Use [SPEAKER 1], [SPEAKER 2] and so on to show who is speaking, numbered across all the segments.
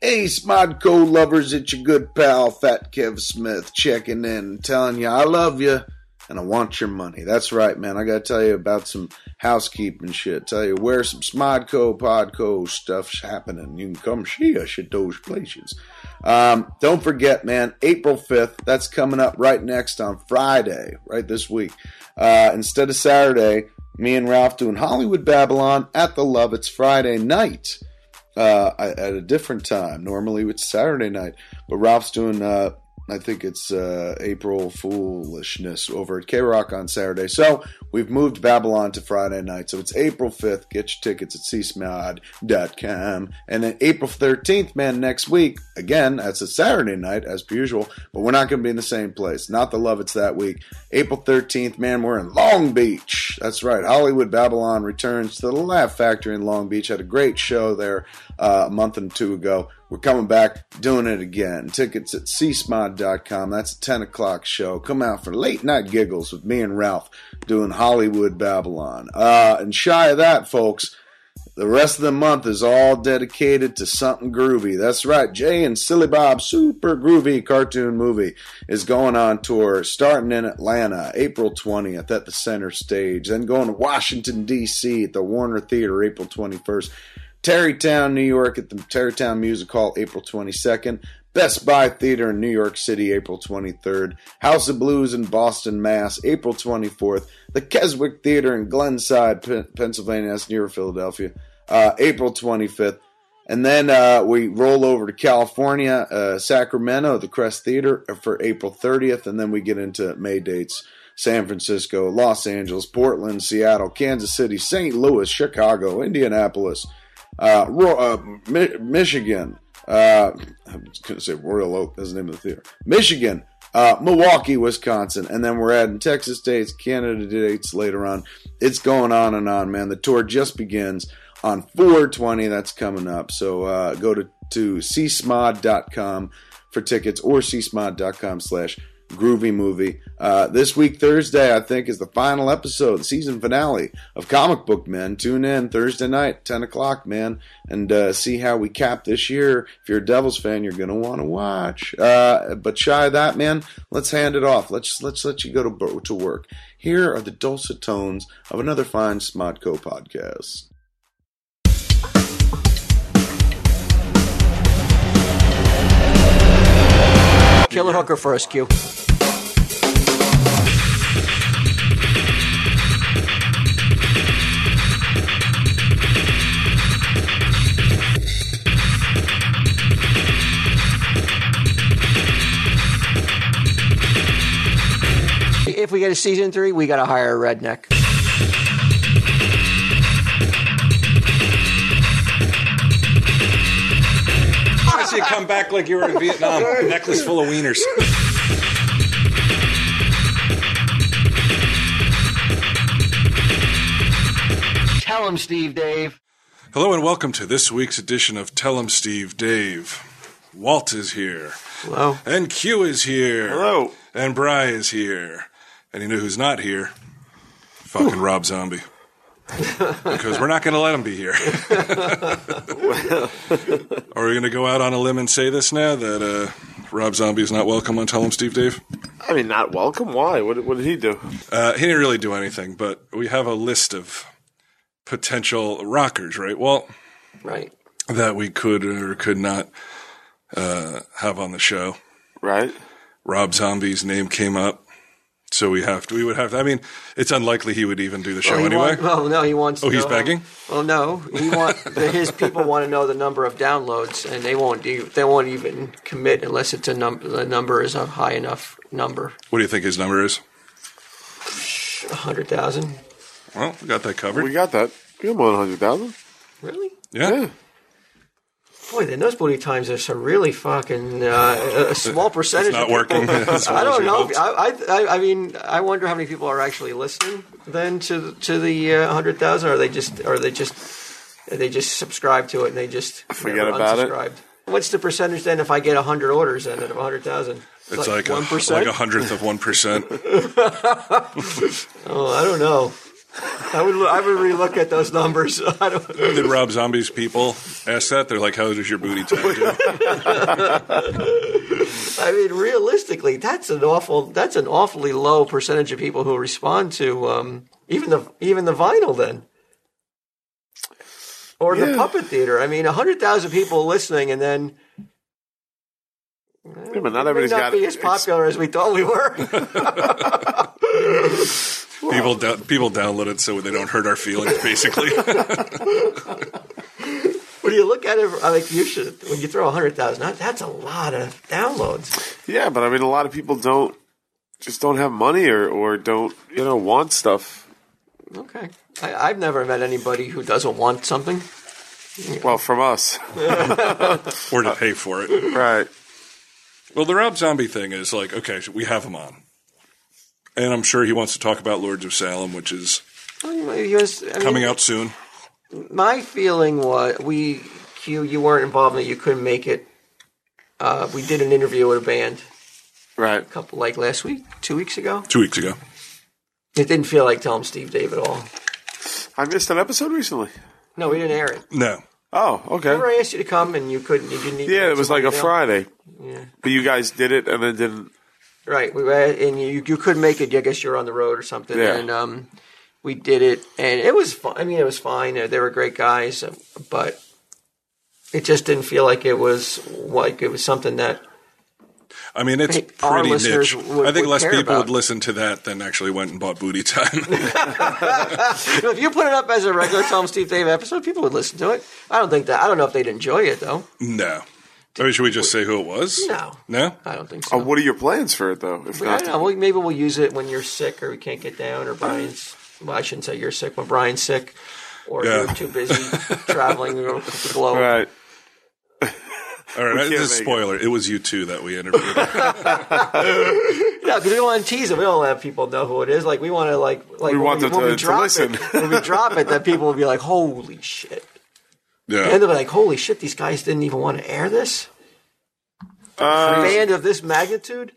[SPEAKER 1] Hey, Smodco lovers, it's your good pal, Fat Kev Smith, checking in, telling you I love you and I want your money. That's right, man. I got to tell you about some housekeeping shit. Tell you where some Smodco, Podco stuff's happening. You can come see us at those places. Um, don't forget, man, April 5th, that's coming up right next on Friday, right this week. Uh, instead of Saturday, me and Ralph doing Hollywood Babylon at the Love. It's Friday night uh, at a different time. Normally it's Saturday night, but Ralph's doing. Uh, I think it's uh, April Foolishness over at K Rock on Saturday. So we've moved Babylon to Friday night. So it's April 5th. Get your tickets at csmod.com. And then April 13th, man, next week. Again, that's a Saturday night, as per usual, but we're not going to be in the same place. Not the Love It's That Week. April 13th, man, we're in Long Beach. That's right. Hollywood Babylon returns to the Laugh Factory in Long Beach. Had a great show there uh, a month and two ago. We're coming back, doing it again. Tickets at csmod.com. That's a 10 o'clock show. Come out for late night giggles with me and Ralph doing Hollywood Babylon. Uh, and shy of that, folks, the rest of the month is all dedicated to something groovy. That's right. Jay and Silly Bob super groovy cartoon movie is going on tour starting in Atlanta April 20th at the center stage, then going to Washington, D.C. at the Warner Theater April 21st. Terrytown, New York at the Terrytown Music Hall April 22nd. Best Buy Theater in New York City April 23rd. House of Blues in Boston, Mass April 24th. The Keswick Theater in Glenside, Pen- Pennsylvania, that's near Philadelphia, uh, April 25th. And then uh, we roll over to California, uh, Sacramento, the Crest Theater uh, for April 30th. And then we get into May dates San Francisco, Los Angeles, Portland, Seattle, Kansas City, St. Louis, Chicago, Indianapolis, uh, Ro- uh, Mi- Michigan. Uh, I was going to say Royal Oak. That's the name of the theater. Michigan, uh, Milwaukee, Wisconsin, and then we're adding Texas dates, Canada dates later on. It's going on and on, man. The tour just begins on 420. That's coming up. So uh, go to to csmod.com for tickets or csmod.com slash groovy movie. Uh, this week, Thursday, I think, is the final episode, season finale of Comic Book Men. Tune in Thursday night, 10 o'clock, man, and uh, see how we cap this year. If you're a Devils fan, you're going to want to watch. Uh, but shy of that, man, let's hand it off. Let's let's let you go to, bo- to work. Here are the dulcet tones of another fine Smodco podcast.
[SPEAKER 2] Killer hooker first, Q. If we get a season three, we gotta hire a redneck.
[SPEAKER 3] I see you come back like you were in Vietnam, necklace full of wieners.
[SPEAKER 2] Tell him, Steve Dave.
[SPEAKER 3] Hello and welcome to this week's edition of Tell 'em Steve Dave. Walt is here.
[SPEAKER 2] Hello.
[SPEAKER 3] And Q is here.
[SPEAKER 4] Hello.
[SPEAKER 3] And Bry is here. And you know who's not here? Fucking Rob Zombie. because we're not going to let him be here. Are we going to go out on a limb and say this now that uh, Rob Zombie is not welcome on Tell 'em Steve Dave?
[SPEAKER 4] I mean, not welcome. Why? What, what did he do?
[SPEAKER 3] Uh, he didn't really do anything, but we have a list of potential rockers, right? Well,
[SPEAKER 2] Right.
[SPEAKER 3] that we could or could not uh, have on the show.
[SPEAKER 4] Right?
[SPEAKER 3] Rob Zombie's name came up, so we have to. We would have. To, I mean, it's unlikely he would even do the show
[SPEAKER 2] Well, Oh, he
[SPEAKER 3] anyway.
[SPEAKER 2] want- well, no, he wants.
[SPEAKER 3] Oh,
[SPEAKER 2] to
[SPEAKER 3] he's
[SPEAKER 2] know-
[SPEAKER 3] begging?
[SPEAKER 2] Well, no, he want the, his people want to know the number of downloads, and they won't do. They won't even commit unless it's a number. The number is a high enough number,
[SPEAKER 3] what do you think his number is?
[SPEAKER 2] a hundred thousand.
[SPEAKER 3] Well, we got that covered.
[SPEAKER 4] We got that. We got more than 100,000.
[SPEAKER 2] Really?
[SPEAKER 3] yeah.
[SPEAKER 4] Yeah.
[SPEAKER 2] Boy, the nosebleed times are so really fucking uh, a small percentage.
[SPEAKER 3] it's not
[SPEAKER 2] of people-
[SPEAKER 3] working. As well
[SPEAKER 2] I
[SPEAKER 3] as
[SPEAKER 2] don't
[SPEAKER 3] we
[SPEAKER 2] know.
[SPEAKER 3] hoped.
[SPEAKER 2] if- I, I, I- I mean, I wonder how many people are actually listening then to to the uh, hundred thousand. Are they just? Are they just? Are they just subscribe to it and they just
[SPEAKER 4] Forget
[SPEAKER 2] never
[SPEAKER 4] about it.
[SPEAKER 2] unsubscribed? What's the percentage then if I get hundred orders then out of hundred thousand?
[SPEAKER 3] It's like
[SPEAKER 2] one
[SPEAKER 3] a, like
[SPEAKER 2] percent.
[SPEAKER 3] a hundredth of one percent.
[SPEAKER 2] Oh, I don't know. I would I would relook at those numbers. I don't.
[SPEAKER 3] Did Rob Zombie's people ask that? They're like, "How does your booty tattoo?"
[SPEAKER 2] I mean, realistically, that's an awful that's an awfully low percentage of people who respond to um, even the even the vinyl then. Or the
[SPEAKER 4] Yeah.
[SPEAKER 2] puppet theater. I mean, hundred thousand people listening, and then
[SPEAKER 4] Yeah, but not
[SPEAKER 2] may
[SPEAKER 4] everybody's
[SPEAKER 2] not
[SPEAKER 4] got
[SPEAKER 2] be as popular as we thought we were.
[SPEAKER 3] People down people download it so they don't hurt our feelings. Basically,
[SPEAKER 2] when you look at it, I like you should. When you throw hundred thousand, that's a lot of downloads.
[SPEAKER 4] Yeah, but I mean, a lot of people don't just don't have money or or don't you know want stuff.
[SPEAKER 2] Okay, I, I've never met anybody who doesn't want something.
[SPEAKER 4] Well, from us,
[SPEAKER 3] or
[SPEAKER 2] Uh,
[SPEAKER 3] to pay for it.
[SPEAKER 4] right?
[SPEAKER 3] Well, the Rob Zombie thing is like, okay, so we have him on, and I'm sure he wants to talk about Lords of Salem, which is
[SPEAKER 2] Well, you know, he was- I mean,
[SPEAKER 3] coming out soon.
[SPEAKER 2] my feeling was we Q you weren't involved in it, you couldn't make it. Uh, we did an interview with a band
[SPEAKER 4] Right.
[SPEAKER 2] a couple like last week, two weeks ago.
[SPEAKER 3] Two weeks ago,
[SPEAKER 2] It didn't feel like Tell 'em Steve Dave at all.
[SPEAKER 4] I missed an episode recently.
[SPEAKER 2] No, we didn't air it.
[SPEAKER 3] no,
[SPEAKER 4] Oh, okay.
[SPEAKER 2] Remember I asked you to come and you couldn't you didn't even
[SPEAKER 4] Yeah, it was like a
[SPEAKER 2] Yeah.
[SPEAKER 4] Friday. But you guys did it and then didn't.
[SPEAKER 2] Right. We were, and you you couldn't make it, I guess you were on the road or something.
[SPEAKER 4] Yeah.
[SPEAKER 2] And um we did it and it was fun. I mean it was fine. Uh, They were great guys, uh, but it just didn't feel like it was like it was something that
[SPEAKER 3] I mean it's
[SPEAKER 2] I think our
[SPEAKER 3] pretty
[SPEAKER 2] listeners
[SPEAKER 3] niche.
[SPEAKER 2] would-
[SPEAKER 3] I think
[SPEAKER 2] would
[SPEAKER 3] less
[SPEAKER 2] care
[SPEAKER 3] people
[SPEAKER 2] about.
[SPEAKER 3] would listen to that than actually went and bought Booty Time.
[SPEAKER 2] You know, if you put it up as a regular Tom Steve Dave episode, people would listen to it. I don't think that. I don't know if they'd enjoy it though.
[SPEAKER 3] no, I mean, should we just say who it was?
[SPEAKER 2] No.
[SPEAKER 3] no.
[SPEAKER 2] I don't think so.
[SPEAKER 4] Uh, what are your plans for it though? If
[SPEAKER 2] I
[SPEAKER 4] not,
[SPEAKER 2] don't know. Well, maybe we'll use it when you're sick or we can't get down or Brian's. Well, I shouldn't say you're sick. When Brian's sick, or
[SPEAKER 3] Yeah.
[SPEAKER 2] you're too busy traveling the globe.
[SPEAKER 4] right?
[SPEAKER 3] All right,
[SPEAKER 4] We
[SPEAKER 3] this is a
[SPEAKER 4] can't make it.
[SPEAKER 3] spoiler. It was you two that we interviewed.
[SPEAKER 2] Yeah, because we don't want to tease it. We don't let people know who it is. Like we want to like like when
[SPEAKER 4] want
[SPEAKER 2] we,
[SPEAKER 4] them
[SPEAKER 2] when
[SPEAKER 4] to-
[SPEAKER 2] we
[SPEAKER 4] to
[SPEAKER 2] drop
[SPEAKER 4] listen.
[SPEAKER 2] it when we drop it that people will be like, holy shit. And
[SPEAKER 3] yeah,
[SPEAKER 2] they'll be like, holy shit, these guys didn't even want to air this.
[SPEAKER 4] Uh,
[SPEAKER 2] a band of this magnitude.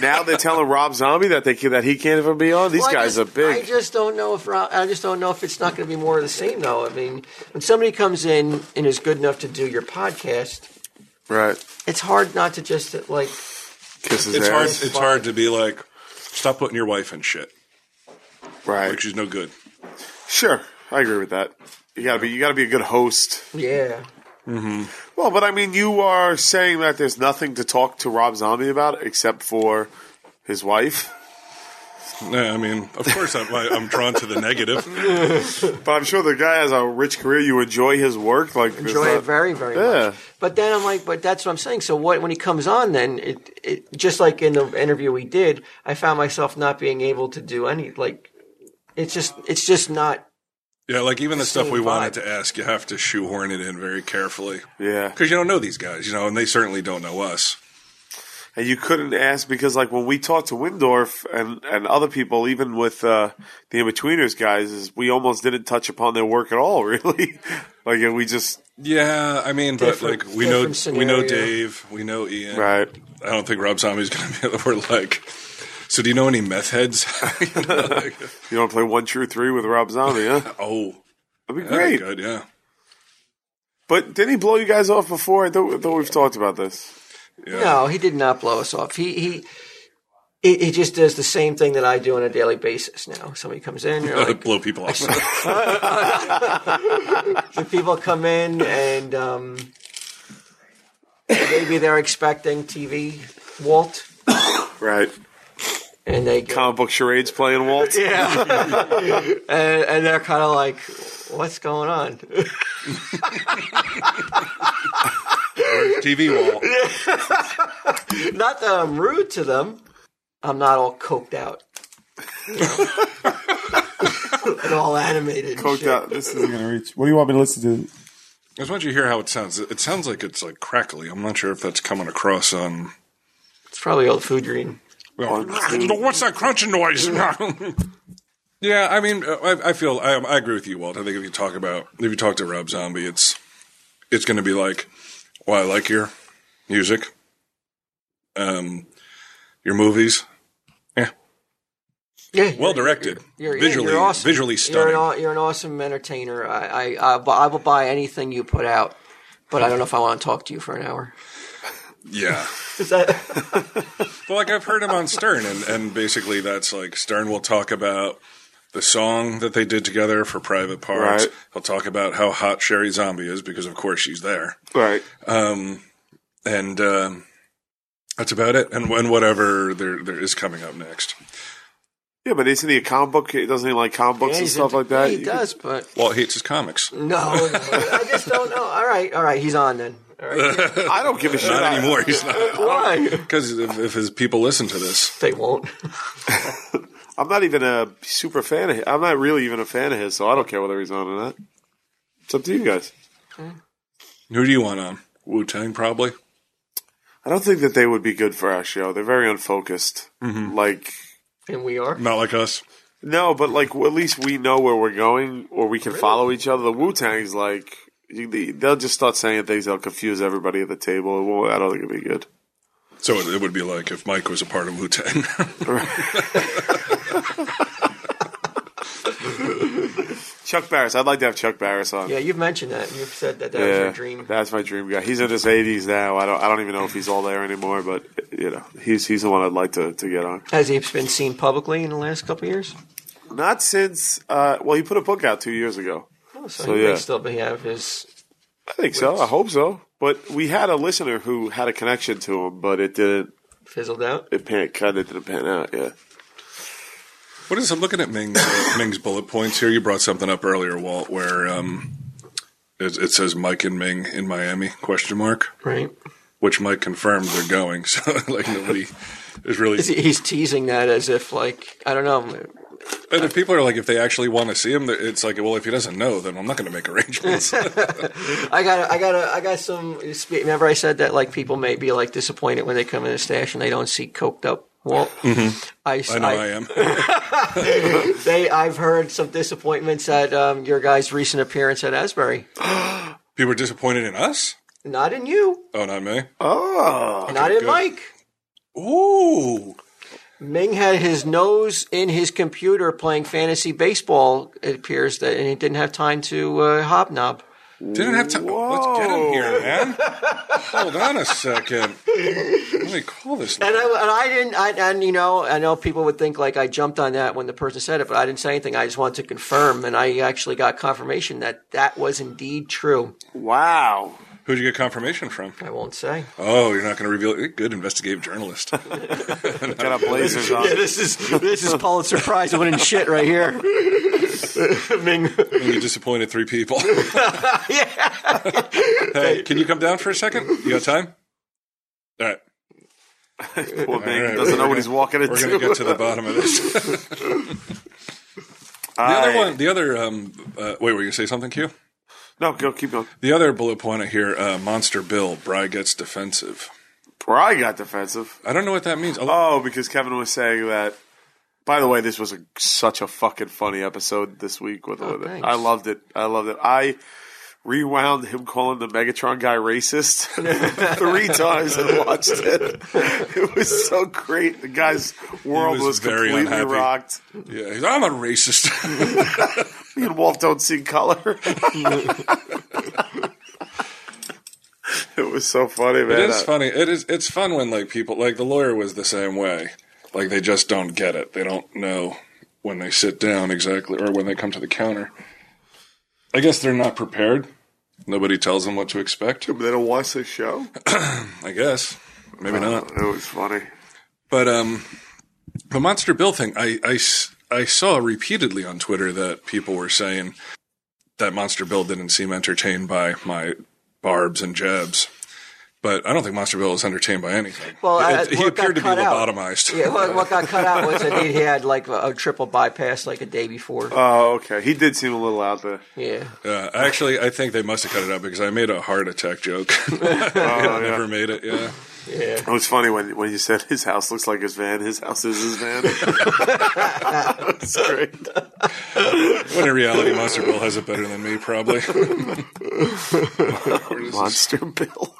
[SPEAKER 4] now they're telling Rob Zombie that they can, that he can't even be on. These
[SPEAKER 2] Well, I
[SPEAKER 4] guys
[SPEAKER 2] just-
[SPEAKER 4] are big.
[SPEAKER 2] I just don't know if Ro- I just don't know if it's not going to be more of the same though. I mean, when somebody comes in and is good enough to do your podcast,
[SPEAKER 4] right.
[SPEAKER 2] it's hard not to just like
[SPEAKER 4] Kisses
[SPEAKER 3] it's hard.
[SPEAKER 4] ass.
[SPEAKER 3] It's hard to be like, stop putting your wife in shit.
[SPEAKER 4] Right.
[SPEAKER 3] Like she's no good.
[SPEAKER 4] Sure. I agree with that. You gotta be. You gotta be a good host.
[SPEAKER 2] yeah.
[SPEAKER 4] Well, but I mean, you are saying that there's nothing to talk to Rob Zombie about except for his wife.
[SPEAKER 3] No, I mean, of course, I'm, I, I'm drawn to the negative.
[SPEAKER 4] But I'm sure the guy has a rich career. You enjoy his work, like there's
[SPEAKER 2] enjoy
[SPEAKER 4] not-
[SPEAKER 2] it very very
[SPEAKER 4] Yeah.
[SPEAKER 2] much. But then I'm like, but that's what I'm saying. So what when he comes on, then it, it just like in the interview we did, I found myself not being able to do any like. It's just it's just not
[SPEAKER 3] Yeah, like even the stuff
[SPEAKER 2] same
[SPEAKER 3] we
[SPEAKER 2] vibe.
[SPEAKER 3] wanted to ask, you have to shoehorn it in very carefully
[SPEAKER 4] Yeah,
[SPEAKER 3] because you don't know these guys, you know, and they certainly don't know us.
[SPEAKER 4] and you couldn't ask because, like, when we talked to Windorf and and other people, even with uh, the In Betweeners guys, is we almost didn't touch upon their work at all. Really, like we just
[SPEAKER 3] Yeah, I mean, but
[SPEAKER 2] Different-
[SPEAKER 3] like we know,
[SPEAKER 2] different
[SPEAKER 3] we know
[SPEAKER 2] scenario.
[SPEAKER 3] Dave, we know Ian.
[SPEAKER 4] right.
[SPEAKER 3] I don't think Rob Zombie's going to be. We're like, so do you know any meth heads? You know, like,
[SPEAKER 4] You don't play one true three with Rob Zombie, huh?
[SPEAKER 3] oh,
[SPEAKER 4] That'd be
[SPEAKER 3] that'd be
[SPEAKER 4] great.
[SPEAKER 3] good, yeah.
[SPEAKER 4] But didn't he blow you guys off before? I thought, I thought we've talked about this.
[SPEAKER 2] No, he did not blow us off. He he. He he just does the same thing that I do on a daily basis now. Somebody comes in, you're like,
[SPEAKER 3] blow people off.
[SPEAKER 2] the people come in and um, maybe they're expecting TV Walt,
[SPEAKER 4] Right.
[SPEAKER 2] and they go,
[SPEAKER 4] Comic book charades playing waltz.
[SPEAKER 2] yeah, and, and they're kind of like, "What's going on?"
[SPEAKER 3] TV wall.
[SPEAKER 2] Not that I'm rude to them. I'm not all coked out and all animated. and
[SPEAKER 5] Oh,
[SPEAKER 4] Coked
[SPEAKER 2] shit.
[SPEAKER 4] out. This is
[SPEAKER 5] gonna reach. What do you want me to listen to?
[SPEAKER 3] I just want you to hear how it sounds. It sounds like it's like crackly. I'm not sure if that's coming across on.
[SPEAKER 2] It's probably old food green.
[SPEAKER 3] Well, what's that crunching noise? yeah, I mean, uh, I, I feel I, I agree with you, Walt. I think if you talk about if you talk to Rob Zombie, it's it's going to be like, well, I like your music, um, your movies. Yeah,
[SPEAKER 2] Yeah,
[SPEAKER 3] well
[SPEAKER 2] you're-
[SPEAKER 3] directed,
[SPEAKER 2] You're, yeah,
[SPEAKER 3] visually,
[SPEAKER 2] you're awesome.
[SPEAKER 3] visually
[SPEAKER 2] You're
[SPEAKER 3] stunning.
[SPEAKER 2] an, aw- you're an awesome entertainer. I, I, I, bu- I will buy anything you put out, but I don't know if I want to talk to you for an hour.
[SPEAKER 3] yeah.
[SPEAKER 2] Is that?
[SPEAKER 3] Well, like I've heard him on Stern, and, and basically that's like Stern will talk about the song that they did together for Private Parts.
[SPEAKER 4] Right.
[SPEAKER 3] He'll talk about how hot Sherry Zombie is because, of course, she's there,
[SPEAKER 4] Right.
[SPEAKER 3] um, and um, that's about it. And when whatever there there is coming up next.
[SPEAKER 4] Yeah, but isn't he a comic book? Doesn't he like comic books and stuff like that?
[SPEAKER 2] He
[SPEAKER 4] You
[SPEAKER 2] does, but
[SPEAKER 3] Walt hates his comics.
[SPEAKER 2] no, I just don't know. All right, all right, he's on then. All right,
[SPEAKER 4] could- I don't give a shit.
[SPEAKER 3] Not
[SPEAKER 4] I-
[SPEAKER 3] anymore. He's not
[SPEAKER 2] why?
[SPEAKER 3] because if, if his people listen to this,
[SPEAKER 2] They won't.
[SPEAKER 4] I'm not even a super fan of his. I'm not really even a fan of his, so I don't care whether he's on or not. It's up to you guys.
[SPEAKER 3] who do you want on Wu Tang? Probably.
[SPEAKER 4] I don't think that they would be good for our show. They're very unfocused. Like
[SPEAKER 2] And we are.
[SPEAKER 3] Not like us.
[SPEAKER 4] no, but like at least we know where we're going, or we can follow each other. The Wu Tang's like you- they- they'll just start saying things that'll confuse everybody at the table. It won't- I don't think it'd be good.
[SPEAKER 3] So it, it would be like if Mike was a part of Wu Tang.
[SPEAKER 4] Chuck Barris. I'd like to have Chuck Barris on.
[SPEAKER 2] Yeah, you've mentioned that. You've said that that was
[SPEAKER 4] Yeah,
[SPEAKER 2] your dream.
[SPEAKER 4] That's my dream guy. He's in his 80s now. I don't. I don't even know if he's all there anymore. But you know, he's he's the one I'd like to, to get on.
[SPEAKER 2] Has he been seen publicly in the last couple of years?
[SPEAKER 4] Not since. Uh, well, he put a book out two years ago.
[SPEAKER 2] Oh, so,
[SPEAKER 4] So,
[SPEAKER 2] he
[SPEAKER 4] yeah.
[SPEAKER 2] may still be have his.
[SPEAKER 4] I think so. I hope so. But we had a listener who had a connection to him, but it didn't.
[SPEAKER 2] Fizzled out.
[SPEAKER 4] It pan, kind of didn't pan out. Yeah.
[SPEAKER 3] What is I'm looking at Ming's uh, Ming's bullet points here? You brought something up earlier, Walt, where um, it, it says Mike and Ming in Miami question mark,
[SPEAKER 2] Right.
[SPEAKER 3] which Mike confirmed they're going. So like nobody is really.
[SPEAKER 2] Is he- He's teasing that as if like I don't know.
[SPEAKER 3] and if people are like, if they actually want to see him, they're- it's like, well, if he doesn't know, then I'm not going to make arrangements.
[SPEAKER 2] I got, I got, I got some. Remember, I said that like people may be like disappointed when they come in the stash and they don't see coked up. Well,
[SPEAKER 4] Mm-hmm.
[SPEAKER 2] I,
[SPEAKER 3] I know I am.
[SPEAKER 2] they, I've heard some disappointments at um, your guys' recent appearance at Asbury.
[SPEAKER 3] people are disappointed in us.
[SPEAKER 2] Not in you,
[SPEAKER 3] Oh, not me.
[SPEAKER 4] Oh.
[SPEAKER 2] not in
[SPEAKER 3] good.
[SPEAKER 2] Mike.
[SPEAKER 3] Ooh,
[SPEAKER 2] Ming had his nose in his computer playing fantasy baseball. It appears that, and he didn't have time to uh, hobnob.
[SPEAKER 3] didn't have time. Let's get him here, man. Hold on a second. Let me call this.
[SPEAKER 2] And I, and I didn't, I, and you know, I know people would think like I jumped on that when the person said it, but I didn't say anything. I just wanted to confirm, and I actually got confirmation that that was indeed true.
[SPEAKER 4] Wow.
[SPEAKER 3] Who'd you get confirmation from?
[SPEAKER 2] I won't say.
[SPEAKER 3] Oh, you're not going to reveal it? Good investigative journalist.
[SPEAKER 4] Got a blazers on.
[SPEAKER 2] this is this is Pulitzer Prize winning shit right here. Ming.
[SPEAKER 3] you disappointed three people. hey, can you come down for a second? You got time? All right.
[SPEAKER 4] Poor man
[SPEAKER 3] right,
[SPEAKER 4] doesn't know
[SPEAKER 3] we're
[SPEAKER 4] what he's walking
[SPEAKER 3] We're going to
[SPEAKER 4] into.
[SPEAKER 3] get to the bottom of this. the
[SPEAKER 4] All
[SPEAKER 3] other
[SPEAKER 4] right.
[SPEAKER 3] one, the other, um, uh, wait, were you going to say something, Q?
[SPEAKER 4] No, go keep going.
[SPEAKER 3] The other bullet point here, uh, Monster Bill, Bry gets defensive.
[SPEAKER 4] Bry got defensive.
[SPEAKER 3] I don't know what that means. Oh,
[SPEAKER 4] Oh, because Kevin was saying that. By the way, this was a, such a fucking funny episode this week with, with it.
[SPEAKER 2] thanks.
[SPEAKER 4] I loved it. I loved it. I rewound him calling the Megatron guy racist three times and watched it. It was so great. The guy's world
[SPEAKER 3] was
[SPEAKER 4] was,
[SPEAKER 3] very
[SPEAKER 4] completely
[SPEAKER 3] unhappy.
[SPEAKER 4] rocked.
[SPEAKER 3] yeah, he's- I'm a racist.
[SPEAKER 4] Me and Walt don't see color. it was so funny, man.
[SPEAKER 3] it is
[SPEAKER 4] I-
[SPEAKER 3] funny. It is, it's fun when, like, people, like, the lawyer was the same way. Like, they just don't get it. They don't know when they sit down exactly or when they come to the counter. I guess they're not prepared. Nobody tells them what to expect.
[SPEAKER 4] They don't watch the show.
[SPEAKER 3] I guess. Maybe not.
[SPEAKER 4] It was funny.
[SPEAKER 3] But um, the Monster Bill thing, I, I s- I saw repeatedly on Twitter that people were saying that Monster Bill didn't seem entertained by my barbs and jabs. But I don't think Monster Bill was entertained by anything.
[SPEAKER 2] Well, I-
[SPEAKER 3] It- he
[SPEAKER 2] what got
[SPEAKER 3] appeared to be
[SPEAKER 2] cut out-
[SPEAKER 3] lobotomized.
[SPEAKER 2] Yeah, what, what got cut out was that he had like a, a triple bypass like a day before.
[SPEAKER 4] Oh, okay. He did seem a little out there.
[SPEAKER 2] yeah.
[SPEAKER 3] Uh, actually, I think they must have cut it out because I made a heart attack joke. I never made it. Yeah.
[SPEAKER 2] Yeah.
[SPEAKER 4] It was funny when when you said his house looks like his van. His house is his van. That's great.
[SPEAKER 3] When in reality, Monster Bill has it better than me, probably.
[SPEAKER 4] Monster Bill.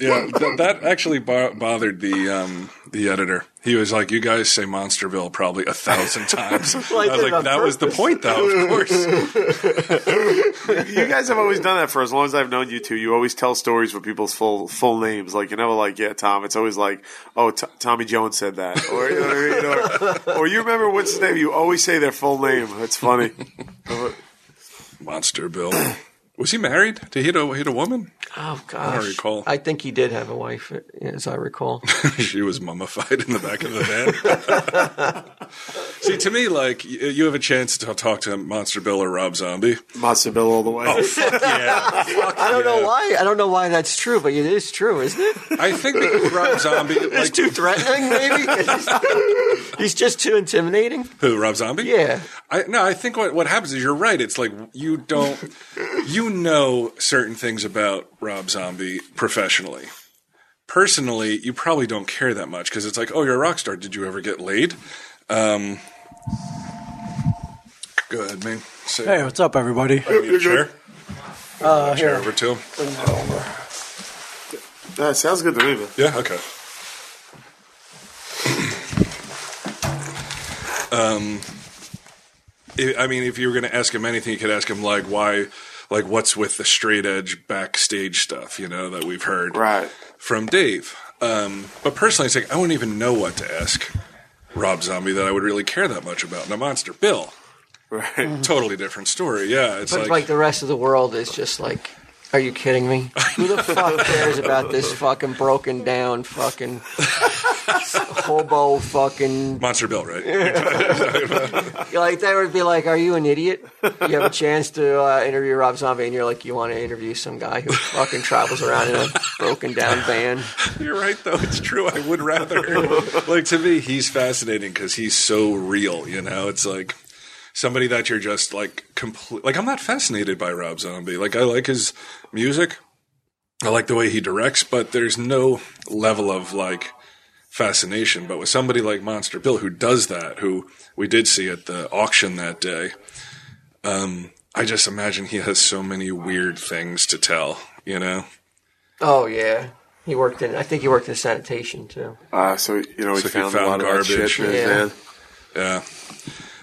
[SPEAKER 3] Yeah, th- that actually bo- bothered the um, the editor. He was like, "You guys say Monsterville probably a thousand times."
[SPEAKER 2] I
[SPEAKER 3] I was
[SPEAKER 2] did it
[SPEAKER 3] like,
[SPEAKER 2] on
[SPEAKER 3] "That was the
[SPEAKER 2] purpose."
[SPEAKER 3] point, though." Of course,
[SPEAKER 4] You guys have always done that for as long as I've known you two. You always tell stories with people's full full names. Like you're never like, yeah, Tom. It's always like, oh, T- Tommy Jones said that, or you know what I mean? Or, or you remember what's his name? You always say their full name. It's funny.
[SPEAKER 3] Monsterville. Was he married? Did he hit a, hit a woman?
[SPEAKER 2] Oh gosh, I,
[SPEAKER 3] recall.
[SPEAKER 2] think he did have a wife, as I recall.
[SPEAKER 3] she was mummified in the back of the van. See, to me, like y- you have a chance to talk to Monster Bill or Rob Zombie.
[SPEAKER 4] Monster Bill all the way.
[SPEAKER 3] Oh. Yeah,
[SPEAKER 2] I don't know why. I don't know why that's true, but it is true, isn't it?
[SPEAKER 3] I think that Rob Zombie,
[SPEAKER 2] It's
[SPEAKER 3] like
[SPEAKER 2] too threatening, maybe. He's just too intimidating.
[SPEAKER 3] who Rob Zombie?
[SPEAKER 2] Yeah.
[SPEAKER 3] I, no, I think what what happens is you're right. It's like you don't, you know, certain things about Rob Zombie professionally. Personally, you probably don't care that much because it's like, oh, you're a rock star. Did you ever get laid? Um, go ahead, man. Say
[SPEAKER 6] Hey, what's up, everybody?
[SPEAKER 3] your chair.
[SPEAKER 6] Uh,
[SPEAKER 3] Chair
[SPEAKER 6] here.
[SPEAKER 3] over to him.
[SPEAKER 4] That sounds good to me. But
[SPEAKER 3] Yeah, okay. um, i I mean, if you were going to ask him anything, you could ask him like, why, like, what's with the straight edge backstage stuff, you know, that we've heard
[SPEAKER 4] right.
[SPEAKER 3] from Dave. Um, but personally, it's like I wouldn't even know what to ask Rob Zombie that I would really care that much about. Now, Monster Bill,
[SPEAKER 4] Right.
[SPEAKER 3] totally different story. Yeah, it's
[SPEAKER 2] Mm-hmm. But
[SPEAKER 3] like,
[SPEAKER 2] like, the rest of the world is just like, are you kidding me? Who the fuck cares about this fucking broken down fucking hobo fucking
[SPEAKER 3] Monster Bill, right?
[SPEAKER 2] like they would be like, "Are you an idiot? You have a chance to uh, interview Rob Zombie, and you're like, you want to interview some guy who fucking travels around in a broken down van."
[SPEAKER 3] You're right, though. It's true. I would rather. like, to me, he's fascinating because he's so real, you know? It's like somebody that you're just like complete. Like, I'm not fascinated by Rob Zombie. Like, I like his music, I like the way he directs, but there's no level of like fascination. But with somebody like Monster Bill who does that, who we did see at the auction that day, um, I just imagine he has so many weird things to tell, you know?
[SPEAKER 2] Oh yeah, he worked in. I think he worked in sanitation too.
[SPEAKER 4] Uh, so you know, we
[SPEAKER 3] So he
[SPEAKER 4] found,
[SPEAKER 3] found
[SPEAKER 4] a lot of that
[SPEAKER 3] garbage.
[SPEAKER 4] shit. in his
[SPEAKER 2] Yeah.
[SPEAKER 4] van.
[SPEAKER 3] Yeah.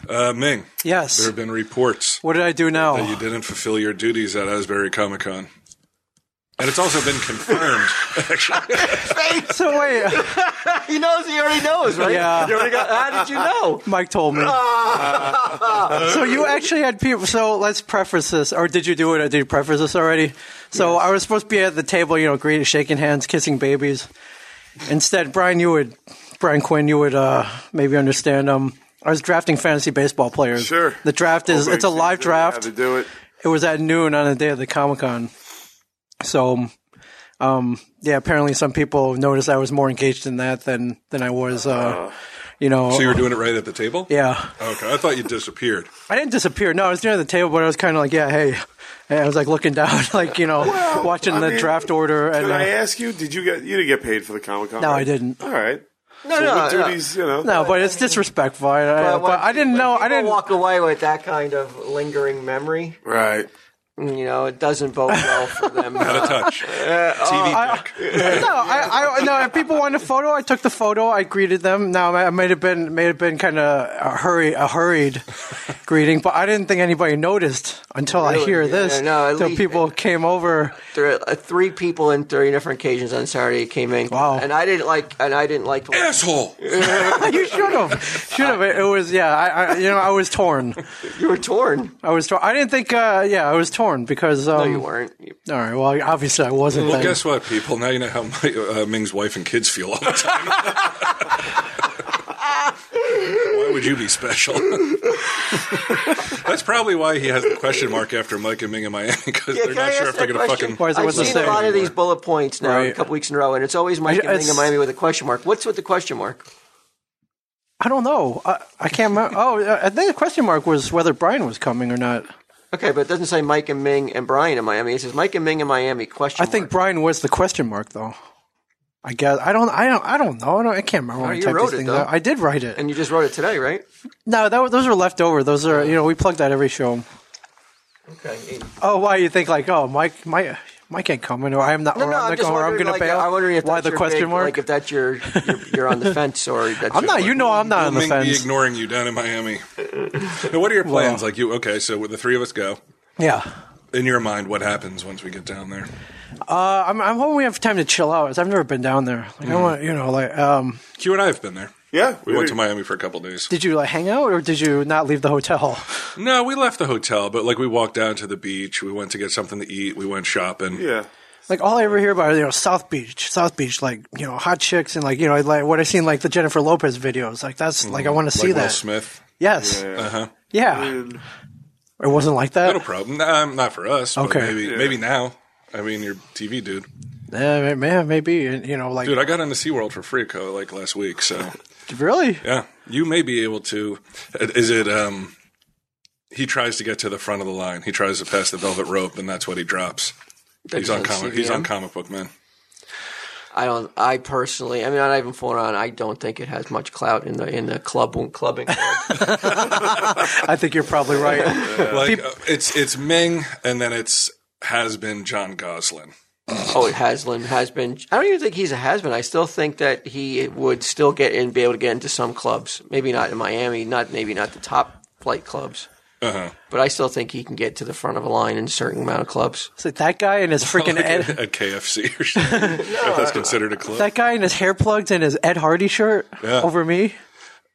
[SPEAKER 3] Uh, Ming. There
[SPEAKER 6] Yes.
[SPEAKER 3] have been reports
[SPEAKER 6] What did I do
[SPEAKER 3] that you
[SPEAKER 6] now?
[SPEAKER 3] didn't fulfill your duties at Asbury Comic Con. And it's also been confirmed, actually.
[SPEAKER 6] So wait,
[SPEAKER 2] He knows. He already knows, right?
[SPEAKER 6] Yeah.
[SPEAKER 2] You already got- How did you know?
[SPEAKER 6] Mike told me. so you actually had people. So let's preface this, or did you do it? Or did you preface this already? So I was supposed to be at the table, you know, greeting, shaking hands, kissing babies. Instead, Brian, you would, Brian Quinn, you would uh, maybe understand. Um, I was drafting fantasy baseball players.
[SPEAKER 4] Sure.
[SPEAKER 6] The draft is it's a
[SPEAKER 4] Obviously, they
[SPEAKER 6] live
[SPEAKER 4] had
[SPEAKER 6] draft.
[SPEAKER 4] To do it.
[SPEAKER 6] it was at noon on the day of the Comic Con. So, um, yeah, apparently some people noticed I was more engaged in that than than I was. Uh, you know,
[SPEAKER 3] so you were doing it right at the table?
[SPEAKER 6] yeah,
[SPEAKER 3] Okay. I thought you disappeared.
[SPEAKER 6] I didn't disappear. No, I was near the table, but I was kind of like, yeah, hey, and I was like looking down, like you know, watching
[SPEAKER 4] I
[SPEAKER 6] the
[SPEAKER 4] mean,
[SPEAKER 6] draft order.
[SPEAKER 4] Can
[SPEAKER 6] And
[SPEAKER 4] I
[SPEAKER 6] uh,
[SPEAKER 4] ask you? Did you get you didn't get paid for the Comic Con?
[SPEAKER 6] no,
[SPEAKER 4] right?
[SPEAKER 6] I didn't.
[SPEAKER 4] All right.
[SPEAKER 2] No,
[SPEAKER 4] So
[SPEAKER 2] no,
[SPEAKER 4] what
[SPEAKER 2] no.
[SPEAKER 4] duties, you know?
[SPEAKER 6] No, but it's disrespectful. I, I-
[SPEAKER 2] But
[SPEAKER 6] but
[SPEAKER 2] when-
[SPEAKER 6] I didn't
[SPEAKER 2] when
[SPEAKER 6] know. I
[SPEAKER 2] people
[SPEAKER 6] didn't.
[SPEAKER 2] walk away with that kind of lingering memory.
[SPEAKER 4] Right.
[SPEAKER 2] You know, it doesn't bode well for them.
[SPEAKER 3] Out of touch. TV pick.
[SPEAKER 6] no, I, I no. If people wanted a photo, I took the photo. I greeted them. Now I might have been may have been kind of a hurry a hurried greeting, but I didn't think anybody noticed until I
[SPEAKER 2] Really?
[SPEAKER 6] hear
[SPEAKER 2] Yeah,
[SPEAKER 6] this.
[SPEAKER 2] no, at
[SPEAKER 6] until
[SPEAKER 2] least-
[SPEAKER 6] people came over.
[SPEAKER 2] Three, uh, three people in three different occasions on Saturday came in.
[SPEAKER 6] Wow.
[SPEAKER 2] And I didn't like. And I didn't like.
[SPEAKER 3] Asshole.
[SPEAKER 6] you should have, should have. It, it was yeah. I, I you know I was torn.
[SPEAKER 2] You were torn.
[SPEAKER 6] I was torn. I didn't think. Uh, yeah, I was torn because. Um,
[SPEAKER 2] No, you weren't. You-
[SPEAKER 6] All right. Well, obviously I wasn't.
[SPEAKER 3] Well,
[SPEAKER 6] then.
[SPEAKER 3] guess what, people? Now you know how my, uh, Ming's wife and kids feel all the time. why would you be special? That's probably why he has the question mark after Mike and Ming in Miami because
[SPEAKER 2] Yeah,
[SPEAKER 3] they're
[SPEAKER 2] can I
[SPEAKER 3] not sure
[SPEAKER 2] ask
[SPEAKER 3] if they're
[SPEAKER 2] that
[SPEAKER 3] going to
[SPEAKER 2] question?
[SPEAKER 3] fucking.
[SPEAKER 6] Why is it
[SPEAKER 2] I've
[SPEAKER 6] with the
[SPEAKER 2] seen a
[SPEAKER 6] same?
[SPEAKER 2] lot of these bullet points now a
[SPEAKER 6] Right.
[SPEAKER 2] couple weeks in a row, and it's always Mike
[SPEAKER 6] I-
[SPEAKER 2] and Ming
[SPEAKER 6] it's-
[SPEAKER 2] in Miami with a question mark. What's with the question mark?
[SPEAKER 6] I don't know. I, I can't remember. Oh, I think the question mark was whether Brian was coming or not.
[SPEAKER 2] Okay, but it doesn't say Mike and Ming and Brian in Miami. It says Mike and Ming in Miami. Question.
[SPEAKER 6] I think
[SPEAKER 2] mark.
[SPEAKER 6] Brian was the question mark, though. I guess I don't. I don't. I don't know. I, don't, I can't remember. when
[SPEAKER 2] you
[SPEAKER 6] I typed
[SPEAKER 2] wrote
[SPEAKER 6] these
[SPEAKER 2] it,
[SPEAKER 6] things
[SPEAKER 2] though.
[SPEAKER 6] out. I did write it.
[SPEAKER 2] and you just wrote it today, right?
[SPEAKER 6] no, that, was- those are left over. Those are you know we plug that every show.
[SPEAKER 2] Okay.
[SPEAKER 6] Oh, why you think like oh Mike Mike Am I can't comment, or I am not,
[SPEAKER 2] No,
[SPEAKER 6] or
[SPEAKER 2] no,
[SPEAKER 6] I'm,
[SPEAKER 2] I'm
[SPEAKER 6] not
[SPEAKER 2] just
[SPEAKER 6] going, or I'm
[SPEAKER 2] wondering.
[SPEAKER 6] going
[SPEAKER 2] like,
[SPEAKER 6] to bail.
[SPEAKER 2] I'm wondering if
[SPEAKER 6] Why
[SPEAKER 2] that's
[SPEAKER 6] the
[SPEAKER 2] your
[SPEAKER 6] question
[SPEAKER 2] big-
[SPEAKER 6] mark?
[SPEAKER 2] Like if that's your, you're, you're on the fence or that's
[SPEAKER 6] I'm
[SPEAKER 2] your-
[SPEAKER 6] not. You know, I'm not on the
[SPEAKER 3] Mink be
[SPEAKER 6] fence.
[SPEAKER 3] ignoring you down in Miami. now, what are your plans? like you, okay? So with the three of us go
[SPEAKER 6] Yeah.
[SPEAKER 3] in your mind, what happens once we get down there?
[SPEAKER 6] Uh, I'm, I'm hoping we have time to chill out. 'cause I've never been down there. Like,
[SPEAKER 2] Hmm.
[SPEAKER 6] I want, you know, like, um,
[SPEAKER 3] Q and I have been there.
[SPEAKER 4] Yeah,
[SPEAKER 3] We went to Miami for a couple days.
[SPEAKER 6] did you like hang out or did you not leave the hotel?
[SPEAKER 3] No, we left the hotel, but like we walked down to the beach. We went to get something to eat. We went shopping.
[SPEAKER 4] Yeah,
[SPEAKER 6] Like all I ever hear about, are, you know, South Beach, South Beach, like you know, hot chicks and like you know, like what I seen like the Jennifer Lopez videos. Like that's like I want to
[SPEAKER 3] Mm-hmm.
[SPEAKER 6] see
[SPEAKER 3] like Will
[SPEAKER 6] that.
[SPEAKER 3] Smith.
[SPEAKER 6] Yes. Yeah.
[SPEAKER 3] Uh-huh.
[SPEAKER 6] It wasn't like
[SPEAKER 3] No
[SPEAKER 6] that.
[SPEAKER 3] problem. Um, not for us. But
[SPEAKER 6] Okay.
[SPEAKER 3] Maybe maybe now. I mean, you're TV dude.
[SPEAKER 6] Yeah, man, maybe and, you know, like
[SPEAKER 3] Dude, I got into SeaWorld for free co- like last week. So
[SPEAKER 6] really.
[SPEAKER 3] yeah, you may be able to. Is it? um He tries to get to the front of the line. He tries to pass the velvet rope, and that's what he drops. He's on
[SPEAKER 2] doesn't
[SPEAKER 3] comic. He's
[SPEAKER 2] CDM.
[SPEAKER 3] on comic book man.
[SPEAKER 2] I don't. I personally, I mean, not even fooling around. I don't think it has much clout in the in the club clubbing. world.
[SPEAKER 6] I think you're probably right.
[SPEAKER 3] Like uh, it's it's Ming, and then it's has been John Goslin.
[SPEAKER 2] oh, it has been has been. I don't even think he's a has been. I still think that he would still get in, be able to get into some clubs. Maybe not in Miami. Not maybe not the top flight clubs.
[SPEAKER 3] Uh-huh.
[SPEAKER 2] But I still think he can get to the front of a line in a certain amount of clubs.
[SPEAKER 6] It's like that guy and his freaking
[SPEAKER 3] Like
[SPEAKER 6] Ed,
[SPEAKER 3] at, at KFC or something. if that's considered a club.
[SPEAKER 6] that guy and his hair plugs and his Ed Hardy shirt over me.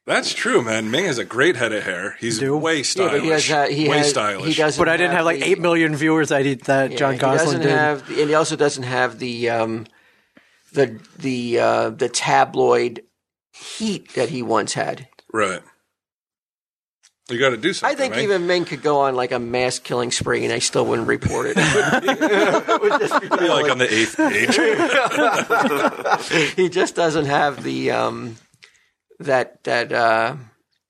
[SPEAKER 3] That's true, man. Ming has a great head of hair. He's
[SPEAKER 6] do?
[SPEAKER 3] way stylish.
[SPEAKER 2] but he has that. He
[SPEAKER 3] way
[SPEAKER 2] has.
[SPEAKER 3] stylish.
[SPEAKER 2] He doesn't.
[SPEAKER 6] But I didn't have like
[SPEAKER 2] the-
[SPEAKER 6] eight million viewers. I did that. John
[SPEAKER 2] Yeah,
[SPEAKER 6] Gosling
[SPEAKER 2] he doesn't
[SPEAKER 6] did.
[SPEAKER 2] have, and he also doesn't have the um, the the uh, the tabloid heat that he once had.
[SPEAKER 3] right. You got to do
[SPEAKER 2] I
[SPEAKER 3] something.
[SPEAKER 2] think
[SPEAKER 3] right?
[SPEAKER 2] even men could go on like a mass killing spree, and I still wouldn't report it.
[SPEAKER 3] You're like on the eighth page.
[SPEAKER 2] he just doesn't have the um, that that uh,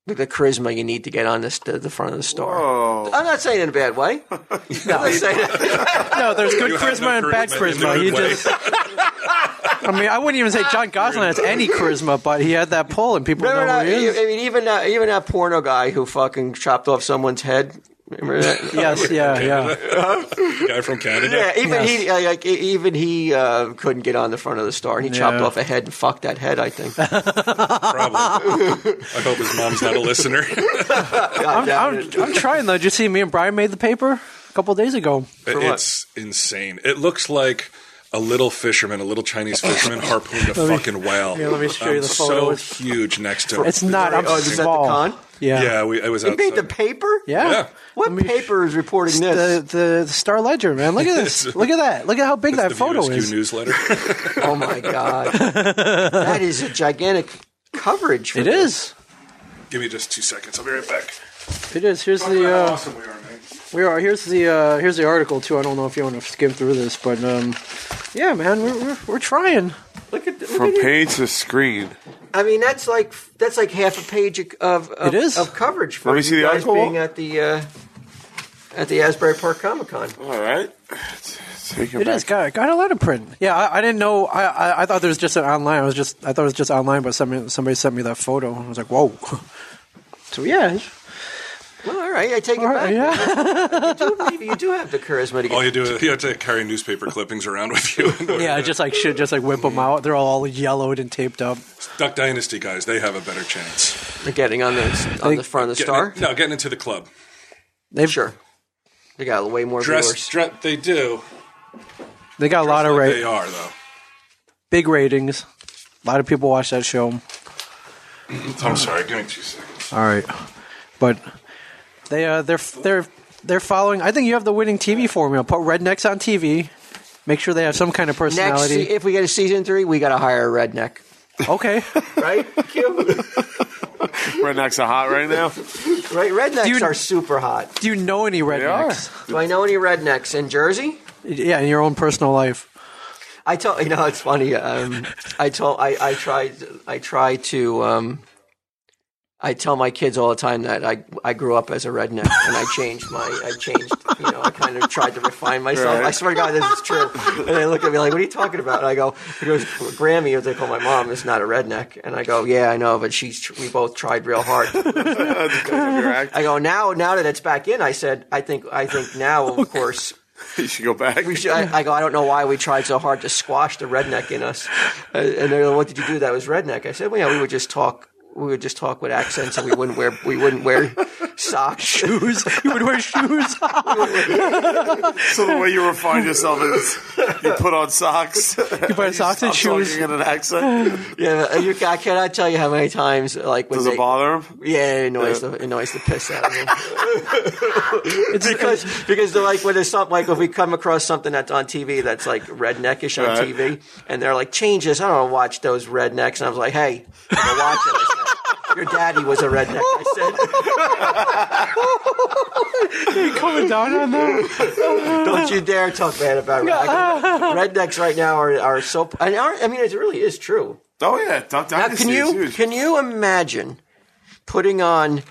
[SPEAKER 2] the charisma you need to get on this, the, the front of the store.
[SPEAKER 4] Oh,
[SPEAKER 2] I'm not saying it in a bad way. I'm not saying it.
[SPEAKER 6] No, there's good
[SPEAKER 3] You have
[SPEAKER 6] charisma
[SPEAKER 3] no
[SPEAKER 6] and bad
[SPEAKER 3] charisma in
[SPEAKER 6] charisma.
[SPEAKER 3] the
[SPEAKER 6] He
[SPEAKER 3] good way.
[SPEAKER 6] just. I mean, I wouldn't even say John Gosling has any charisma, but he had that pull, and people
[SPEAKER 2] Remember
[SPEAKER 6] know
[SPEAKER 2] that,
[SPEAKER 6] who he is.
[SPEAKER 2] I mean, even that, even that porno guy who fucking chopped off someone's head. Remember that?
[SPEAKER 6] yes, yeah, yeah.
[SPEAKER 3] Guy from Canada.
[SPEAKER 2] Yeah, even
[SPEAKER 6] Yes.
[SPEAKER 2] he uh, like e- even he uh, couldn't get on the front of the star. He chopped
[SPEAKER 6] Yeah.
[SPEAKER 2] off a head and fucked that head. I think. God
[SPEAKER 3] Probably. I hope his mom's not a listener.
[SPEAKER 6] I'm,
[SPEAKER 2] damn
[SPEAKER 6] I'm,
[SPEAKER 2] it.
[SPEAKER 6] I'm trying though. Did you see me and Brian made the paper a couple days ago?
[SPEAKER 3] it's insane. It looks like a little fisherman, a little Chinese fisherman harpooned a fucking whale.
[SPEAKER 6] yeah, let me show you
[SPEAKER 3] I'm
[SPEAKER 6] the photo.
[SPEAKER 3] So huge next to him.
[SPEAKER 6] It's not. I'm
[SPEAKER 2] Oh, is that the
[SPEAKER 6] small.
[SPEAKER 2] con?
[SPEAKER 6] Yeah.
[SPEAKER 3] Yeah, we, I was uh,
[SPEAKER 2] He
[SPEAKER 3] outside.
[SPEAKER 2] made the paper.
[SPEAKER 6] Yeah.
[SPEAKER 3] Yeah.
[SPEAKER 2] What paper is reporting this?
[SPEAKER 6] The, the the Star Ledger, man. Look at this. Look at that. Look at how big that
[SPEAKER 3] the
[SPEAKER 6] photo
[SPEAKER 3] VSQ
[SPEAKER 6] is.
[SPEAKER 3] newsletter.
[SPEAKER 2] oh my god, that is a gigantic coverage. For
[SPEAKER 6] It
[SPEAKER 2] this.
[SPEAKER 6] is.
[SPEAKER 3] Give me just two seconds. I'll be right back.
[SPEAKER 6] It is. Here's the
[SPEAKER 3] How
[SPEAKER 6] uh,
[SPEAKER 3] awesome we are, man.
[SPEAKER 6] we are. Here's the uh, here's the article too. I don't know if you want to skim through this, but um, yeah, man, we're we're, we're trying.
[SPEAKER 2] Look at, look
[SPEAKER 4] from
[SPEAKER 2] at it.
[SPEAKER 4] page to screen.
[SPEAKER 2] I mean, that's like that's like half a page of of,
[SPEAKER 6] It is.
[SPEAKER 2] of coverage for
[SPEAKER 4] Let me
[SPEAKER 2] you
[SPEAKER 4] see the
[SPEAKER 2] guys
[SPEAKER 4] article.
[SPEAKER 2] being at the uh, at the Asbury Park Comic Con.
[SPEAKER 4] All right, take it,
[SPEAKER 6] It
[SPEAKER 4] back.
[SPEAKER 6] is. Got got a lot of print. Yeah, I, I didn't know. I, I I thought there was just an online. I was just I thought it was just online, but somebody somebody sent me that photo. I was like, whoa. So yeah,
[SPEAKER 2] Well, all right, I take it
[SPEAKER 6] all
[SPEAKER 2] back.
[SPEAKER 6] right,
[SPEAKER 2] You,
[SPEAKER 6] yeah.
[SPEAKER 2] do, maybe you do have the charisma to get
[SPEAKER 3] All you do is you have to carry newspaper clippings around with you.
[SPEAKER 6] Yeah, just like shit, just like whip them out. They're all yellowed and taped up.
[SPEAKER 3] Duck Dynasty guys, they have a better chance.
[SPEAKER 2] getting on the on the front of the
[SPEAKER 3] Getting
[SPEAKER 2] star.
[SPEAKER 3] in- no, getting into the club.
[SPEAKER 6] They've
[SPEAKER 2] Sure, they got way more
[SPEAKER 3] Dress,
[SPEAKER 2] viewers.
[SPEAKER 3] dress they do.
[SPEAKER 6] they got a lot of
[SPEAKER 3] Like
[SPEAKER 6] ra-
[SPEAKER 3] They are though.
[SPEAKER 6] big ratings. A lot of people watch that show. All
[SPEAKER 3] I'm sorry. Give me two seconds.
[SPEAKER 6] right, but they uh, they're they're they're following. I think you have the winning TV formula. Put rednecks on TV. Make sure they have some kind of
[SPEAKER 2] Next,
[SPEAKER 6] personality.
[SPEAKER 2] se- if we get a season three, we got to hire a redneck,
[SPEAKER 6] okay.
[SPEAKER 2] right? Kim?
[SPEAKER 4] Rednecks are hot right now.
[SPEAKER 2] right, rednecks
[SPEAKER 6] Dude.
[SPEAKER 2] are super hot.
[SPEAKER 6] Do you know any rednecks?
[SPEAKER 2] Do I know any rednecks in Jersey?
[SPEAKER 6] Yeah, in your own personal life.
[SPEAKER 2] I told you know it's funny. Um, I told I, I tried I try to um, I tell my kids all the time that I I grew up as a redneck and I changed my I changed you know I kind of tried to refine myself. I swear to God this is true. And they look at me like, "What are you talking about?" And I go, "It was Grammy." As they call my mom, is not a redneck. And I go, "Yeah, I know, but she's we both tried real hard."
[SPEAKER 4] That's because of your act.
[SPEAKER 2] I go now. Now that it's back in, I said, I think, I think now, of course,
[SPEAKER 4] you should go back.
[SPEAKER 2] We should, I, I go, I don't know why we tried so hard to squash the redneck in us. Uh, And they're like, what did you do? That was redneck. I said, well, yeah, we would just talk. We would just talk with accents, and we wouldn't wear we wouldn't wear socks, shoes.
[SPEAKER 6] You would wear shoes.
[SPEAKER 4] so the way you refine yourself is you put on socks. You
[SPEAKER 6] put on socks and shoes.
[SPEAKER 4] in an accent.
[SPEAKER 2] Yeah, you, I cannot tell you how many times like when
[SPEAKER 4] Does
[SPEAKER 2] they,
[SPEAKER 4] it bother him?
[SPEAKER 2] Yeah, it annoys the it annoys the piss out of me. because because they're like when there's something like if we come across something that's on TV that's like redneckish on
[SPEAKER 4] Right.
[SPEAKER 2] TV, and they're like change this. I don't want to watch those rednecks. And I was like, hey, I'm gonna watch it. I said, Your daddy was a redneck. I
[SPEAKER 6] coming down on that.
[SPEAKER 2] said, don't you dare talk bad about rednecks. rednecks right now are are so. And are, I mean, it really is true.
[SPEAKER 4] Oh yeah, Duck
[SPEAKER 2] Now,
[SPEAKER 4] Dynasty
[SPEAKER 2] Uh, can
[SPEAKER 4] is
[SPEAKER 2] you
[SPEAKER 4] huge.
[SPEAKER 2] can you imagine putting on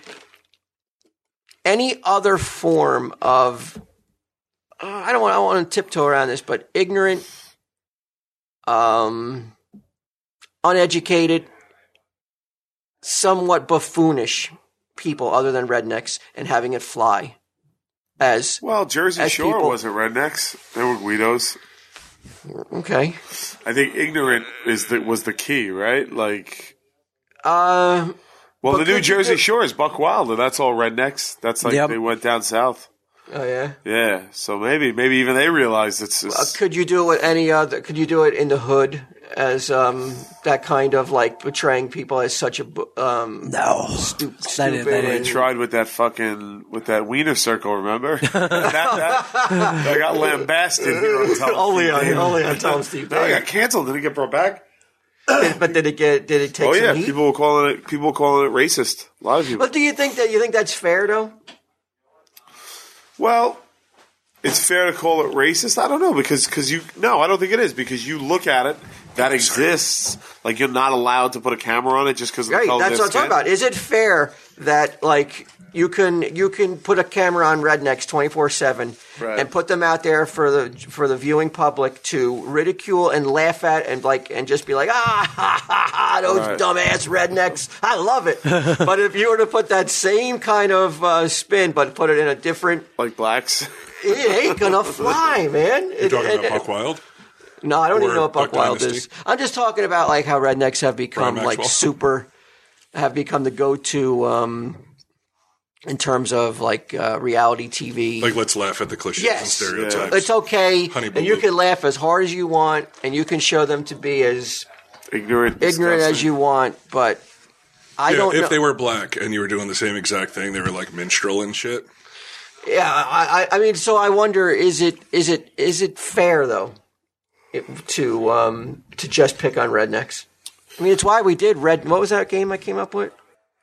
[SPEAKER 2] any other form of uh, I don't want I want to tiptoe around this, but ignorant, um, uneducated, somewhat buffoonish people other than rednecks and having it fly as
[SPEAKER 4] well, Jersey
[SPEAKER 2] as
[SPEAKER 4] Shore
[SPEAKER 2] people-
[SPEAKER 4] wasn't rednecks; they were Guidos.
[SPEAKER 2] okay.
[SPEAKER 4] I think ignorant is the, was the key, right? Like,
[SPEAKER 2] Uh,
[SPEAKER 4] well,
[SPEAKER 2] But
[SPEAKER 4] the New
[SPEAKER 2] could you
[SPEAKER 4] Jersey
[SPEAKER 2] do-
[SPEAKER 4] Shore is Buck Wilder. That's all rednecks. That's like
[SPEAKER 6] Yep.
[SPEAKER 4] they went down south.
[SPEAKER 2] oh yeah.
[SPEAKER 4] Yeah, so maybe maybe even they realized it's.
[SPEAKER 2] Uh,
[SPEAKER 4] it's
[SPEAKER 2] could you do it with any other? Could you do it in the hood as um, that kind of like portraying people as such a bu- um,
[SPEAKER 6] No.
[SPEAKER 2] stu-
[SPEAKER 6] That
[SPEAKER 2] stupid?
[SPEAKER 6] is- that
[SPEAKER 4] they
[SPEAKER 2] and-
[SPEAKER 4] tried with that fucking with that wiener circle, remember? that, that, that got lambasted here on television.
[SPEAKER 2] only on only on Tom Steve.
[SPEAKER 4] No, it
[SPEAKER 2] Bannon.
[SPEAKER 4] got canceled. Did it get brought back?
[SPEAKER 2] but did it get? Did it take?
[SPEAKER 4] Oh
[SPEAKER 2] some
[SPEAKER 4] yeah,
[SPEAKER 2] heat?
[SPEAKER 4] people were calling it people were calling it racist. A lot of people.
[SPEAKER 2] But do you think that you think that's fair though?
[SPEAKER 4] Well, it's fair to call it racist. I don't know because because you no, I don't think it is because you look at it that exists. Like you're not allowed to put a camera on it just because.
[SPEAKER 2] Right,
[SPEAKER 4] the color of
[SPEAKER 2] that's
[SPEAKER 4] their
[SPEAKER 2] what I'm talking
[SPEAKER 4] skin.
[SPEAKER 2] about. Is it fair that like you can you can put a camera on rednecks 24 seven
[SPEAKER 4] Right.
[SPEAKER 2] and put them out there for the for the viewing public to ridicule and laugh at and like and just be like ah ha, ha, ha, those
[SPEAKER 4] Right.
[SPEAKER 2] dumbass rednecks. I love it. but if you were to put that same kind of uh, spin, but put it in a different,
[SPEAKER 4] Like blacks.
[SPEAKER 2] it ain't gonna fly, man.
[SPEAKER 3] You talking about Buck Wild?
[SPEAKER 2] No, I don't even
[SPEAKER 3] Or
[SPEAKER 2] know what Buck
[SPEAKER 3] Buck
[SPEAKER 2] Wild
[SPEAKER 3] Dynasty.
[SPEAKER 2] is. I'm just talking about like how rednecks have become
[SPEAKER 3] Brian
[SPEAKER 2] like
[SPEAKER 3] Maxwell.
[SPEAKER 2] super, have become the go-to um, in terms of like uh, reality TV.
[SPEAKER 3] Like, let's laugh at the cliches and
[SPEAKER 2] Yes.
[SPEAKER 3] stereotypes.
[SPEAKER 2] it's okay,
[SPEAKER 3] Honey Boo
[SPEAKER 2] and you
[SPEAKER 3] Boo.
[SPEAKER 2] can laugh as hard as you want, and you can show them to be as
[SPEAKER 4] Ignorant.
[SPEAKER 2] ignorant as
[SPEAKER 4] disgusting.
[SPEAKER 2] you want. But I
[SPEAKER 3] Yeah,
[SPEAKER 2] don't
[SPEAKER 3] if
[SPEAKER 2] know.
[SPEAKER 3] they were black and you were doing the same exact thing, they were like minstrel and shit.
[SPEAKER 2] yeah, I, I I mean, so I wonder: is it is it is it fair though it, to um, to just pick on rednecks? I mean, it's why we did red. What was that game I came up with?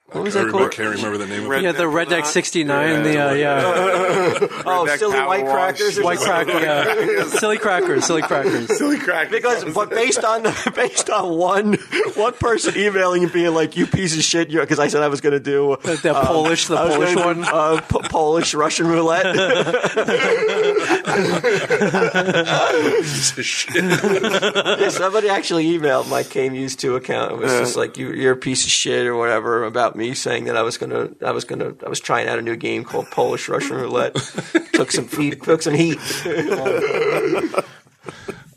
[SPEAKER 2] What was that
[SPEAKER 3] Everybody
[SPEAKER 2] called?
[SPEAKER 3] can't remember the name
[SPEAKER 4] Red-
[SPEAKER 3] of
[SPEAKER 6] Yeah, the Redneck 69, the, uh, yeah.
[SPEAKER 2] Oh,
[SPEAKER 4] Redneck
[SPEAKER 2] silly
[SPEAKER 4] power
[SPEAKER 2] white
[SPEAKER 4] wash.
[SPEAKER 2] crackers. or
[SPEAKER 6] White
[SPEAKER 2] something?
[SPEAKER 6] cracker, yeah. Silly crackers, silly crackers.
[SPEAKER 4] Silly crack.
[SPEAKER 2] Because, but based on the, based on one one person emailing and being like, "You piece of shit," because I said I was going to do
[SPEAKER 6] The, the Polish, the
[SPEAKER 2] I was
[SPEAKER 6] Polish
[SPEAKER 2] gonna do,
[SPEAKER 6] one.
[SPEAKER 2] uh, P- Polish Russian roulette.
[SPEAKER 3] it. shit.
[SPEAKER 2] Somebody actually emailed my came used to account. It was just like, you, "You're a piece of shit" or whatever about me saying that I was gonna, I was gonna, I was trying out a new game called Polish Russian roulette. took some heat. Took some heat.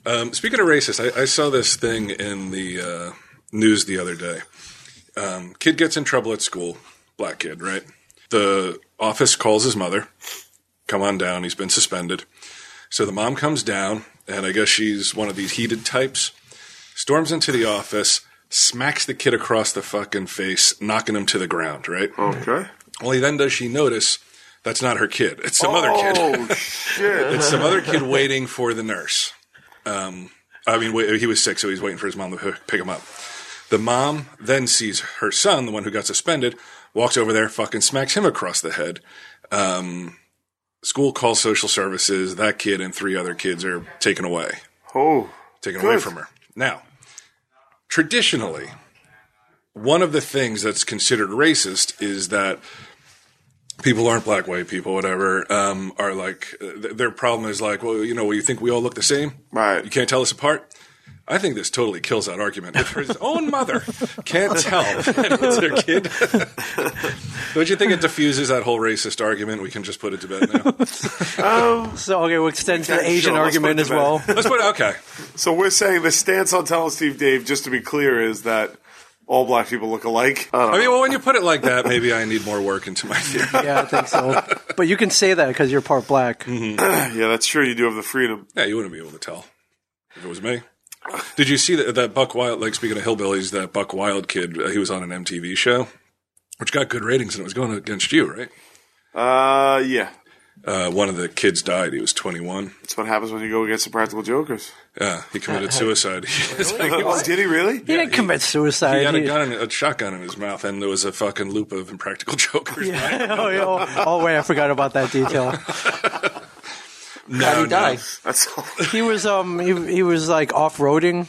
[SPEAKER 3] Um, speaking of racist, I, I saw this thing in the uh, news the other day. Um, kid gets in trouble at school. Black kid, right? The office calls his mother. Come on down. He's been suspended. So the mom comes down, and I guess she's one of these heated types. Storms into the office, smacks the kid across the fucking face, knocking him to the ground. Right?
[SPEAKER 4] okay.
[SPEAKER 3] Only then does she notice that's not her kid. It's some other kid.
[SPEAKER 4] Oh shit!
[SPEAKER 3] It's some other kid waiting for the nurse. Um, I mean, wait, he was sick, so he's waiting for his mom to h- pick him up. The mom then sees her son, the one who got suspended, walks over there, fucking smacks him across the head. Um, school calls social services. That kid and three other kids are taken away
[SPEAKER 4] Oh,
[SPEAKER 3] taken
[SPEAKER 4] Good.
[SPEAKER 3] away from her. Now, traditionally, one of the things that's considered racist is that people aren't black, white people, whatever, um, are like, uh, th- their problem is like, well, you know, well, you think we all look the same?
[SPEAKER 4] Right.
[SPEAKER 3] You can't tell us apart? I think this totally kills that argument. If his own mother can't tell that it's her kid, don't you think it diffuses that whole racist argument? We can just put it to bed now.
[SPEAKER 6] So okay, we'll extend to
[SPEAKER 4] Okay,
[SPEAKER 6] the Asian
[SPEAKER 4] sure, let's
[SPEAKER 6] argument
[SPEAKER 4] put it
[SPEAKER 6] as
[SPEAKER 4] to
[SPEAKER 6] well.
[SPEAKER 3] Let's put okay.
[SPEAKER 4] So we're saying the stance on telling Steve Dave, just to be clear, is that all black people look alike. I don't
[SPEAKER 3] I
[SPEAKER 4] know.
[SPEAKER 3] mean, well, when you put it like that, maybe I need more work into my theory.
[SPEAKER 6] yeah, I think so. But you can say that because you're part black.
[SPEAKER 4] yeah, that's true. You do have the freedom.
[SPEAKER 3] Yeah, you wouldn't be able to tell if it was me. Did you see that, that Buck Wild? Like speaking of hillbillies, that Buck Wild kid, uh, he was on an MTV show, which got good ratings, and it was going against you, right?
[SPEAKER 4] Uh, yeah,
[SPEAKER 3] Uh, one of the kids died. He was 21.
[SPEAKER 4] that's what happens when you go against the practical jokers.
[SPEAKER 3] Yeah, he
[SPEAKER 2] Uh,
[SPEAKER 3] committed suicide. It's like,
[SPEAKER 4] Oh, did he really?
[SPEAKER 6] He didn't commit suicide.
[SPEAKER 3] he had a
[SPEAKER 6] He-
[SPEAKER 3] gun, and a shotgun in his mouth, and there was a fucking loop of impractical jokers.
[SPEAKER 6] oh, yeah, oh, oh, wait, I forgot about that detail.
[SPEAKER 3] No,
[SPEAKER 2] How'd he
[SPEAKER 3] no.
[SPEAKER 2] die?
[SPEAKER 4] That's
[SPEAKER 6] He was um he, he was like off roading,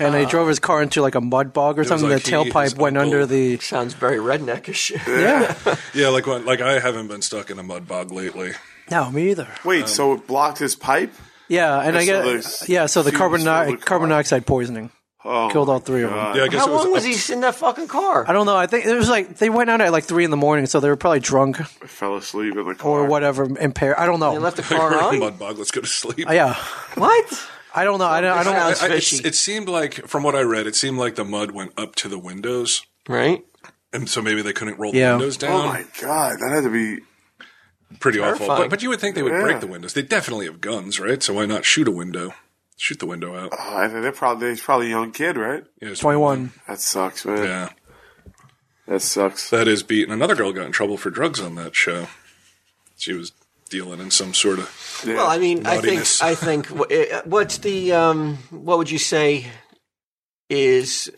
[SPEAKER 6] and they drove his car into like a mud bog or something.
[SPEAKER 3] like
[SPEAKER 6] the
[SPEAKER 3] he- his
[SPEAKER 6] tailpipe went under
[SPEAKER 3] uncle-
[SPEAKER 6] the
[SPEAKER 2] Sounds very redneckish.
[SPEAKER 6] yeah.
[SPEAKER 3] Yeah, like when, like I haven't been stuck in a mud bog lately.
[SPEAKER 6] No, me either.
[SPEAKER 4] Wait, so it blocked his pipe?
[SPEAKER 6] Yeah, and I
[SPEAKER 4] so
[SPEAKER 6] guess
[SPEAKER 4] there's
[SPEAKER 6] yeah. So the
[SPEAKER 4] fumes
[SPEAKER 6] carbon
[SPEAKER 4] filled
[SPEAKER 6] di-
[SPEAKER 4] with
[SPEAKER 6] carbon
[SPEAKER 4] car.
[SPEAKER 6] dioxide poisoning
[SPEAKER 4] Oh,
[SPEAKER 6] killed all three of them.
[SPEAKER 3] Yeah, I guess
[SPEAKER 2] Uh, How
[SPEAKER 3] it was.
[SPEAKER 2] long was
[SPEAKER 3] up-
[SPEAKER 2] he in that fucking
[SPEAKER 6] I
[SPEAKER 2] car?
[SPEAKER 6] don't know. I think it was like they went out at like three in the morning, so they were probably drunk
[SPEAKER 4] I fell asleep in the car.
[SPEAKER 6] or whatever, impaired. I don't know.
[SPEAKER 2] They left the car
[SPEAKER 3] We're in a
[SPEAKER 2] on.
[SPEAKER 3] mud bog. Let's go to sleep.
[SPEAKER 6] Uh, yeah,
[SPEAKER 2] What?
[SPEAKER 6] I don't know. I don't. I don't.
[SPEAKER 2] Sounds
[SPEAKER 3] I- it,
[SPEAKER 2] fishy.
[SPEAKER 3] it seemed like, from what I read, it seemed like the mud went up to the windows,
[SPEAKER 2] Right.
[SPEAKER 3] and so maybe they couldn't roll
[SPEAKER 6] Yeah.
[SPEAKER 3] the windows down.
[SPEAKER 4] Oh my god, that had to be.
[SPEAKER 3] Pretty awful.
[SPEAKER 2] Terrifying.
[SPEAKER 3] But, but you would think they would
[SPEAKER 4] Yeah.
[SPEAKER 3] break the windows. They definitely have guns, right? So why not shoot a window? Shoot the window out.
[SPEAKER 4] Oh, I think they're probably he's probably a young kid, right?
[SPEAKER 3] Yeah, it's-
[SPEAKER 6] Twenty-one.
[SPEAKER 4] That sucks, man.
[SPEAKER 3] Yeah,
[SPEAKER 4] That sucks.
[SPEAKER 3] that is beat. And another girl got in trouble for drugs on that show. She was dealing in some sort of.
[SPEAKER 4] Yeah.
[SPEAKER 2] Well, I mean,
[SPEAKER 3] Naughtiness.
[SPEAKER 2] I think I think wh- eh, what's the um, what would you say is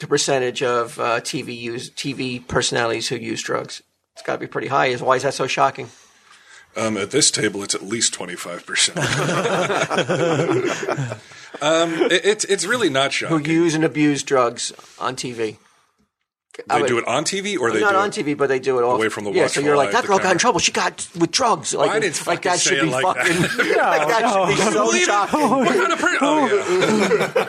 [SPEAKER 2] the percentage of uh, TV use TV personalities who use drugs? It's got to be pretty high. Is why is that so shocking?
[SPEAKER 3] Um, at this table, it's at least twenty five percent. Um, it, it's it's really not
[SPEAKER 2] Who
[SPEAKER 3] shocking.
[SPEAKER 2] use and abuse drugs on TV? I
[SPEAKER 3] they
[SPEAKER 2] would-
[SPEAKER 3] do it on TV or they
[SPEAKER 2] not
[SPEAKER 3] do
[SPEAKER 2] on
[SPEAKER 3] it-
[SPEAKER 2] TV, but they do it all
[SPEAKER 3] Away from the
[SPEAKER 2] yeah. So
[SPEAKER 3] watchful
[SPEAKER 2] you're
[SPEAKER 3] eye
[SPEAKER 2] like
[SPEAKER 3] of
[SPEAKER 2] that
[SPEAKER 3] the
[SPEAKER 2] girl got
[SPEAKER 3] camera."
[SPEAKER 2] in trouble. She got with drugs. Like,
[SPEAKER 3] I didn't
[SPEAKER 2] like
[SPEAKER 3] fucking
[SPEAKER 2] that
[SPEAKER 3] say
[SPEAKER 2] should
[SPEAKER 3] it
[SPEAKER 2] be
[SPEAKER 3] like that.
[SPEAKER 2] fucking. like, that
[SPEAKER 6] no.
[SPEAKER 2] should be so
[SPEAKER 6] Believe it.
[SPEAKER 2] shocking.
[SPEAKER 3] What kind of per- oh,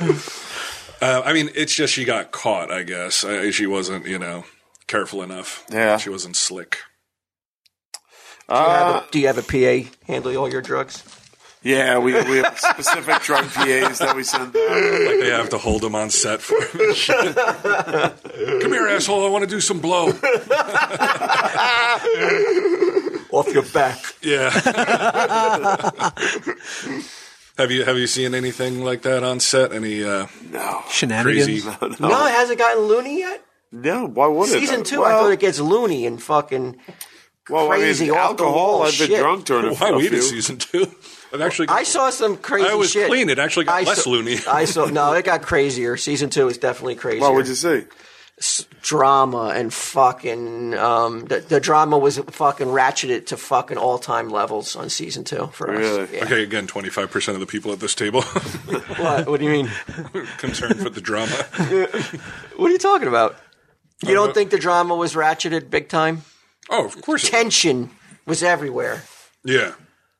[SPEAKER 3] yeah. uh, I mean, it's just she got caught, I guess. Uh, she wasn't, you know, careful enough.
[SPEAKER 4] Yeah.
[SPEAKER 3] She wasn't slick.
[SPEAKER 4] Uh,
[SPEAKER 2] do you have a PA handle all your drugs?
[SPEAKER 4] yeah, we, we have specific drug PAs that we send. out.
[SPEAKER 3] Like they have to hold him on set for him. Come here, asshole. I want to do some blow.
[SPEAKER 2] Off your back.
[SPEAKER 3] Yeah. have you have you seen anything like that on set? Any uh,
[SPEAKER 4] No,
[SPEAKER 6] Shenanigans.
[SPEAKER 3] crazy?
[SPEAKER 2] No, it hasn't gotten loony yet.
[SPEAKER 4] no. Why would it?
[SPEAKER 2] Season two, I
[SPEAKER 4] Well-
[SPEAKER 2] thought it gets loony and fucking.
[SPEAKER 4] Well,
[SPEAKER 2] crazy
[SPEAKER 4] I mean,
[SPEAKER 2] off the wall
[SPEAKER 4] alcohol. I've been
[SPEAKER 2] shit.
[SPEAKER 4] drunk during a,
[SPEAKER 3] Why
[SPEAKER 4] a
[SPEAKER 3] we
[SPEAKER 4] few.
[SPEAKER 3] did season two? I've actually.
[SPEAKER 2] I saw some crazy.
[SPEAKER 3] I was
[SPEAKER 2] shit.
[SPEAKER 3] clean. It actually got
[SPEAKER 2] I
[SPEAKER 3] less
[SPEAKER 2] saw-
[SPEAKER 3] loony.
[SPEAKER 2] I saw no, it got crazier. Season two is definitely crazier.
[SPEAKER 4] Well, what'd you see?
[SPEAKER 2] drama and fucking um, the, the drama was fucking ratcheted to fucking all time levels on season two for us.
[SPEAKER 4] Really?
[SPEAKER 2] Yeah.
[SPEAKER 3] Okay, again, twenty five percent of the people at this table
[SPEAKER 2] What? What do you mean?
[SPEAKER 3] concerned with the drama.
[SPEAKER 2] What are you talking about? You
[SPEAKER 3] Uh,
[SPEAKER 2] don't think the drama was ratcheted big time?
[SPEAKER 3] Oh, of course. it-
[SPEAKER 2] Tension was everywhere.
[SPEAKER 3] Yeah.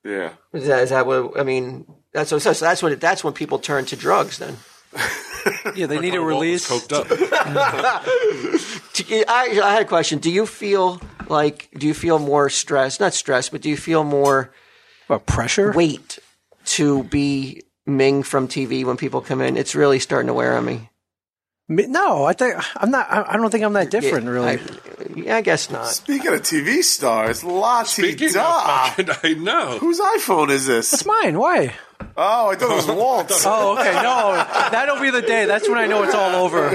[SPEAKER 4] Yeah.
[SPEAKER 2] Is that, is that what I mean? That's what, so that's what that's when people turn to drugs. Then
[SPEAKER 6] Yeah, they need a
[SPEAKER 3] Well,
[SPEAKER 6] release.
[SPEAKER 3] it's Coked up.
[SPEAKER 2] Do you- I, I had a question. Do you feel like do you feel more stress? Not stress, but do you feel more
[SPEAKER 6] What pressure?
[SPEAKER 2] weight to be Ming from TV when people come in? It's really starting to wear on me.
[SPEAKER 6] Me- No, I think I'm not. I I don't think I'm that different,
[SPEAKER 2] Yeah,
[SPEAKER 6] really.
[SPEAKER 2] I, I guess not.
[SPEAKER 4] Speaking of TV stars, Lottie
[SPEAKER 3] Speaking of
[SPEAKER 4] Da.
[SPEAKER 3] fucking, I know.
[SPEAKER 4] Whose iPhone is
[SPEAKER 6] It's
[SPEAKER 4] this?
[SPEAKER 6] mine. Why?
[SPEAKER 4] Oh, I thought it was Walt's.
[SPEAKER 6] Oh, okay. No, that'll be the day. That's when I know it's all over.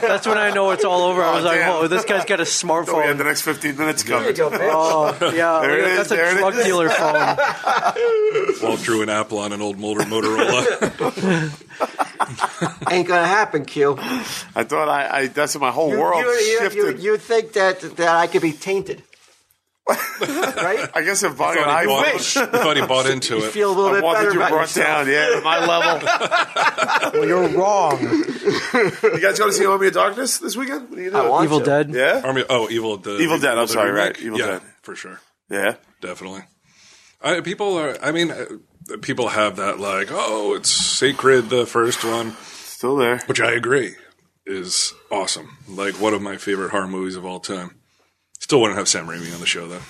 [SPEAKER 6] That's when I know it's all over. I was like,
[SPEAKER 4] Oh, damn.
[SPEAKER 6] "Whoa, this guy's got a
[SPEAKER 4] we had the
[SPEAKER 6] smartphone."
[SPEAKER 4] next 15 minutes coming.
[SPEAKER 6] Oh, yeah,
[SPEAKER 4] There it is,
[SPEAKER 6] that's
[SPEAKER 4] there
[SPEAKER 6] a
[SPEAKER 4] it
[SPEAKER 6] drug
[SPEAKER 4] is.
[SPEAKER 6] dealer phone.
[SPEAKER 3] Walt drew an apple on an old Mulder Motorola.
[SPEAKER 2] Ain't gonna happen, Q.
[SPEAKER 4] I thought I, I that's what my whole world
[SPEAKER 2] you, you, you,
[SPEAKER 4] shifted.
[SPEAKER 2] you think that that I could be tainted, right?
[SPEAKER 4] I guess if buying an
[SPEAKER 3] thought he
[SPEAKER 4] iPhone,
[SPEAKER 3] bought-
[SPEAKER 2] wish.
[SPEAKER 3] I thought he bought into
[SPEAKER 2] You
[SPEAKER 3] it.
[SPEAKER 2] feel a little
[SPEAKER 4] I
[SPEAKER 2] bit better
[SPEAKER 4] wanted you
[SPEAKER 2] about
[SPEAKER 4] brought
[SPEAKER 2] yourself.
[SPEAKER 4] down. Yeah, my level.
[SPEAKER 6] Well, you're wrong.
[SPEAKER 4] you guys going to see Army of Darkness this weekend? What are you doing?
[SPEAKER 2] I want
[SPEAKER 6] Evil
[SPEAKER 2] to.
[SPEAKER 6] Dead.
[SPEAKER 4] Yeah?
[SPEAKER 3] Army. Oh, Evil Dead.
[SPEAKER 4] Evil Dead, I'm
[SPEAKER 3] the
[SPEAKER 4] sorry,
[SPEAKER 3] remake?
[SPEAKER 4] right. Evil
[SPEAKER 3] yeah,
[SPEAKER 4] Dead.
[SPEAKER 3] for sure,
[SPEAKER 4] Yeah.
[SPEAKER 3] definitely. I, people are. I mean, uh, people have that like, oh, it's sacred. The first one,
[SPEAKER 4] Still there.
[SPEAKER 3] which I agree is awesome. Like one of my favorite horror movies of all time. Still wouldn't have Sam Raimi on the show though.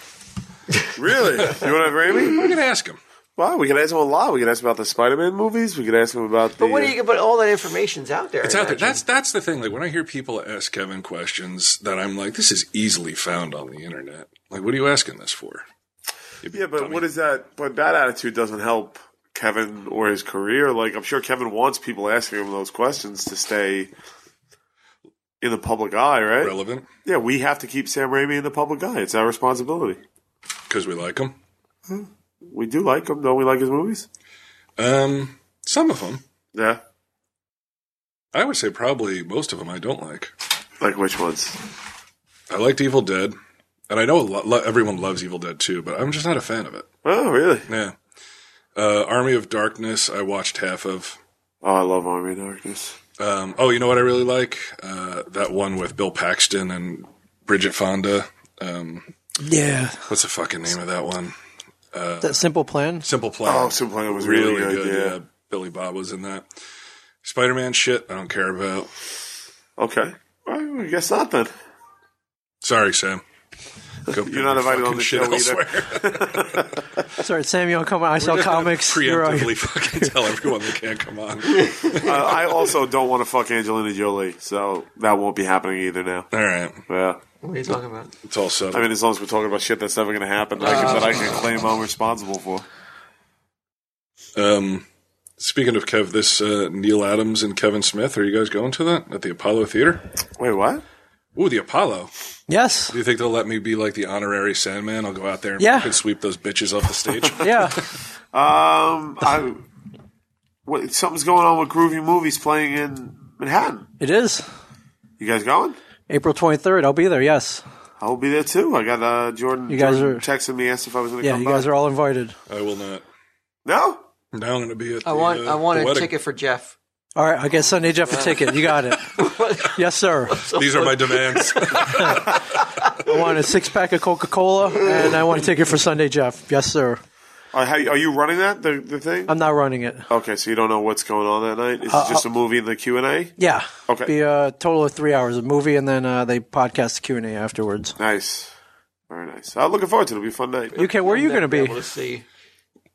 [SPEAKER 4] Really? you want to have Raimi?
[SPEAKER 3] We can ask him.
[SPEAKER 4] Wow, we can ask him a lot. We can ask him about the Spider-Man movies. We can ask him about the.
[SPEAKER 2] But what do you? But all that information's out there.
[SPEAKER 3] It's out there. That's that's the thing. Like when I hear people ask Kevin questions, that I'm like, this is easily found on the internet. Like, what are you asking this for?
[SPEAKER 4] yeah, but what is that? But that attitude doesn't help Kevin or his career. Like I'm sure Kevin wants people asking him those questions to stay in the public eye, right?
[SPEAKER 3] Relevant
[SPEAKER 4] Yeah, we have to keep Sam Raimi in the public eye. It's our responsibility.
[SPEAKER 3] because we like him.
[SPEAKER 4] We do like him, don't we? Like his movies?
[SPEAKER 3] Um, some of them,
[SPEAKER 4] Yeah.
[SPEAKER 3] I would say probably most of them, I don't like.
[SPEAKER 4] Like which ones?
[SPEAKER 3] I liked Evil Dead, and I know a lot, lo- everyone loves Evil Dead too, but I'm just not a fan of it.
[SPEAKER 4] Oh, really?
[SPEAKER 3] Yeah. Uh, Army of Darkness, I watched half of.
[SPEAKER 4] Oh, I love Army of Darkness.
[SPEAKER 3] Um, oh, you know what I really like? Uh, that one with Bill Paxton and Bridget Fonda. Um,
[SPEAKER 6] Yeah,
[SPEAKER 3] what's the fucking name of that one?
[SPEAKER 6] that simple plan.
[SPEAKER 3] Simple Plan.
[SPEAKER 4] Oh, Simple Plan was really good, yeah.
[SPEAKER 3] Billy Bob was in that. Spider Man shit, I don't care about.
[SPEAKER 4] Okay. Well, I guess not then.
[SPEAKER 3] Sorry, Sam. Go pick
[SPEAKER 4] You're not
[SPEAKER 3] your fucking
[SPEAKER 4] invited on the
[SPEAKER 3] shit
[SPEAKER 4] show either.
[SPEAKER 3] elsewhere.
[SPEAKER 6] Sorry, Samuel, come on. I sell comics. You're right.
[SPEAKER 3] Preemptively fucking tell everyone they can't come on.
[SPEAKER 4] Uh, I also don't want to fuck Angelina Jolie, so that won't be happening either now.
[SPEAKER 3] All right,
[SPEAKER 4] Yeah.
[SPEAKER 2] What are you talking about?
[SPEAKER 3] it's all
[SPEAKER 4] I
[SPEAKER 3] settled.
[SPEAKER 4] mean, as long as we're talking about shit that's never going to happen, I can, that I can claim I'm responsible for.
[SPEAKER 3] um, speaking of Kev, this uh, Neil Adams and Kevin Smith, are you guys going to that at the Apollo Theater?
[SPEAKER 4] Wait, what?
[SPEAKER 3] Ooh, the Apollo.
[SPEAKER 6] Yes.
[SPEAKER 3] Do you think they'll let me be like the honorary Sandman? I'll go out there and
[SPEAKER 6] Yeah.
[SPEAKER 3] fucking sweep those bitches off the stage.
[SPEAKER 6] Yeah.
[SPEAKER 4] Um, I. What, something's going on with Groovy Movies playing in Manhattan.
[SPEAKER 6] It is.
[SPEAKER 4] You guys going?
[SPEAKER 6] April 23rd. I'll be there. Yes.
[SPEAKER 4] I'll be there too. I got uh, Jordan.
[SPEAKER 6] You guys
[SPEAKER 4] Jordan
[SPEAKER 6] are-
[SPEAKER 4] texting me asked if I was going to
[SPEAKER 6] Yeah,
[SPEAKER 4] come
[SPEAKER 6] you guys
[SPEAKER 4] by.
[SPEAKER 6] are all invited.
[SPEAKER 3] I will not.
[SPEAKER 4] no.
[SPEAKER 3] Now I'm going to be at.
[SPEAKER 2] I
[SPEAKER 3] the,
[SPEAKER 2] want.
[SPEAKER 3] uh,
[SPEAKER 2] I want
[SPEAKER 3] the
[SPEAKER 2] a
[SPEAKER 3] wedding.
[SPEAKER 2] ticket for Jeff.
[SPEAKER 6] All right. I guess Sunday Jeff a ticket. You got it. yes, sir.
[SPEAKER 3] These are my demands.
[SPEAKER 6] I want a six pack of Coca Cola and I want a ticket for Sunday Jeff. Yes, sir.
[SPEAKER 4] Are, how, are you running that the the thing?
[SPEAKER 6] I'm not running it.
[SPEAKER 4] okay, so you don't know what's going on that night.
[SPEAKER 6] Uh,
[SPEAKER 4] Is it just a movie in the Q and A?
[SPEAKER 6] Yeah.
[SPEAKER 4] Okay.
[SPEAKER 6] Be a total of three hours of movie and then uh, they podcast Q and A afterwards.
[SPEAKER 4] Nice, very nice. I'm looking forward to it. It'll be a fun night.
[SPEAKER 6] UK, where are you going to
[SPEAKER 2] Be
[SPEAKER 6] be?
[SPEAKER 2] able to see.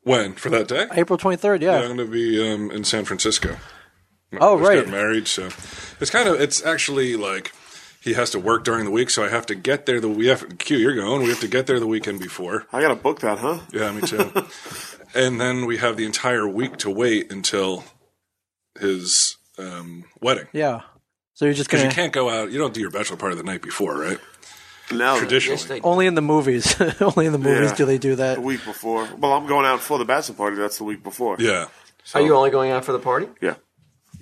[SPEAKER 3] when for that day?
[SPEAKER 6] April 23rd.
[SPEAKER 3] Yeah,
[SPEAKER 6] Yeah.
[SPEAKER 3] I'm going to be um, in San Francisco. My
[SPEAKER 6] Oh,
[SPEAKER 3] brother's
[SPEAKER 6] right.
[SPEAKER 3] getting married, so it's kind of it's actually like he has to work during the week, so I have to get there the we have Q. You're going. We have to get there the weekend before.
[SPEAKER 4] I got to book that, huh?
[SPEAKER 3] Yeah, me too. and then we have the entire week to wait until his um, wedding.
[SPEAKER 6] Yeah. So you're just
[SPEAKER 3] Because
[SPEAKER 6] going
[SPEAKER 3] you
[SPEAKER 6] to.
[SPEAKER 3] can't go out. You don't do your bachelor party the night before, right?
[SPEAKER 4] No,
[SPEAKER 3] Traditionally,
[SPEAKER 2] Yes, they
[SPEAKER 6] Only in the movies. Only in the movies
[SPEAKER 4] Yeah.
[SPEAKER 6] do they do that.
[SPEAKER 4] the week before. Well, I'm going out for the bachelor party. That's the week before.
[SPEAKER 3] yeah,
[SPEAKER 2] Are you only going out for the party?
[SPEAKER 4] Yeah.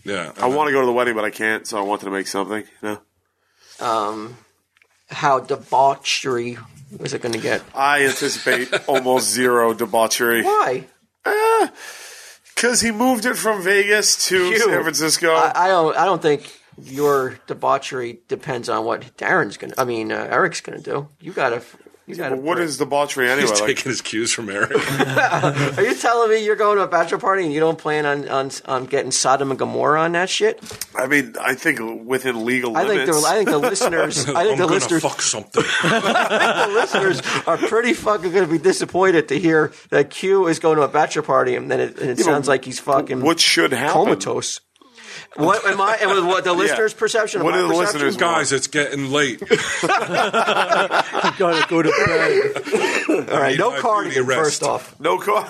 [SPEAKER 3] yeah.
[SPEAKER 4] I want to go to the wedding, but I can't, so I wanted to make something. You know,
[SPEAKER 2] Um, how debauchery is it going to get?
[SPEAKER 4] I anticipate almost zero debauchery
[SPEAKER 2] Why?
[SPEAKER 4] because he moved it from Vegas to
[SPEAKER 2] You.
[SPEAKER 4] San Francisco.
[SPEAKER 2] I, I don't. I don't think your debauchery depends on what Darren's going. to I mean, uh, Eric's going to do. You got to. You got to.
[SPEAKER 4] but what is debauchery anyway?
[SPEAKER 3] He's
[SPEAKER 4] Like,
[SPEAKER 3] taking his cues from Eric.
[SPEAKER 2] Are you telling me you're going to a bachelor party and you don't plan on on, on getting Sodom and Gomorrah on that shit?
[SPEAKER 4] I mean, I think within legal
[SPEAKER 2] I
[SPEAKER 4] limits.
[SPEAKER 2] think the I think the listeners. I
[SPEAKER 3] I'm
[SPEAKER 2] think the
[SPEAKER 3] gonna
[SPEAKER 2] listeners.
[SPEAKER 3] fuck something.
[SPEAKER 2] the listeners are pretty fucking going to be disappointed to hear that Q is going to a bachelor party and then it, and it sounds like he's fucking
[SPEAKER 4] what should happen?
[SPEAKER 2] comatose. What am I? And with what the listeners' perception? of
[SPEAKER 4] What
[SPEAKER 2] my
[SPEAKER 4] do the
[SPEAKER 2] perception?
[SPEAKER 4] listeners want?
[SPEAKER 3] Guys, it's getting late.
[SPEAKER 6] Gotta go to bed.
[SPEAKER 2] All right,
[SPEAKER 3] I
[SPEAKER 2] no
[SPEAKER 3] need
[SPEAKER 2] cardigan
[SPEAKER 3] rest.
[SPEAKER 2] first off,
[SPEAKER 4] No car.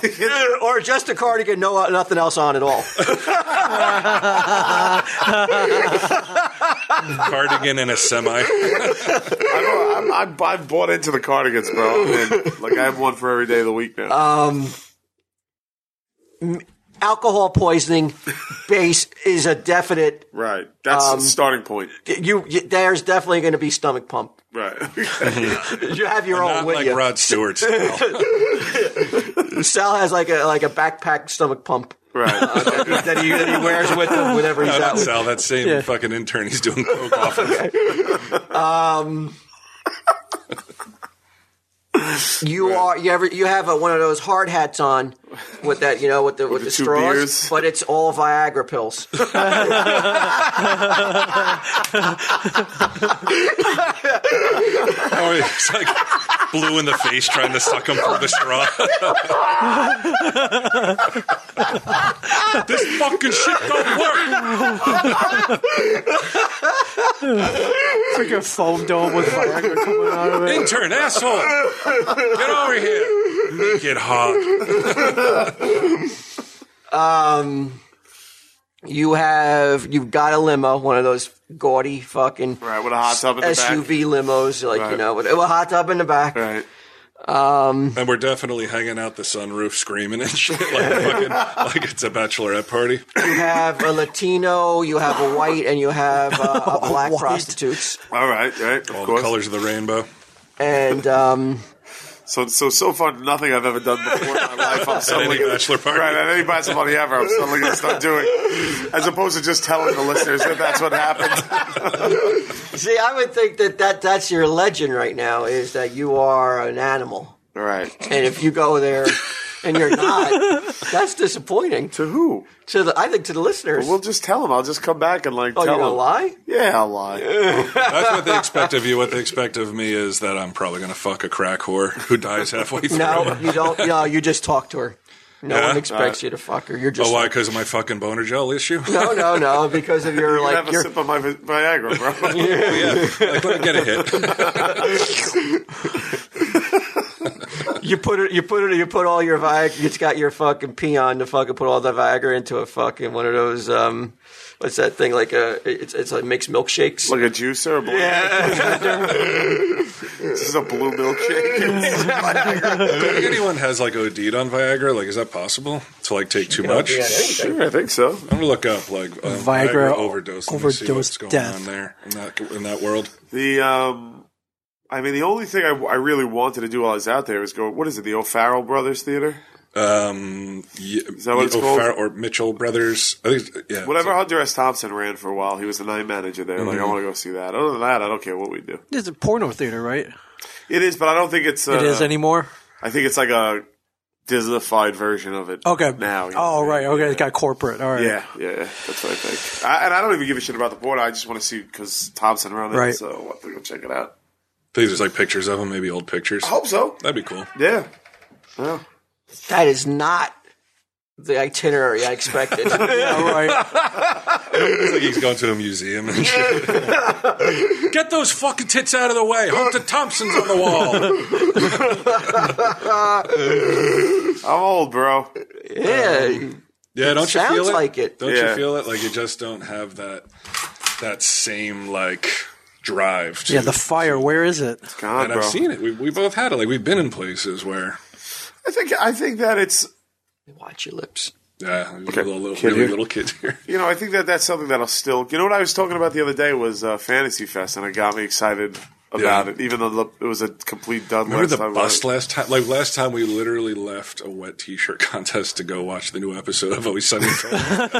[SPEAKER 2] or just a cardigan, no uh, nothing else on at all.
[SPEAKER 3] Cardigan and a semi.
[SPEAKER 4] I'm, I'm, I've bought into the cardigans, bro. And, like I have one for every day of the week now.
[SPEAKER 2] Um, Alcohol poisoning base is a definite.
[SPEAKER 4] right, that's
[SPEAKER 2] um,
[SPEAKER 4] the starting point.
[SPEAKER 2] You, you there's definitely going to be stomach pump.
[SPEAKER 4] Right.
[SPEAKER 2] You have your own
[SPEAKER 3] Not
[SPEAKER 2] with
[SPEAKER 3] like
[SPEAKER 2] you.
[SPEAKER 3] Rod Stewart. style.
[SPEAKER 2] Sal has like a like a backpack stomach pump
[SPEAKER 4] right.
[SPEAKER 2] that he, that he wears with him whenever he's out.
[SPEAKER 3] Not Sal, that same fucking intern he's doing coke off of.
[SPEAKER 2] You are you ever you have a, one of those hard hats on with that, you know, with the with, the,
[SPEAKER 4] the two
[SPEAKER 2] straws,
[SPEAKER 4] beers.
[SPEAKER 2] but it's all Viagra pills.
[SPEAKER 3] Oh, it's like blue in the face trying to suck him through the straw. this fucking shit don't work.
[SPEAKER 6] It's like a foam dome with Viagra coming out of it.
[SPEAKER 3] Intern, asshole. Get over here. Make it hot.
[SPEAKER 2] You have you've got a limo, one of those gaudy fucking
[SPEAKER 4] Right, with a hot tub in the
[SPEAKER 2] SUV limos, like you
[SPEAKER 4] Right.
[SPEAKER 2] know, with a hot tub in the back.
[SPEAKER 4] back. Right.
[SPEAKER 3] And we're definitely hanging out the sunroof screaming and shit like fucking, like it's a bachelorette party.
[SPEAKER 2] You have a Latino, you have a white, and you have uh, a black prostitutes.
[SPEAKER 4] All right, right, of
[SPEAKER 3] All the
[SPEAKER 4] course.
[SPEAKER 3] colors of the rainbow.
[SPEAKER 2] And um,
[SPEAKER 4] So, so so far, nothing I've ever done before in my life. I'm suddenly
[SPEAKER 3] any bachelor party.
[SPEAKER 4] Right, at any bachelor party ever, I'm suddenly going to start doing, as opposed to just telling the listeners that that's what happened.
[SPEAKER 2] see, I would think that, that that's your legend right now is that you are an animal,
[SPEAKER 4] All right,
[SPEAKER 2] and if you go there and you're not, that's disappointing
[SPEAKER 4] to who?
[SPEAKER 2] to the I think to the listeners.
[SPEAKER 4] We'll just tell them. I'll just come back and like
[SPEAKER 2] oh, you're
[SPEAKER 4] tell
[SPEAKER 2] gonna
[SPEAKER 4] them.
[SPEAKER 2] lie?
[SPEAKER 4] Yeah, I'll lie.
[SPEAKER 3] That's what they expect of you. What they expect of me is that I'm probably going to fuck a crack whore who dies halfway through.
[SPEAKER 2] No, you don't. No, you just talk to her. No
[SPEAKER 3] Yeah?
[SPEAKER 2] one expects you to fuck her. You're just
[SPEAKER 3] Oh, why? Because of my fucking boner gel issue?
[SPEAKER 2] no, no, no, because of your
[SPEAKER 4] have
[SPEAKER 2] like
[SPEAKER 4] a
[SPEAKER 2] your
[SPEAKER 4] sip of my Vi- Viagra, bro.
[SPEAKER 3] yeah. Like, let me get a hit.
[SPEAKER 2] you put it you put it you put all your Viagra. It's got your fucking peon to fucking put all the Viagra into a fucking one of those um, what's that thing like a it's it's like makes milkshakes.
[SPEAKER 4] Like a juicer, a blue
[SPEAKER 2] yeah,
[SPEAKER 4] this is a blue milkshake.
[SPEAKER 3] Think anyone has like OD'd on Viagra? Like, is that possible to like take too much?
[SPEAKER 2] Yeah, anything.
[SPEAKER 4] Sure, I think so.
[SPEAKER 3] I'm gonna look up like um,
[SPEAKER 6] Viagra
[SPEAKER 3] Viagra overdose and see what's
[SPEAKER 6] overdose
[SPEAKER 3] going
[SPEAKER 6] death.
[SPEAKER 3] on there in that in that world.
[SPEAKER 4] The um, I mean, the only thing I, I really wanted to do while I was out there was go. What is it? The O'Farrell Brothers Theater,
[SPEAKER 3] Um, yeah, is
[SPEAKER 4] that what it's called?
[SPEAKER 3] Or Mitchell Brothers? I think yeah.
[SPEAKER 4] whatever Hunter S. Thompson ran for a while. He was the night manager there.
[SPEAKER 6] Mm-hmm.
[SPEAKER 4] Like, I want to go see that. Other than that, I don't care what we do.
[SPEAKER 6] It's a porno theater, right?
[SPEAKER 4] It is, but I don't think it's. Uh,
[SPEAKER 6] it is anymore.
[SPEAKER 4] I think it's like a Disneyfied version of it.
[SPEAKER 6] Okay.
[SPEAKER 4] Now. you know
[SPEAKER 6] Oh,
[SPEAKER 4] what I
[SPEAKER 6] right.
[SPEAKER 4] mean?
[SPEAKER 6] Okay, it got corporate. All right.
[SPEAKER 4] Yeah, yeah, that's what I think. I, and I don't even give a shit about the board. I just want to see because Thompson ran it,
[SPEAKER 6] Right.
[SPEAKER 4] so I want to go check it out.
[SPEAKER 3] These there's like pictures of them, maybe old pictures.
[SPEAKER 4] I
[SPEAKER 6] Oh.
[SPEAKER 4] hope so.
[SPEAKER 3] That'd be cool.
[SPEAKER 4] Yeah. Yeah.
[SPEAKER 2] that is not the itinerary I expected.
[SPEAKER 6] All right.
[SPEAKER 3] It's like he's going to a museum and shit. Get those fucking tits out of the way. Hunter Thompson's on the wall.
[SPEAKER 4] I'm old, bro.
[SPEAKER 2] yeah,
[SPEAKER 3] Yeah, don't you
[SPEAKER 2] sounds
[SPEAKER 3] feel it?
[SPEAKER 2] like it.
[SPEAKER 3] Don't
[SPEAKER 4] Yeah.
[SPEAKER 3] you feel it? Like you just don't have that that same like drive. To,
[SPEAKER 6] Yeah, the fire. Where is it?
[SPEAKER 4] God,
[SPEAKER 3] and
[SPEAKER 4] bro.
[SPEAKER 3] I've seen it. We we both had it. Like we've been in places where
[SPEAKER 4] I think I think that it's
[SPEAKER 2] watch your lips.
[SPEAKER 3] yeah, we were little, little,
[SPEAKER 4] Kid
[SPEAKER 3] really
[SPEAKER 4] here.
[SPEAKER 3] little kids here.
[SPEAKER 4] you know I think that that's something that'll still. You know what I was talking about the other day was uh, Fantasy Fest, and it got me excited about
[SPEAKER 3] Yeah.
[SPEAKER 4] it, even though the, it was a complete dud.
[SPEAKER 3] Remember
[SPEAKER 4] last
[SPEAKER 3] the
[SPEAKER 4] time
[SPEAKER 3] bust last time? Like last time, we literally left a wet T-shirt contest to go watch the new episode of Always Sunny. in Philadelphia.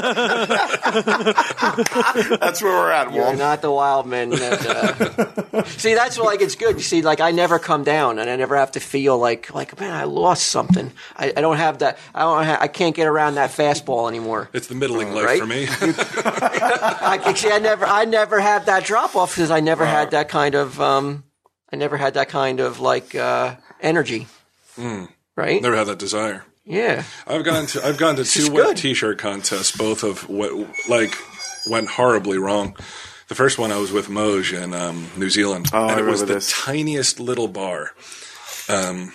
[SPEAKER 4] That's where we're at,
[SPEAKER 2] You're
[SPEAKER 4] Walt.
[SPEAKER 2] not the wild man. That, uh, see, that's why, like it's good. You see, like I never come down, and I never have to feel like like man, I lost something. I, I don't have that. I don't. Ha- I can't get around that fastball anymore.
[SPEAKER 3] it's the middling
[SPEAKER 2] Uh,
[SPEAKER 3] life
[SPEAKER 2] Right?
[SPEAKER 3] for me.
[SPEAKER 2] I, see, I never. I never had that drop off because I never had that kind of. Um, I never had that kind of like uh, energy. Hmm. Right?
[SPEAKER 3] Never had that desire.
[SPEAKER 2] yeah.
[SPEAKER 3] I've gone to I've gone to two
[SPEAKER 2] good.
[SPEAKER 3] wet T-shirt contests, both of what like went horribly wrong. The first one I was with Moj in um, New Zealand,
[SPEAKER 4] Oh, I
[SPEAKER 3] and it was
[SPEAKER 4] remember
[SPEAKER 3] the
[SPEAKER 4] this.
[SPEAKER 3] tiniest little bar. Um,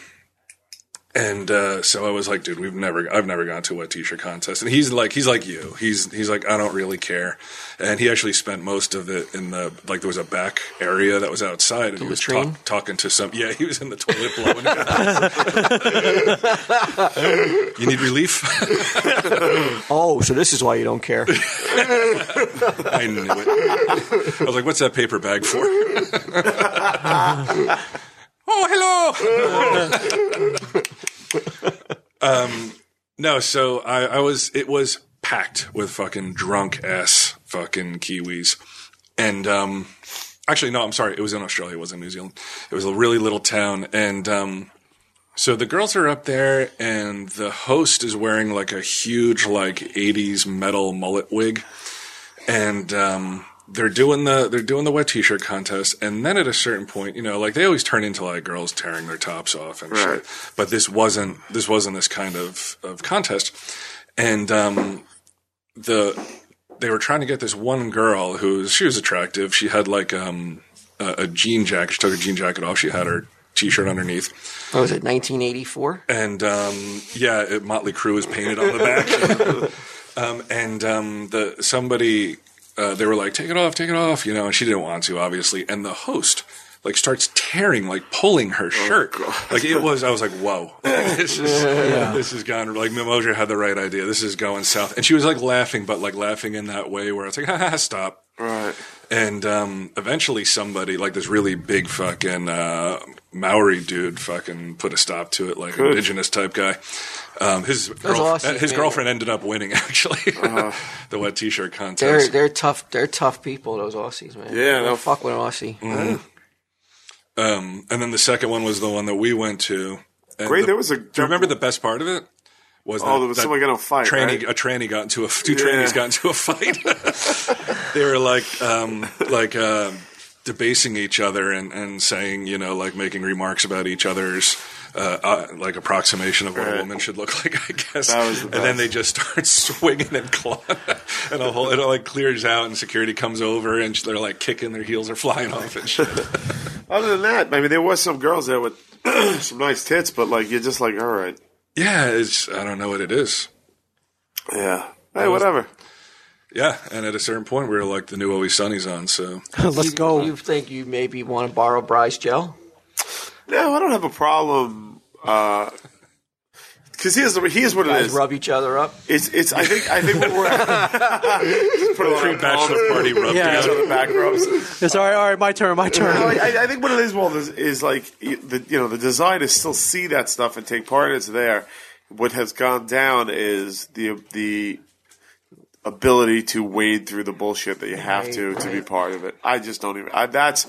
[SPEAKER 3] and uh, so I was like, dude, we've never I've never gone to a wet T-shirt contest, and he's like he's like you, he's he's like I don't really care, and he actually spent most of it in the like there was a back area that was outside, and he was
[SPEAKER 2] latrine?
[SPEAKER 3] talk, talking to some yeah he was in the toilet blowing. it out. you need relief.
[SPEAKER 2] Oh, so this is why you don't care.
[SPEAKER 3] I knew it. I was like, what's that paper bag for? oh, hello. um, no, so I, I was, it was packed with fucking drunk ass fucking Kiwis. And, um, actually, no, I'm sorry. It was in Australia. It was in New Zealand. It was a really little town. And, um, So the girls are up there, and the host is wearing like a huge, like '80s metal mullet wig, and um, they're doing the they're doing the wet t-shirt contest. And then at a certain point, you know, like they always turn into like girls tearing their tops off and shit.
[SPEAKER 4] Right.
[SPEAKER 3] But this wasn't this wasn't this kind of of contest. And um, the they were trying to get this one girl who she was attractive. She had like um, a, a jean jacket. She took her jean jacket off. She had her t-shirt underneath.
[SPEAKER 2] What was it, 1984?
[SPEAKER 3] And um, yeah, it, Motley Crue was painted on the back. um, and um, the somebody uh, they were like, "Take it off, take it off," you know, and she didn't want to, obviously. And the host like starts tearing, like pulling her shirt. like it was, I was like, "Whoa, this is this is gone." Like Mimoja had the right idea. This is going south. And she was like laughing, but like laughing in that way where it's like, "Ha ha, stop."
[SPEAKER 4] Right.
[SPEAKER 3] And um, eventually, somebody like this really big fucking uh, Maori dude fucking put a stop to it, like indigenous type guy. Um, his girlf-
[SPEAKER 2] awesome,
[SPEAKER 3] his
[SPEAKER 2] man.
[SPEAKER 3] girlfriend ended up winning actually the wet t-shirt
[SPEAKER 2] They're
[SPEAKER 3] contest.
[SPEAKER 2] they're tough. They're tough people. Those Aussies, man.
[SPEAKER 4] Yeah,
[SPEAKER 2] Don't
[SPEAKER 4] no-
[SPEAKER 2] fuck with an Aussie.
[SPEAKER 3] Um, and then the second one was the one that we went to. And
[SPEAKER 4] Great,
[SPEAKER 3] the-
[SPEAKER 4] there was a-
[SPEAKER 3] Do you remember the best part of it? Was
[SPEAKER 4] Oh,
[SPEAKER 3] that-
[SPEAKER 4] there was
[SPEAKER 3] that
[SPEAKER 4] someone got in a fight,
[SPEAKER 3] Tranny,
[SPEAKER 4] right?
[SPEAKER 3] a tranny got into a two
[SPEAKER 4] Yeah.
[SPEAKER 3] trannies got into a fight. they were like, um, like uh, debasing each other and, and saying, you know, like making remarks about each other's. Uh, uh, like approximation of what a
[SPEAKER 4] Right.
[SPEAKER 3] woman should look like, I guess.
[SPEAKER 4] That was the
[SPEAKER 3] and then
[SPEAKER 4] best.
[SPEAKER 3] they just start swinging and clawing, and a whole it all like clears out, and security comes over, and they're like kicking, their heels are flying off and shit.
[SPEAKER 4] Other than that, I mean, there was some girls there with some nice tits, but like you're just like, all right,
[SPEAKER 3] Yeah, it's I don't know what it is.
[SPEAKER 4] yeah, hey, whatever.
[SPEAKER 3] Yeah, and at a certain point, we were like, the new Always Sunny's on, so
[SPEAKER 6] Let's
[SPEAKER 2] You-
[SPEAKER 6] go.
[SPEAKER 2] You think you maybe want to borrow Bryce gel?
[SPEAKER 4] No, I don't have a problem. Because here's the, here's what it
[SPEAKER 2] Guys
[SPEAKER 4] is.
[SPEAKER 2] rub each other up.
[SPEAKER 4] It's it's. I think I think what we're at. Just put a lot of
[SPEAKER 3] bachelor party rub
[SPEAKER 6] Yeah.
[SPEAKER 4] each
[SPEAKER 3] together.
[SPEAKER 4] other back rubs.
[SPEAKER 6] It's all right. All right, my turn. My
[SPEAKER 4] No,
[SPEAKER 2] Oh,
[SPEAKER 6] turn.
[SPEAKER 4] I, I think what it is, Walt, is, is like y- the you know the designers still see that stuff and take part. in It's there. What has gone down is the the ability to wade through the bullshit that you have to to be part of it. I just don't even. I, that's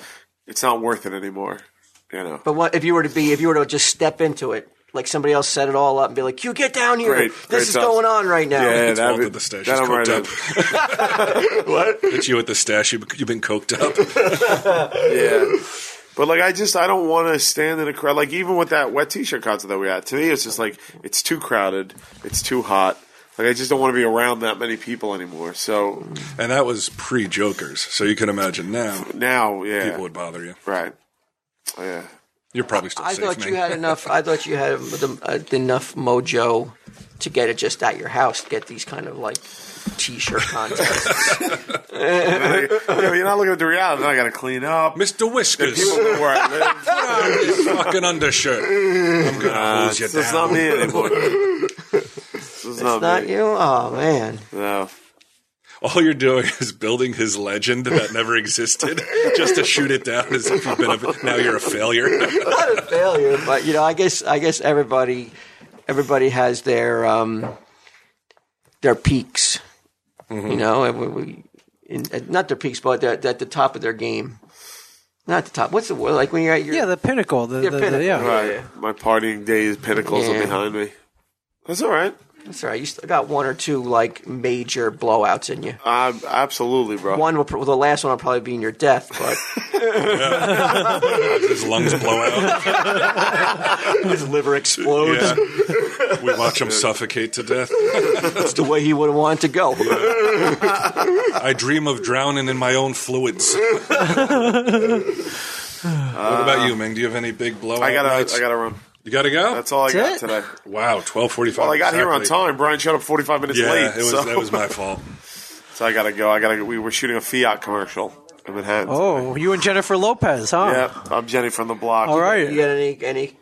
[SPEAKER 4] it's not worth it anymore. You know.
[SPEAKER 2] But what if you were to be? If you were to just step into it, like somebody else set it all up and be like, "You get down here.
[SPEAKER 4] Great,
[SPEAKER 2] this
[SPEAKER 4] great
[SPEAKER 2] is
[SPEAKER 4] stuff.
[SPEAKER 2] going on right now."
[SPEAKER 4] Yeah,
[SPEAKER 3] It's Walt
[SPEAKER 4] that
[SPEAKER 3] at the stash.
[SPEAKER 4] that
[SPEAKER 3] He's
[SPEAKER 4] I'm right
[SPEAKER 3] coked
[SPEAKER 4] in.
[SPEAKER 3] up. what? It's you at the stash. You, you've been coked up.
[SPEAKER 4] Yeah. But like I just I don't want to stand in a crowd. Like even with that wet T-shirt concert that we had, to me it's just like it's too crowded, it's too hot. Like I just don't want to be around that many people anymore. So
[SPEAKER 3] And that was pre Jokers, so you can imagine now
[SPEAKER 4] now, yeah,
[SPEAKER 3] people would bother you.
[SPEAKER 4] right, Oh, yeah.
[SPEAKER 3] You're probably still
[SPEAKER 2] I
[SPEAKER 3] safe,
[SPEAKER 2] thought
[SPEAKER 3] man.
[SPEAKER 2] you had enough. I thought you had the, uh, enough mojo to get it just at your house. Get these kind of like t-shirt contests.
[SPEAKER 4] Like, you know, you're not looking at the reality. Then I got to clean up.
[SPEAKER 3] Mr. Whiskers,
[SPEAKER 4] People know where I live.
[SPEAKER 3] your fucking undershirt. I'm gonna
[SPEAKER 4] Uh,
[SPEAKER 3] hose you
[SPEAKER 4] this is
[SPEAKER 3] down.
[SPEAKER 4] not me anymore. This is not,
[SPEAKER 2] Not
[SPEAKER 4] me.
[SPEAKER 2] you? Oh man.
[SPEAKER 4] No.
[SPEAKER 3] All you're doing is building his legend that never existed, just to shoot it down as if you've been a, now you're a failure.
[SPEAKER 2] not a failure, but you know, I guess I guess everybody everybody has their um, their peaks. You
[SPEAKER 4] Mm-hmm.
[SPEAKER 2] know, and we, we, in, uh, not their peaks, but they're, they're at the top of their game. Not the top. What's the word? Like when you're at your
[SPEAKER 6] Yeah, the pinnacle. The,
[SPEAKER 2] Your
[SPEAKER 6] the- the-
[SPEAKER 2] pinnacle.
[SPEAKER 6] yeah.
[SPEAKER 4] Right. My partying days pinnacles
[SPEAKER 2] Yeah.
[SPEAKER 4] are behind me. That's all right.
[SPEAKER 2] That's all right. You still got one or two like major blowouts in you.
[SPEAKER 4] Uh, absolutely, bro.
[SPEAKER 2] One will, pr- well, the last one will probably be in your death, but
[SPEAKER 3] His lungs blow out.
[SPEAKER 2] his liver explodes.
[SPEAKER 3] Yeah. We watch him suffocate to death.
[SPEAKER 2] That's the way he would have wanted to go.
[SPEAKER 3] I dream of drowning in my own fluids. what about you, Ming? Do you have any big blowout
[SPEAKER 4] I gotta,
[SPEAKER 3] nights?
[SPEAKER 4] I gotta run.
[SPEAKER 3] you gotta go?
[SPEAKER 4] That's all I got
[SPEAKER 6] That's it?
[SPEAKER 4] today.
[SPEAKER 3] wow, twelve forty-five.
[SPEAKER 4] Well, I got here on time. Brian showed up 45 minutes
[SPEAKER 3] Yeah,
[SPEAKER 4] late.
[SPEAKER 3] it was
[SPEAKER 4] so.
[SPEAKER 3] that was my fault.
[SPEAKER 4] so I gotta go. I gotta. Go. We were shooting a Fiat commercial in Manhattan.
[SPEAKER 6] Oh, you and Jennifer Lopez, huh?
[SPEAKER 4] Yep, I'm Jenny from the block.
[SPEAKER 6] All right.
[SPEAKER 2] You got any any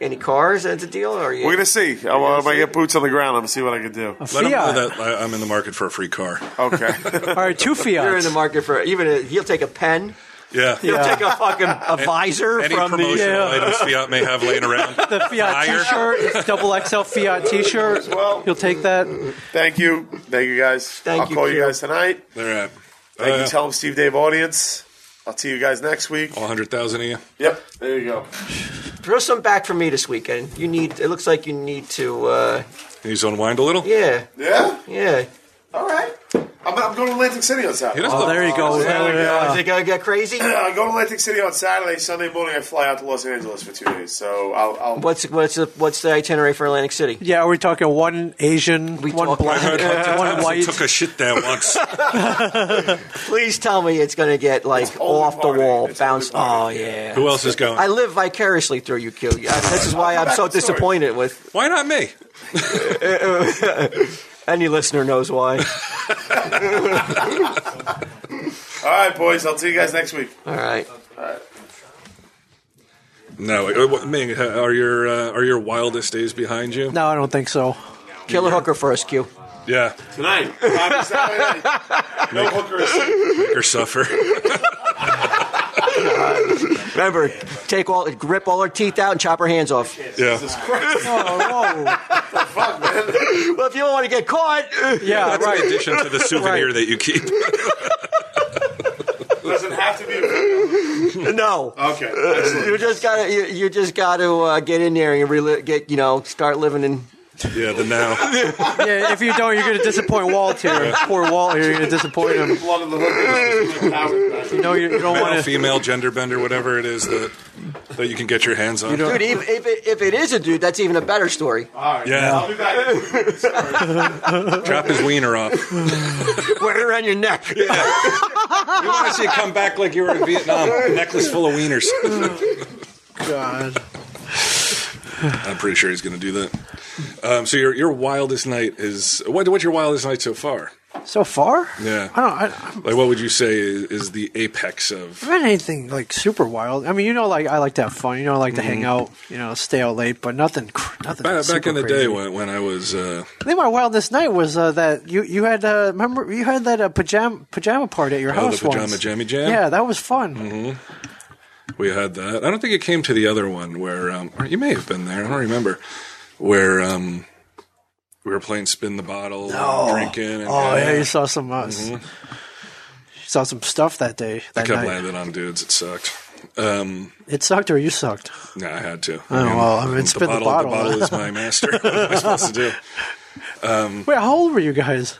[SPEAKER 2] any cars at the deal? Or you,
[SPEAKER 4] We're gonna see. I, I might get boots on the ground. I'm gonna see what I can do.
[SPEAKER 3] Let him know
[SPEAKER 6] Fiat.
[SPEAKER 3] that I, I'm in the market for a free car.
[SPEAKER 4] Okay.
[SPEAKER 6] All right, two
[SPEAKER 2] You're in
[SPEAKER 6] Fiats.
[SPEAKER 2] the market for even a, he'll take a pen.
[SPEAKER 3] Yeah.
[SPEAKER 2] He'll take a fucking a visor
[SPEAKER 3] Any
[SPEAKER 2] from
[SPEAKER 3] promotional
[SPEAKER 2] the.
[SPEAKER 6] yeah.
[SPEAKER 3] items Fiat may have laying around.
[SPEAKER 6] The Fiat
[SPEAKER 3] Higher.
[SPEAKER 6] T-shirt, it's double XL Fiat T-shirt.
[SPEAKER 4] well.
[SPEAKER 6] You'll take that.
[SPEAKER 4] Thank you. Thank you guys.
[SPEAKER 2] Thank
[SPEAKER 4] I'll
[SPEAKER 2] you,
[SPEAKER 4] call you
[SPEAKER 2] Q.
[SPEAKER 4] guys tonight.
[SPEAKER 3] All right.
[SPEAKER 4] Thank
[SPEAKER 3] Oh,
[SPEAKER 4] you.
[SPEAKER 3] yeah.
[SPEAKER 4] Tell them Steve Dave audience. I'll see you guys next week.
[SPEAKER 3] All hundred thousand of you.
[SPEAKER 4] Yep. There you go.
[SPEAKER 2] throw some back for me this weekend. You need. It looks like you need to. Uh,
[SPEAKER 3] He's unwind a little.
[SPEAKER 2] yeah,
[SPEAKER 4] Yeah.
[SPEAKER 2] yeah.
[SPEAKER 4] All right. I'm, I'm going to Atlantic City on
[SPEAKER 3] He
[SPEAKER 4] Saturday.
[SPEAKER 3] does
[SPEAKER 6] Oh,
[SPEAKER 3] look-
[SPEAKER 6] there you go.
[SPEAKER 4] there we
[SPEAKER 2] Is
[SPEAKER 4] go.
[SPEAKER 2] it gonna get crazy?
[SPEAKER 4] I go to Atlantic City on Saturday. Sunday morning, I fly out to Los Angeles for two days. So I'll. I'll
[SPEAKER 2] What's what's the what's the itinerary for Atlantic City?
[SPEAKER 6] Yeah, are we talking one Asian,
[SPEAKER 2] We
[SPEAKER 6] one
[SPEAKER 2] talking-
[SPEAKER 3] I
[SPEAKER 6] black,
[SPEAKER 3] heard Hunter
[SPEAKER 6] one
[SPEAKER 3] Thompson
[SPEAKER 6] white?
[SPEAKER 3] took a shit there once.
[SPEAKER 2] Please tell me it's gonna get like
[SPEAKER 4] only
[SPEAKER 2] off the
[SPEAKER 4] party.
[SPEAKER 2] wall,
[SPEAKER 4] It's only
[SPEAKER 2] bounce. Oh
[SPEAKER 4] party.
[SPEAKER 2] yeah.
[SPEAKER 3] Who else is going?
[SPEAKER 2] I live vicariously through you, Q. Yeah, This is why I'm so
[SPEAKER 4] Back to the story.
[SPEAKER 2] disappointed with
[SPEAKER 3] Why not me?
[SPEAKER 2] any listener knows why.
[SPEAKER 4] all right, boys. I'll see you guys next week.
[SPEAKER 2] All right.
[SPEAKER 3] No, uh, what- Ming, uh, are your uh, are your wildest days behind you?
[SPEAKER 6] No, I don't think so.
[SPEAKER 2] Killer hooker first, Q.
[SPEAKER 3] Yeah,
[SPEAKER 4] Tonight. Happy Saturday night. No hookers.
[SPEAKER 3] make her suffer.
[SPEAKER 2] Remember, take all, grip all her teeth out and chop her hands off.
[SPEAKER 3] Yeah, Oh,
[SPEAKER 4] Fuck, man.
[SPEAKER 2] Well, if you don't want to get caught, uh,
[SPEAKER 6] Yeah,
[SPEAKER 3] that's in
[SPEAKER 6] right.
[SPEAKER 3] addition to the souvenir that you keep.
[SPEAKER 4] Doesn't have to be. a-
[SPEAKER 2] no.
[SPEAKER 4] Okay. Excellent.
[SPEAKER 2] You just gotta, you, you just gotta uh, get in there and really get, you know, start living in.
[SPEAKER 3] yeah, the now.
[SPEAKER 6] Yeah, if you don't, you're going to disappoint Walt here. Poor Walt here, you're going to disappoint him.
[SPEAKER 4] Blood of the hookers.
[SPEAKER 6] No, you, you don't
[SPEAKER 3] Male,
[SPEAKER 6] want to.
[SPEAKER 3] female, gender bender, whatever it is that that you can get your hands on.
[SPEAKER 2] Dude, even, if, it, if it is a dude, that's even a better story.
[SPEAKER 4] All right.
[SPEAKER 3] Yeah.
[SPEAKER 4] I'll be back. next week. Sorry.
[SPEAKER 3] Drop his wiener off. You
[SPEAKER 2] Wear it around your neck.
[SPEAKER 3] want to see it come back like you were in Vietnam, necklace full of wieners. Oh,
[SPEAKER 6] God.
[SPEAKER 3] I'm pretty sure he's going to do that. Um, so your your wildest night is what? What's your wildest night so far?
[SPEAKER 6] So far?
[SPEAKER 3] Yeah.
[SPEAKER 6] I don't. I, I've
[SPEAKER 3] Like, what would you say is, is the apex of?
[SPEAKER 6] been anything like super wild. I mean, you know, like I like to have fun. You know, I like to hang out. You know, stay out late, but nothing. cr-
[SPEAKER 3] Mm-hmm.
[SPEAKER 6] Nothing.
[SPEAKER 3] Back, back
[SPEAKER 6] super
[SPEAKER 3] in the
[SPEAKER 6] crazy.
[SPEAKER 3] day when, when I was, uh,
[SPEAKER 6] I think my wildest night was uh, that you you had uh, remember you had that uh, pajama pajama party at your
[SPEAKER 3] Oh, the
[SPEAKER 6] house
[SPEAKER 3] pajama
[SPEAKER 6] once.
[SPEAKER 3] jammy jam? Mm-hmm.
[SPEAKER 6] Yeah, that was fun.
[SPEAKER 3] we had that. I don't think it came to the other one where, um, or you may have been there. I don't remember where um, we were playing spin the bottle, and drinking. And, Mm-hmm.
[SPEAKER 6] Oh yeah, you saw some uh, s- you saw some stuff that day
[SPEAKER 3] I
[SPEAKER 6] that
[SPEAKER 3] kept
[SPEAKER 6] night.
[SPEAKER 3] landing on dudes. It sucked. Um,
[SPEAKER 6] It sucked or you sucked.
[SPEAKER 3] no, I had to.
[SPEAKER 6] Oh, well, I mean, spin the bottle.
[SPEAKER 3] The bottle is my master. what am I supposed to do?
[SPEAKER 6] Wait, how old were you guys?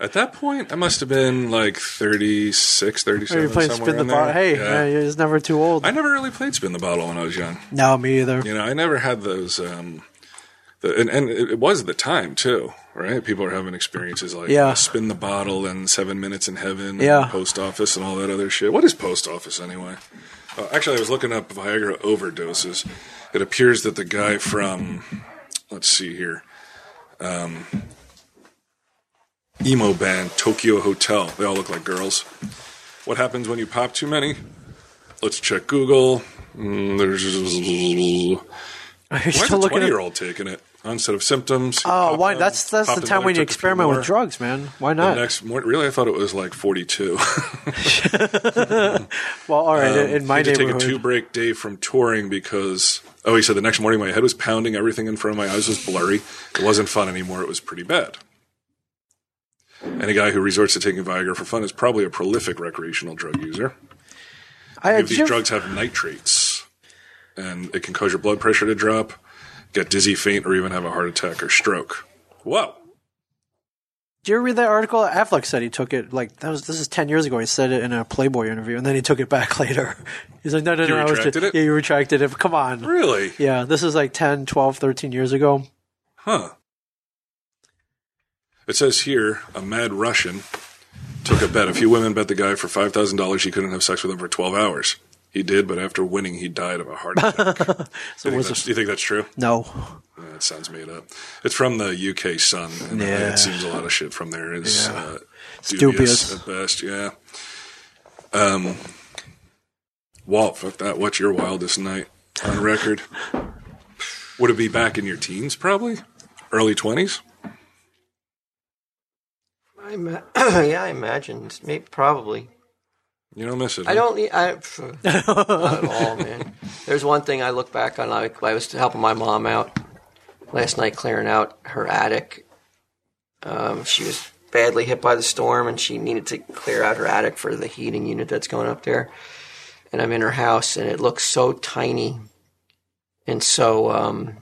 [SPEAKER 3] At that point, I must have been like 36,
[SPEAKER 6] Are
[SPEAKER 3] 37.
[SPEAKER 6] you playing
[SPEAKER 3] somewhere
[SPEAKER 6] spin the
[SPEAKER 3] in there.
[SPEAKER 6] bottle? Hey,
[SPEAKER 3] Yeah.
[SPEAKER 6] yeah, it's never too old.
[SPEAKER 3] I never really played spin the bottle when I was young.
[SPEAKER 6] no, me either.
[SPEAKER 3] You know, I never had those. Um, the, and, and it was the time too, right? People are having experiences like
[SPEAKER 6] Yeah.
[SPEAKER 3] spin the bottle and seven minutes in heaven,
[SPEAKER 6] Yeah.
[SPEAKER 3] and post office and all that other shit. What is post office anyway? Uh, actually, I was looking up Viagra overdoses. It appears that the guy from, let's see here, um, emo band Tokyo Hotel. They all look like girls. What happens when you pop too many? Let's check Google. Mm, there's
[SPEAKER 6] Are you
[SPEAKER 3] why is a
[SPEAKER 6] still looking at?
[SPEAKER 3] twenty-year-old taking it? Onset of symptoms.
[SPEAKER 6] Oh,
[SPEAKER 3] Popped
[SPEAKER 6] why?
[SPEAKER 3] them,
[SPEAKER 6] That's that's
[SPEAKER 3] popped
[SPEAKER 6] the
[SPEAKER 3] them
[SPEAKER 6] time
[SPEAKER 3] in,
[SPEAKER 6] when you
[SPEAKER 3] took a few
[SPEAKER 6] experiment
[SPEAKER 3] more.
[SPEAKER 6] with drugs, man. Why
[SPEAKER 3] The
[SPEAKER 6] not?
[SPEAKER 3] next morning, really, I thought it was like forty-two.
[SPEAKER 6] well, all right. in my
[SPEAKER 3] Had to um, take a
[SPEAKER 6] neighborhood,
[SPEAKER 3] two-break day from touring because. Oh, he said the next morning my head was pounding, everything in front of my eyes was blurry. It wasn't fun anymore. It was pretty bad. And a guy who resorts to taking Viagra for fun is probably a prolific recreational drug user.
[SPEAKER 6] I
[SPEAKER 3] If
[SPEAKER 6] had
[SPEAKER 3] these drugs have nitrates, and it can cause your blood pressure to drop, get dizzy, faint, or even have a heart attack or stroke. Whoa.
[SPEAKER 6] Did you ever read that article? Affleck said he took it like that was this is ten years ago. He said it in a Playboy interview, and then he took it back later. He's like, no, no,
[SPEAKER 3] You
[SPEAKER 6] no, I was just,
[SPEAKER 3] retracted it?
[SPEAKER 6] yeah, you retracted it. Come on,
[SPEAKER 3] Really?
[SPEAKER 6] yeah, this is like 10, 12, 13 years ago.
[SPEAKER 3] Huh. It says here a mad Russian took a bet. A few women bet the guy for $5,000 he couldn't have sex with them for 12 hours. He did, but after winning, he died of a heart attack.
[SPEAKER 6] So
[SPEAKER 3] Do
[SPEAKER 6] it
[SPEAKER 3] you think
[SPEAKER 6] was
[SPEAKER 3] that's- do you think that's true?
[SPEAKER 6] a, no,
[SPEAKER 3] Yeah, it sounds made up. It's from the UK Sun. And
[SPEAKER 6] Yeah.
[SPEAKER 3] It seems a lot of shit from there is uh,
[SPEAKER 6] it's
[SPEAKER 3] dubious,
[SPEAKER 6] dubious.
[SPEAKER 3] at best. Yeah. Um, Walt, fuck that. What's your wildest night on record? Would it be back in your teens, probably? Early 20s?
[SPEAKER 2] I ima- yeah, I imagined. Maybe, probably.
[SPEAKER 3] You don't miss it.
[SPEAKER 2] I
[SPEAKER 3] huh?
[SPEAKER 2] don't. need- I pff, not at all, man. There's one thing I look back on. I, I was helping my mom out last night, clearing out her attic. Um, she was badly hit by the storm, and she needed to clear out her attic for the heating unit that's going up there. And I'm in her house, and it looks so tiny. and so um,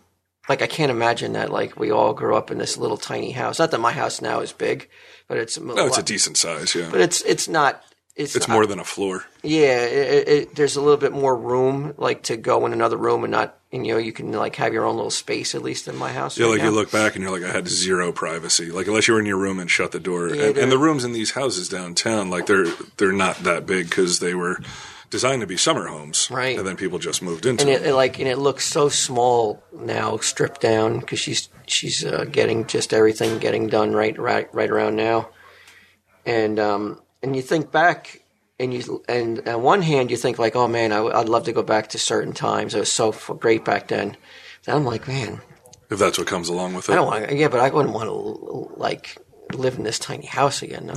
[SPEAKER 2] like I can't imagine that like we all grew up in this little tiny house. Not that my house now is big, but it's
[SPEAKER 3] No, Oh, it's a decent size. Yeah,
[SPEAKER 2] but it's it's not. It's,
[SPEAKER 3] it's
[SPEAKER 2] not-
[SPEAKER 3] more than a floor.
[SPEAKER 2] yeah, it, it- it, there's a little bit more room, like to go in another room and not, and, you know, you can like have your own little space at least in my house.
[SPEAKER 3] Yeah,
[SPEAKER 2] right
[SPEAKER 3] like
[SPEAKER 2] now.
[SPEAKER 3] you look back and you're like, I had zero privacy. Like unless you were in your room and shut the door. and,
[SPEAKER 2] they're-
[SPEAKER 3] and the rooms in these houses downtown, like they're they're not that big because they were designed to be summer homes,
[SPEAKER 2] Right.
[SPEAKER 3] And then people just moved into
[SPEAKER 2] and it,
[SPEAKER 3] them.
[SPEAKER 2] it, like and it looks so small now, stripped down because she's she's uh, getting just everything getting done right right right around now, and um and you think back and you and on one hand you think like oh man I, would love to go back to certain times it was so f- great back then, then I'm like man
[SPEAKER 3] if that's what comes along with it.
[SPEAKER 2] I don't want to yeah but I wouldn't want to like live in this tiny house again. No.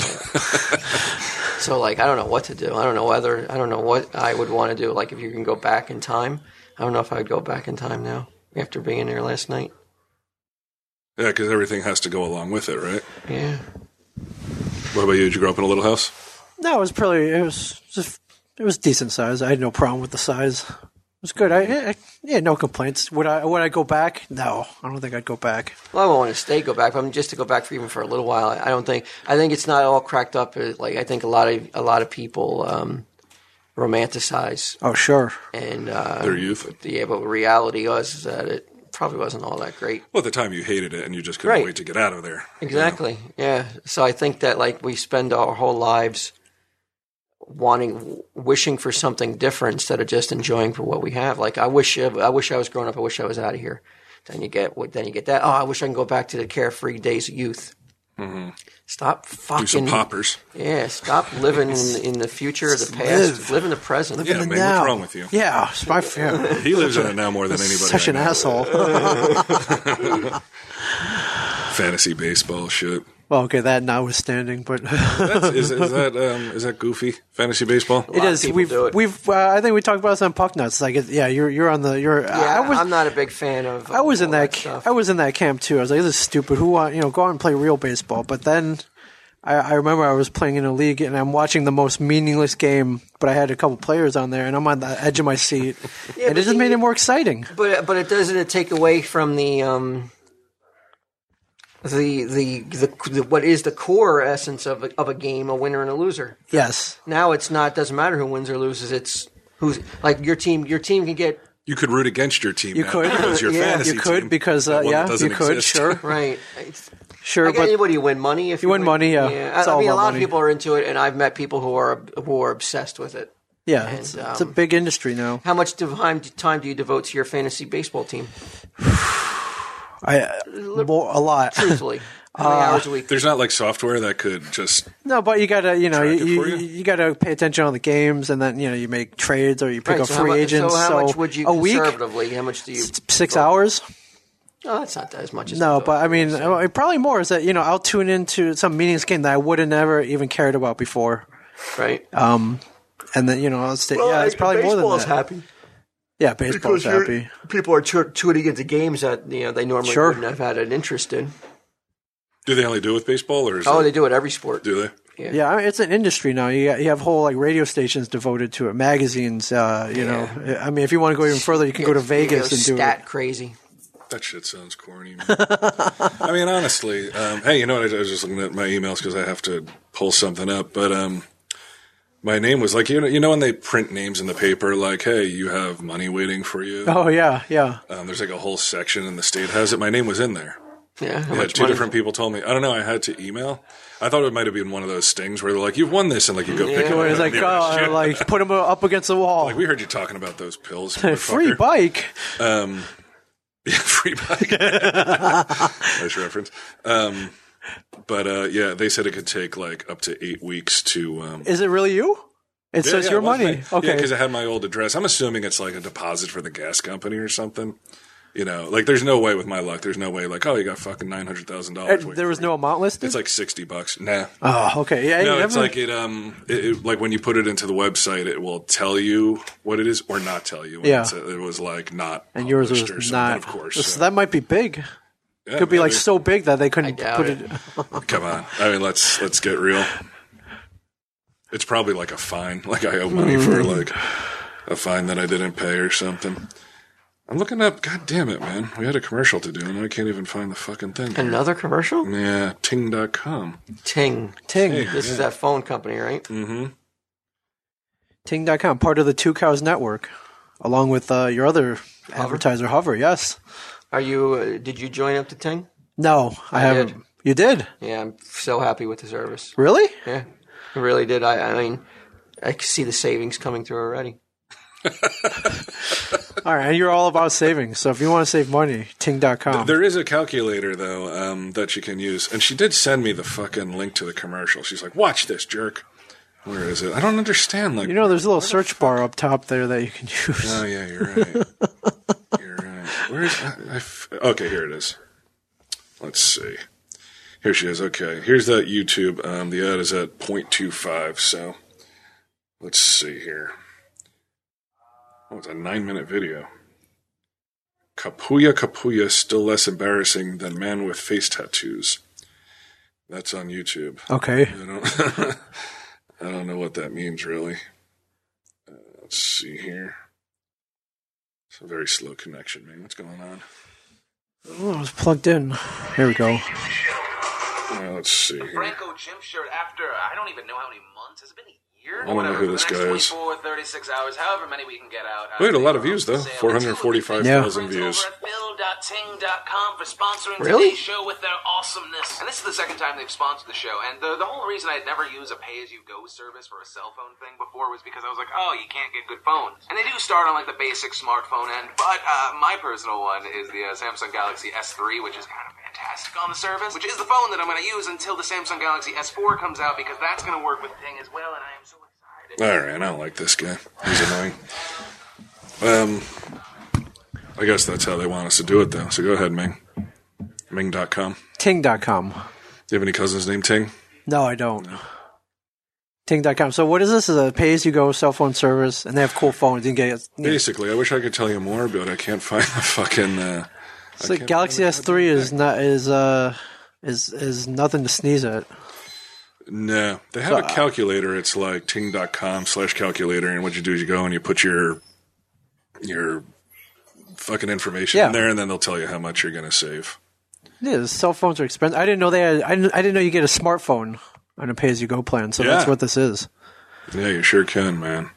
[SPEAKER 2] so like I don't know what to do I don't know whether I don't know what I would want to do like if you can go back in time I don't know if I would go back in time now after being there last night.
[SPEAKER 3] Yeah, because everything has to go along with it, right?
[SPEAKER 2] Yeah.
[SPEAKER 3] What about you? Did you grow up in a little house?
[SPEAKER 6] No, it was probably it was just, it was decent size. I had no problem with the size. It was good. I, I yeah, no complaints. Would I would I go back? No, I don't think I'd go back.
[SPEAKER 2] Well, I won't want to stay, go back, but I'm just to go back for even for a little while. I, I don't think. I think it's not all cracked up. uh, Like I think a lot of a lot of people um, romanticize
[SPEAKER 6] Oh sure.
[SPEAKER 2] and uh,
[SPEAKER 3] Their youth.
[SPEAKER 2] yeah, but reality was is that it probably wasn't all that great.
[SPEAKER 3] Well, at the time you hated it and you just couldn't
[SPEAKER 2] Right.
[SPEAKER 3] wait to get out of there.
[SPEAKER 2] Exactly. Yeah. So I think that like we spend our whole lives wanting, wishing for something different instead of just enjoying for what we have. Like I wish, I wish I was growing up. I wish I was out of here. Then you get what? Then you get that. Oh, I wish I can go back to the carefree days of youth. Stop
[SPEAKER 3] Do some
[SPEAKER 2] fucking.
[SPEAKER 3] poppers.
[SPEAKER 2] Yeah. Stop living in, in the future, the past. Live, in the present.
[SPEAKER 3] Yeah, man, what's wrong with you?
[SPEAKER 6] Yeah, it's my yeah.
[SPEAKER 3] He lives in it now more than anybody.
[SPEAKER 6] Such
[SPEAKER 3] I
[SPEAKER 6] an
[SPEAKER 3] know.
[SPEAKER 6] asshole.
[SPEAKER 3] Fantasy baseball shit.
[SPEAKER 6] well, okay, that notwithstanding, but
[SPEAKER 3] That's, is, is that um, is that goofy fantasy baseball?
[SPEAKER 2] lot
[SPEAKER 6] it
[SPEAKER 2] of
[SPEAKER 6] is.
[SPEAKER 2] people
[SPEAKER 6] We've
[SPEAKER 2] do it.
[SPEAKER 6] we've. Uh, I think we talked about this on Pucknuts. Like, it, yeah, you're you're on the you're.
[SPEAKER 2] Yeah,
[SPEAKER 6] I was
[SPEAKER 2] am not a big fan of.
[SPEAKER 6] I was
[SPEAKER 2] all
[SPEAKER 6] in that. ca-
[SPEAKER 2] stuff.
[SPEAKER 6] I was in that camp too. I was like, "This is stupid. Who want you know go out and play real baseball?" But then, I, I remember I was playing in a league and I'm watching the most meaningless game. But I had a couple players on there, and I'm on the edge of my seat, and
[SPEAKER 2] but
[SPEAKER 6] it just made
[SPEAKER 2] you-
[SPEAKER 6] it more exciting.
[SPEAKER 2] But but it doesn't it take away from the um the the the, the what is the core essence of a, of a game a winner and a loser.
[SPEAKER 6] Yes,
[SPEAKER 2] Now it's not doesn't matter who wins or loses. It's who's like your team. Your team can get
[SPEAKER 3] You could root against your team.
[SPEAKER 6] You
[SPEAKER 3] now
[SPEAKER 6] could.
[SPEAKER 3] because your
[SPEAKER 6] Yeah,
[SPEAKER 3] fantasy
[SPEAKER 6] you could
[SPEAKER 3] team,
[SPEAKER 6] because, uh,
[SPEAKER 3] that one that
[SPEAKER 6] yeah,
[SPEAKER 3] doesn't
[SPEAKER 6] you could,
[SPEAKER 3] exist.
[SPEAKER 6] sure.
[SPEAKER 2] right. It's-
[SPEAKER 6] sure,
[SPEAKER 2] I guess,
[SPEAKER 6] but
[SPEAKER 2] what do you win money if you,
[SPEAKER 6] win money, yeah.
[SPEAKER 2] yeah.
[SPEAKER 6] It's
[SPEAKER 2] I, I
[SPEAKER 6] all
[SPEAKER 2] mean, a
[SPEAKER 6] about
[SPEAKER 2] lot of
[SPEAKER 6] money.
[SPEAKER 2] people are into it, and I've met people who are who are obsessed with it.
[SPEAKER 6] yeah, it's,
[SPEAKER 2] and,
[SPEAKER 6] it's a
[SPEAKER 2] um,
[SPEAKER 6] big industry now.
[SPEAKER 2] How much time time do you devote to your fantasy baseball team?
[SPEAKER 6] I uh, more, a lot.
[SPEAKER 2] Truthfully, how
[SPEAKER 6] Uh,
[SPEAKER 2] many hours a week?
[SPEAKER 3] There's not like software that could just.
[SPEAKER 6] No, but you gotta, you know,
[SPEAKER 3] Track it
[SPEAKER 6] you, you,
[SPEAKER 3] for you?
[SPEAKER 6] you gotta pay attention on the games, and then you know you make trades or you pick
[SPEAKER 2] Right,
[SPEAKER 6] up
[SPEAKER 2] so how
[SPEAKER 6] free
[SPEAKER 2] mu-
[SPEAKER 6] agents.
[SPEAKER 2] So how much would you
[SPEAKER 6] a week,
[SPEAKER 2] conservatively? How much do you?
[SPEAKER 6] six hours.
[SPEAKER 2] Oh, that's not that as much as I
[SPEAKER 6] No,
[SPEAKER 2] thought.
[SPEAKER 6] but I mean, uh, probably more is that you know I'll tune into some meaningless game that I would have never even cared about before, Um,
[SPEAKER 2] right?
[SPEAKER 6] and then you know I'll stay. yeah, it's probably more than that.
[SPEAKER 2] happy.
[SPEAKER 6] yeah, baseball's happy.
[SPEAKER 2] People are tu- tuning into games that you know they normally
[SPEAKER 6] Sure.
[SPEAKER 2] wouldn't have had an interest in.
[SPEAKER 3] Do they only do it with baseball, or is
[SPEAKER 2] Oh,
[SPEAKER 3] it,
[SPEAKER 2] they do it every sport.
[SPEAKER 3] do they?
[SPEAKER 6] Yeah, I mean, it's an industry now. You got, you have whole like radio stations devoted to it, magazines. Uh, you know, I mean, if you want to go even further, you can go to
[SPEAKER 2] Yes,
[SPEAKER 6] Vegas
[SPEAKER 2] you
[SPEAKER 6] and do
[SPEAKER 2] go stat
[SPEAKER 6] it.
[SPEAKER 2] crazy.
[SPEAKER 3] That shit sounds corny. Man. I mean, honestly, um, hey, you know what? I, I was just looking at my emails because I have to pull something up, but um, my name was like you know you know when they print names in the paper, like hey, you have money waiting for you.
[SPEAKER 6] Oh yeah, yeah.
[SPEAKER 3] Um, there's like a whole section in the state has it. My name was in there.
[SPEAKER 2] Yeah, how
[SPEAKER 3] Yeah,
[SPEAKER 2] much
[SPEAKER 3] two
[SPEAKER 2] money?
[SPEAKER 3] different people told me. I don't know. I had to email. I thought it might have been one of those stings where they're like, "You've won this," and like you go pick it
[SPEAKER 2] Yeah.
[SPEAKER 3] up.
[SPEAKER 6] Where it's like,
[SPEAKER 3] and they were
[SPEAKER 6] oh,
[SPEAKER 3] shit.
[SPEAKER 6] like put them up against the wall.
[SPEAKER 3] Like, we heard you talking about those pills.
[SPEAKER 6] free
[SPEAKER 3] motherfucker.
[SPEAKER 6] bike.
[SPEAKER 3] Um, yeah, free bike. nice reference. Um, but uh, yeah, they said it could take like up to eight weeks to. Um,
[SPEAKER 6] Is it really you? It
[SPEAKER 3] yeah,
[SPEAKER 6] says
[SPEAKER 3] yeah,
[SPEAKER 6] your
[SPEAKER 3] it was
[SPEAKER 6] money.
[SPEAKER 3] me. Yeah,
[SPEAKER 6] Okay.
[SPEAKER 3] because I had my old address. I'm assuming it's like a deposit for the gas company or something. You know, like there's no way with my luck. There's no way. Like, oh, you got fucking nine hundred thousand dollars.
[SPEAKER 6] there was no amount listed.
[SPEAKER 3] It's like sixty bucks. Nah,
[SPEAKER 6] oh, okay. Yeah,
[SPEAKER 3] no,
[SPEAKER 6] you
[SPEAKER 3] it's
[SPEAKER 6] never-
[SPEAKER 3] like it um it, it- like when you put it into the website, it will tell you what it is or not tell you. And
[SPEAKER 6] Yeah.
[SPEAKER 3] it's- it was like not
[SPEAKER 6] and yours
[SPEAKER 3] published or
[SPEAKER 6] was
[SPEAKER 3] something,
[SPEAKER 6] not.
[SPEAKER 3] of course.
[SPEAKER 6] So,
[SPEAKER 3] so-
[SPEAKER 6] that might be big.
[SPEAKER 3] yeah,
[SPEAKER 6] Could be like
[SPEAKER 3] maybe.
[SPEAKER 6] so big that they couldn't
[SPEAKER 2] doubt
[SPEAKER 6] put
[SPEAKER 2] it.
[SPEAKER 6] it.
[SPEAKER 3] Come on, I mean let's let's get real. It's probably like a fine.
[SPEAKER 6] Mm-hmm.
[SPEAKER 3] Like I owe money for like a fine that I didn't pay or something. I'm looking up. God damn it, man. We had a commercial to do, and I can't even find the fucking thing.
[SPEAKER 2] Another commercial?
[SPEAKER 3] Yeah, ting.com.
[SPEAKER 2] Ting.
[SPEAKER 6] Ting.
[SPEAKER 2] This is that phone company, right?
[SPEAKER 3] Mm.
[SPEAKER 6] Ting.com, part of the Two Cows Network, along with uh, your other advertiser, Hover. Yes.
[SPEAKER 2] Are you? Uh, did you join up to Ting?
[SPEAKER 6] No, I,
[SPEAKER 2] I
[SPEAKER 6] haven't.
[SPEAKER 2] did.
[SPEAKER 6] You did
[SPEAKER 2] Yeah, I'm so happy with the service.
[SPEAKER 6] really?
[SPEAKER 2] Yeah, I really did. I, I mean, I can see the savings coming through already.
[SPEAKER 6] All right, and you're all about savings. So if you want to save money, Ting.com.
[SPEAKER 3] There is a calculator, though, um, that you can use. And she did send me the fucking link to the commercial. She's like, watch this, jerk. Where is it? I don't understand. Like,
[SPEAKER 6] you know, there's a little search bar up top there that you can use.
[SPEAKER 3] Oh yeah, you're right. you're right. Where's I, I f- okay? Here it is. Let's see. Here she is. Okay, here's that YouTube. Um, the ad is at 0.25. So let's see here. Oh, it's a nine minute video. Kapuya Kapuya, still less embarrassing than man with face tattoos. That's on YouTube.
[SPEAKER 6] Okay.
[SPEAKER 3] I don't. I don't know what that means really. Uh, let's see here. It's a very slow connection, man. What's going on?
[SPEAKER 6] Oh, it was plugged in. Here we go.
[SPEAKER 3] Uh, let's see here.
[SPEAKER 7] Franco Jim shirt after I don't even know how many months. Has it been a year?
[SPEAKER 3] I don't know who this
[SPEAKER 7] for the
[SPEAKER 3] guy
[SPEAKER 7] next
[SPEAKER 3] is.
[SPEAKER 7] 24, 36 hours, however many we can get out.
[SPEAKER 3] We had a lot of views though. Four hundred forty-five thousand
[SPEAKER 7] Friends
[SPEAKER 3] views.
[SPEAKER 7] Over at Bill.ting.com for sponsoring
[SPEAKER 2] Really?
[SPEAKER 7] today's show with their awesomeness. And this is the second time they've sponsored the show. And the, the whole reason I'd never used a pay-as-you-go service for a cell phone thing before was because I was like, oh, you can't get good phones. And they do start on like the basic smartphone end, but uh, my personal one is the uh, Samsung Galaxy S3, which is kind of fantastic on the service, which is the phone that I'm going to use until the Samsung Galaxy S4 comes out because that's going to work with Ting as well. And I am so excited.
[SPEAKER 3] All right, I don't like this guy. He's annoying. Um, I guess that's how they want us to do it though. So go ahead, Ming. Ming.com. Do
[SPEAKER 6] Ting.com.
[SPEAKER 3] you have any cousins named Ting?
[SPEAKER 6] No, I don't. Ting.com. So what is this? Is a pay as you go cell phone service, and they have cool phones. You can get it's
[SPEAKER 3] Basically, I wish I could tell you more, but I can't find the fucking. Uh,
[SPEAKER 6] like Galaxy S3 is not is uh is is nothing to sneeze at.
[SPEAKER 3] No, they have a calculator. It's like ting.com slash calculator. And what you do is you go and you put your your fucking information
[SPEAKER 6] Yeah.
[SPEAKER 3] in there, and then they'll tell you how much you're going to save.
[SPEAKER 6] Yeah, the cell phones are expensive. I didn't know they had. I didn't, I didn't know you get a smartphone on a pay as you go plan. So that's
[SPEAKER 3] Yeah.
[SPEAKER 6] what this is.
[SPEAKER 3] Yeah, you sure can, man.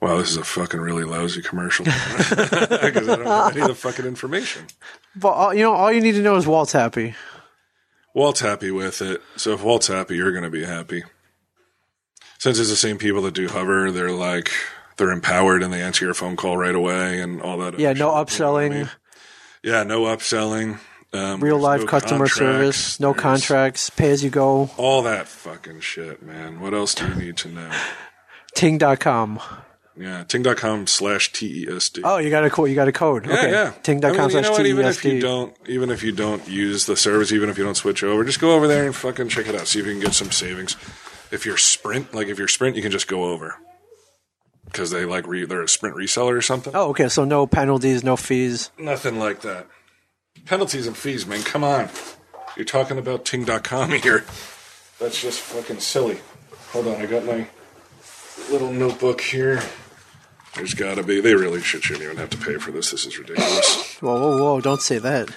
[SPEAKER 3] Wow, this is a fucking really lousy commercial. Because I don't have any of the fucking information.
[SPEAKER 6] But all, you know, all you need to know is Walt's happy.
[SPEAKER 3] Walt's happy with it. So if Walt's happy, you're going to be happy. Since it's the same people that do Hover, they're like, they're empowered and they answer your phone call right away and all that.
[SPEAKER 6] Yeah,
[SPEAKER 3] other
[SPEAKER 6] no
[SPEAKER 3] shit.
[SPEAKER 6] upselling,
[SPEAKER 3] Yeah, no upselling. Um,
[SPEAKER 6] real
[SPEAKER 3] there's
[SPEAKER 6] live
[SPEAKER 3] no
[SPEAKER 6] customer
[SPEAKER 3] contracts.
[SPEAKER 6] service, no
[SPEAKER 3] There's
[SPEAKER 6] contracts, pay as you go.
[SPEAKER 3] All that fucking shit, man. What else do you need to know?
[SPEAKER 6] Ting.com.
[SPEAKER 3] Yeah, ting.com slash E TESD.
[SPEAKER 6] Oh, you got a code. You got a code.
[SPEAKER 3] yeah,
[SPEAKER 6] okay.
[SPEAKER 3] yeah.
[SPEAKER 6] Ting.com
[SPEAKER 3] I mean, you
[SPEAKER 6] slash E
[SPEAKER 3] know what? Even if you
[SPEAKER 6] TESD.
[SPEAKER 3] don't, even if you don't use the service, even if you don't switch over, just go over there and fucking check it out. See if you can get some savings. If you're Sprint, like if you're Sprint, you can just go over because they like re- they're a Sprint reseller or something.
[SPEAKER 6] Oh, okay. So no penalties, no fees.
[SPEAKER 3] Nothing like that. Penalties and fees, man. Come on. You're talking about ting.com here. That's just fucking silly. Hold on, I got my little notebook here. There's gotta be. They really should, shouldn't even have to pay for this. This is ridiculous.
[SPEAKER 6] Whoa, whoa, whoa! Don't say that.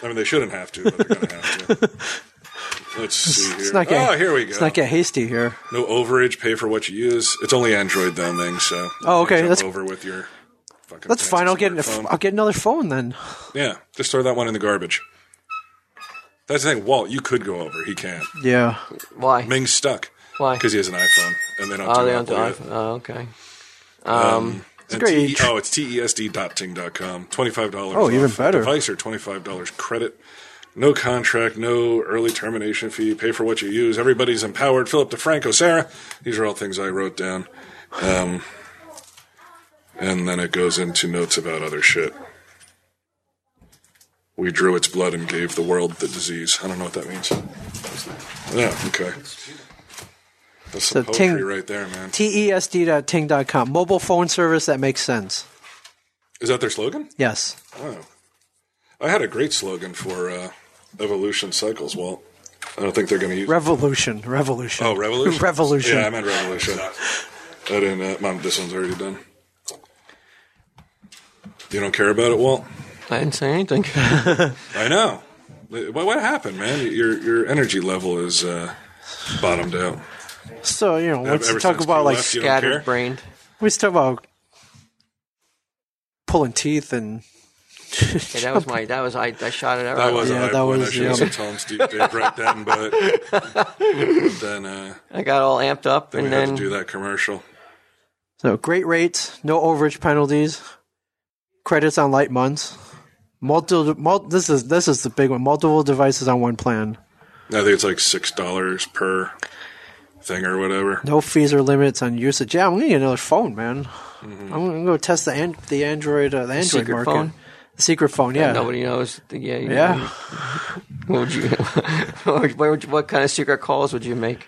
[SPEAKER 3] I mean, they shouldn't have to, but they're gonna have to. Let's see here.
[SPEAKER 6] Let's not get.
[SPEAKER 3] oh, here we go.
[SPEAKER 6] Let's not get hasty here.
[SPEAKER 3] no overage. Pay for what you use. It's only Android though, thing. So
[SPEAKER 6] Oh, okay,
[SPEAKER 3] Jump
[SPEAKER 6] that's-
[SPEAKER 3] over with your. Fucking
[SPEAKER 6] That's
[SPEAKER 3] fancy
[SPEAKER 6] fine. I'll get.
[SPEAKER 3] smartphone.
[SPEAKER 6] I'll get another phone then.
[SPEAKER 3] Yeah, just throw that one in the garbage. That's the thing, Walt. You could go over. He can't.
[SPEAKER 6] Yeah.
[SPEAKER 2] Why?
[SPEAKER 3] Ming's stuck
[SPEAKER 2] Why?
[SPEAKER 3] because he has an iPhone, and they don't.
[SPEAKER 2] Oh,
[SPEAKER 3] do
[SPEAKER 2] they don't do
[SPEAKER 3] Apple
[SPEAKER 2] iPhone.
[SPEAKER 3] yet.
[SPEAKER 2] Oh, okay.
[SPEAKER 3] And TE
[SPEAKER 6] great.
[SPEAKER 3] oh, it's tesd.ting.com. Twenty-five dollars.
[SPEAKER 6] Oh, even better.
[SPEAKER 3] Device or twenty-five dollars credit. No contract. No early termination fee. Pay for what you use. Everybody's empowered. Philip DeFranco, Sarah. These are all things I wrote down. Um, and then it goes into notes about other shit. We drew its blood and gave the world the disease. I don't know what that means. Yeah, okay. That's some
[SPEAKER 6] So Ting-
[SPEAKER 3] poetry right there, man.
[SPEAKER 6] E TESD.ting.com. Mobile phone service that makes sense.
[SPEAKER 3] Is that their slogan?
[SPEAKER 6] Yes.
[SPEAKER 3] Oh. I had a great slogan for uh, Evolution Cycles, Walt. I don't think they're going to use.
[SPEAKER 6] Revolution. Revolution.
[SPEAKER 3] oh, Revolution?
[SPEAKER 6] Revolution.
[SPEAKER 3] Yeah, I meant Revolution. I didn't. Uh, Mom, this one's already done. You don't care about it, Walt.
[SPEAKER 2] I didn't say anything.
[SPEAKER 3] I know. What, what happened, man? Your your energy level is uh, bottomed out.
[SPEAKER 6] So you know, let's
[SPEAKER 3] ever
[SPEAKER 6] talk
[SPEAKER 3] since
[SPEAKER 6] about
[SPEAKER 3] you
[SPEAKER 6] like
[SPEAKER 3] left,
[SPEAKER 6] we
[SPEAKER 3] you don't care?
[SPEAKER 2] Scattered brained.
[SPEAKER 6] we used to talk about pulling teeth and
[SPEAKER 2] Yeah, that was my. That was I. I shot it out.
[SPEAKER 3] That was
[SPEAKER 6] Yeah,
[SPEAKER 3] I,
[SPEAKER 6] that
[SPEAKER 3] when
[SPEAKER 6] was,
[SPEAKER 3] I should have
[SPEAKER 6] yeah.
[SPEAKER 3] said Tom Steve Dave right then, but, but then uh,
[SPEAKER 2] I got all amped up,
[SPEAKER 3] we
[SPEAKER 2] and
[SPEAKER 3] had to
[SPEAKER 2] then
[SPEAKER 3] do that commercial.
[SPEAKER 6] so great rates, no overage penalties, credits on light months, multiple. Mul- this is this is the big one. Multiple devices on one plan.
[SPEAKER 3] I think it's like six dollars per thing or whatever.
[SPEAKER 6] No fees or limits on usage. Yeah, I'm gonna need another phone, man.
[SPEAKER 3] Mm-hmm.
[SPEAKER 6] I'm gonna go test the an- the Android uh, the Android
[SPEAKER 2] secret
[SPEAKER 6] market.
[SPEAKER 2] phone?
[SPEAKER 6] The secret phone, yeah,
[SPEAKER 2] nobody knows. Yeah, you-
[SPEAKER 6] yeah.
[SPEAKER 2] What would you? what, would you- what kind of secret calls would you make?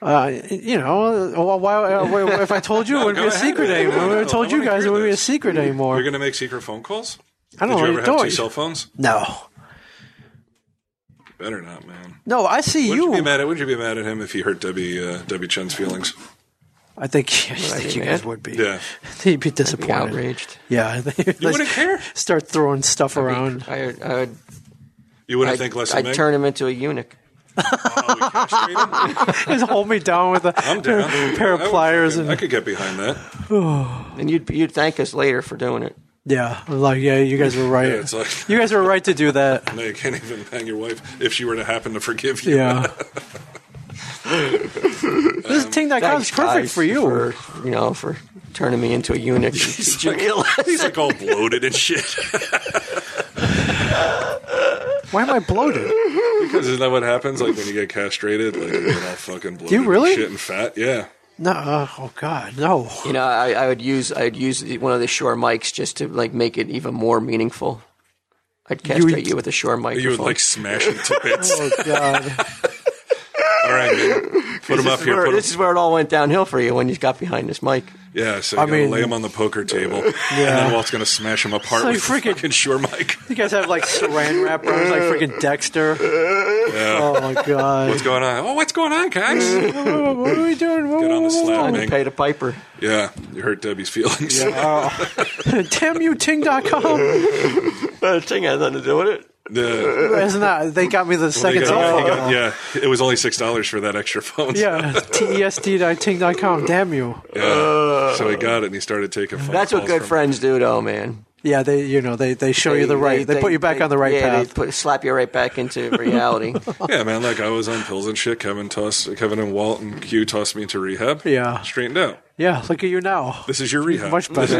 [SPEAKER 6] Uh, you know, uh, why, uh, why- if I told you, it wouldn't
[SPEAKER 3] go
[SPEAKER 6] be a
[SPEAKER 3] ahead.
[SPEAKER 6] secret
[SPEAKER 3] No,
[SPEAKER 6] anymore.
[SPEAKER 3] no,
[SPEAKER 6] If
[SPEAKER 3] no,
[SPEAKER 6] I
[SPEAKER 3] I
[SPEAKER 6] told you
[SPEAKER 3] wanna
[SPEAKER 6] guys, it
[SPEAKER 3] hear
[SPEAKER 6] wouldn't be a
[SPEAKER 3] this.
[SPEAKER 6] secret anymore.
[SPEAKER 3] You're gonna make secret phone calls?
[SPEAKER 6] I don't
[SPEAKER 3] Did you
[SPEAKER 6] know
[SPEAKER 3] ever
[SPEAKER 6] what
[SPEAKER 3] have
[SPEAKER 6] you're
[SPEAKER 3] two
[SPEAKER 6] doing.
[SPEAKER 3] cell phones?
[SPEAKER 6] No,
[SPEAKER 3] Better not, man.
[SPEAKER 6] no, I see
[SPEAKER 3] Wouldn't you,
[SPEAKER 6] you.
[SPEAKER 3] be mad at? Wouldn't you be mad at him if he hurt Debbie uh, Debbie Chen's feelings?
[SPEAKER 6] I think, I think
[SPEAKER 2] be
[SPEAKER 6] you
[SPEAKER 2] mad?
[SPEAKER 6] guys would be.
[SPEAKER 3] Yeah,
[SPEAKER 6] You'd be
[SPEAKER 2] Be
[SPEAKER 6] disappointed.
[SPEAKER 2] outraged.
[SPEAKER 6] yeah, I think-
[SPEAKER 3] you wouldn't care.
[SPEAKER 6] start throwing stuff around.
[SPEAKER 2] I, would- I would.
[SPEAKER 3] You wouldn't
[SPEAKER 2] I'd,
[SPEAKER 3] think less of
[SPEAKER 2] I'd
[SPEAKER 3] me.
[SPEAKER 2] turn him into a eunuch.
[SPEAKER 3] Oh, we castrate him?
[SPEAKER 6] Just hold me down with a
[SPEAKER 3] I'm down.
[SPEAKER 6] pair of
[SPEAKER 3] I would
[SPEAKER 6] pliers
[SPEAKER 3] fucking-
[SPEAKER 6] and
[SPEAKER 3] I could get behind that.
[SPEAKER 2] And you'd you'd thank us later for doing it.
[SPEAKER 6] yeah, I'm like yeah, you guys were right.
[SPEAKER 3] Yeah, it's like-
[SPEAKER 6] you guys were right to do that.
[SPEAKER 3] No, you can't even bang your wife if she were to happen to forgive you.
[SPEAKER 6] Yeah. this Ting.com is
[SPEAKER 2] Thanks,
[SPEAKER 6] perfect
[SPEAKER 2] guys,
[SPEAKER 6] for you.
[SPEAKER 2] for, you know, for turning me into a eunuch.
[SPEAKER 3] He's
[SPEAKER 2] Did
[SPEAKER 3] like,
[SPEAKER 2] you realize
[SPEAKER 3] he's like all bloated and shit.
[SPEAKER 6] Why am I bloated?
[SPEAKER 3] Because isn't that what happens? Like when you get castrated, like you get all fucking bloated,
[SPEAKER 6] you really?
[SPEAKER 3] and shit, and fat. Yeah,
[SPEAKER 6] No, uh, oh God, no.
[SPEAKER 2] You know, I, I would use I'd use one of the shore mics just to like make it even more meaningful. I'd castrate you, with a shore microphone.
[SPEAKER 3] you would like smash him to bits.
[SPEAKER 6] Oh God.
[SPEAKER 3] all right, man. put him
[SPEAKER 2] this,
[SPEAKER 3] up
[SPEAKER 2] is
[SPEAKER 3] here.
[SPEAKER 2] where,
[SPEAKER 3] Put him.
[SPEAKER 2] this is where it all went downhill for you when you got behind this mic.
[SPEAKER 3] Yeah, so you
[SPEAKER 6] I
[SPEAKER 3] gotta
[SPEAKER 6] mean-
[SPEAKER 3] lay him on the poker table, and then Walt's gonna smash him apart
[SPEAKER 6] So
[SPEAKER 3] with
[SPEAKER 6] you
[SPEAKER 3] freaking,
[SPEAKER 6] freaking-
[SPEAKER 3] fucking sure mic.
[SPEAKER 6] You guys have like saran wrap arms, like freaking Dexter. Oh my
[SPEAKER 3] What's
[SPEAKER 6] god!
[SPEAKER 3] going on? Oh, what's going on, guys?
[SPEAKER 6] What, Oh, what are we doing? Whoa,
[SPEAKER 3] Get on the
[SPEAKER 6] whoa, whoa.
[SPEAKER 3] slab,
[SPEAKER 2] Trying to
[SPEAKER 3] man.
[SPEAKER 2] pay the piper.
[SPEAKER 3] Yeah, you hurt Debbie's feelings.
[SPEAKER 6] Damn you, Ting.com!
[SPEAKER 2] That thing has nothing to do with it.
[SPEAKER 3] The-
[SPEAKER 6] Isn't that they got me the
[SPEAKER 3] they
[SPEAKER 6] second
[SPEAKER 3] got- yeah,
[SPEAKER 6] cell
[SPEAKER 3] he got-
[SPEAKER 6] phone?
[SPEAKER 3] yeah, it was only six dollars for that extra phone.
[SPEAKER 6] uh, Yeah, E TESD.ting.com. Damn you!
[SPEAKER 3] Yeah. so he got it and he started taking phone
[SPEAKER 2] That's what
[SPEAKER 3] calls
[SPEAKER 2] good
[SPEAKER 3] from-
[SPEAKER 2] friends do, though, man.
[SPEAKER 6] Yeah, they you know they they show you the right. They, put you back
[SPEAKER 2] they-
[SPEAKER 6] on the right
[SPEAKER 2] yeah, They
[SPEAKER 6] path.
[SPEAKER 2] put, slap you right back into reality.
[SPEAKER 3] Yeah, man. Like I was on pills and shit. Kevin tossed Kevin and Walt and Q tossed me into rehab.
[SPEAKER 6] Yeah.
[SPEAKER 3] straightened out.
[SPEAKER 6] yeah, look at you now.
[SPEAKER 3] This is your rehab.
[SPEAKER 6] Much better.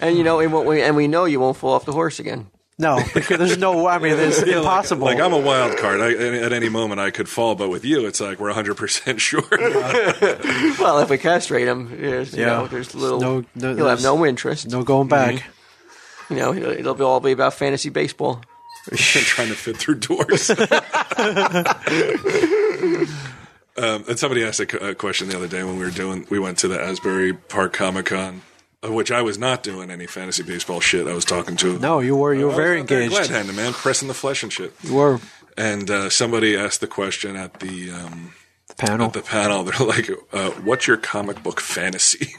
[SPEAKER 2] and you know, and, what we, and we know you won't fall off the horse again.
[SPEAKER 6] no, because there's no. I mean, it's
[SPEAKER 3] Yeah, like-
[SPEAKER 6] impossible.
[SPEAKER 3] Like, I'm a wild card. I, at at any moment I could fall, but with you, it's like we're 100 percent sure.
[SPEAKER 2] Well, if we castrate him, there's, you
[SPEAKER 6] Yeah.
[SPEAKER 2] know, there's little.
[SPEAKER 6] No- no-
[SPEAKER 2] he'll have
[SPEAKER 6] there's-
[SPEAKER 2] no interest.
[SPEAKER 6] no going back.
[SPEAKER 3] Mm-hmm.
[SPEAKER 2] You know, it'll, it'll be all be about fantasy baseball.
[SPEAKER 3] trying to fit through doors. um, and somebody asked a, cu- a question the other day when we were doing. We went to the Asbury Park Comic Con, of which I was not doing any fantasy baseball shit. I was talking to.
[SPEAKER 6] No, you were you were very
[SPEAKER 3] Glad
[SPEAKER 6] engaged.
[SPEAKER 3] handed man, pressing the flesh and shit.
[SPEAKER 6] You were
[SPEAKER 3] And uh, somebody asked the question at the um,
[SPEAKER 6] the panel.
[SPEAKER 3] at the panel. They're like, uh, "What's your comic book fantasy?"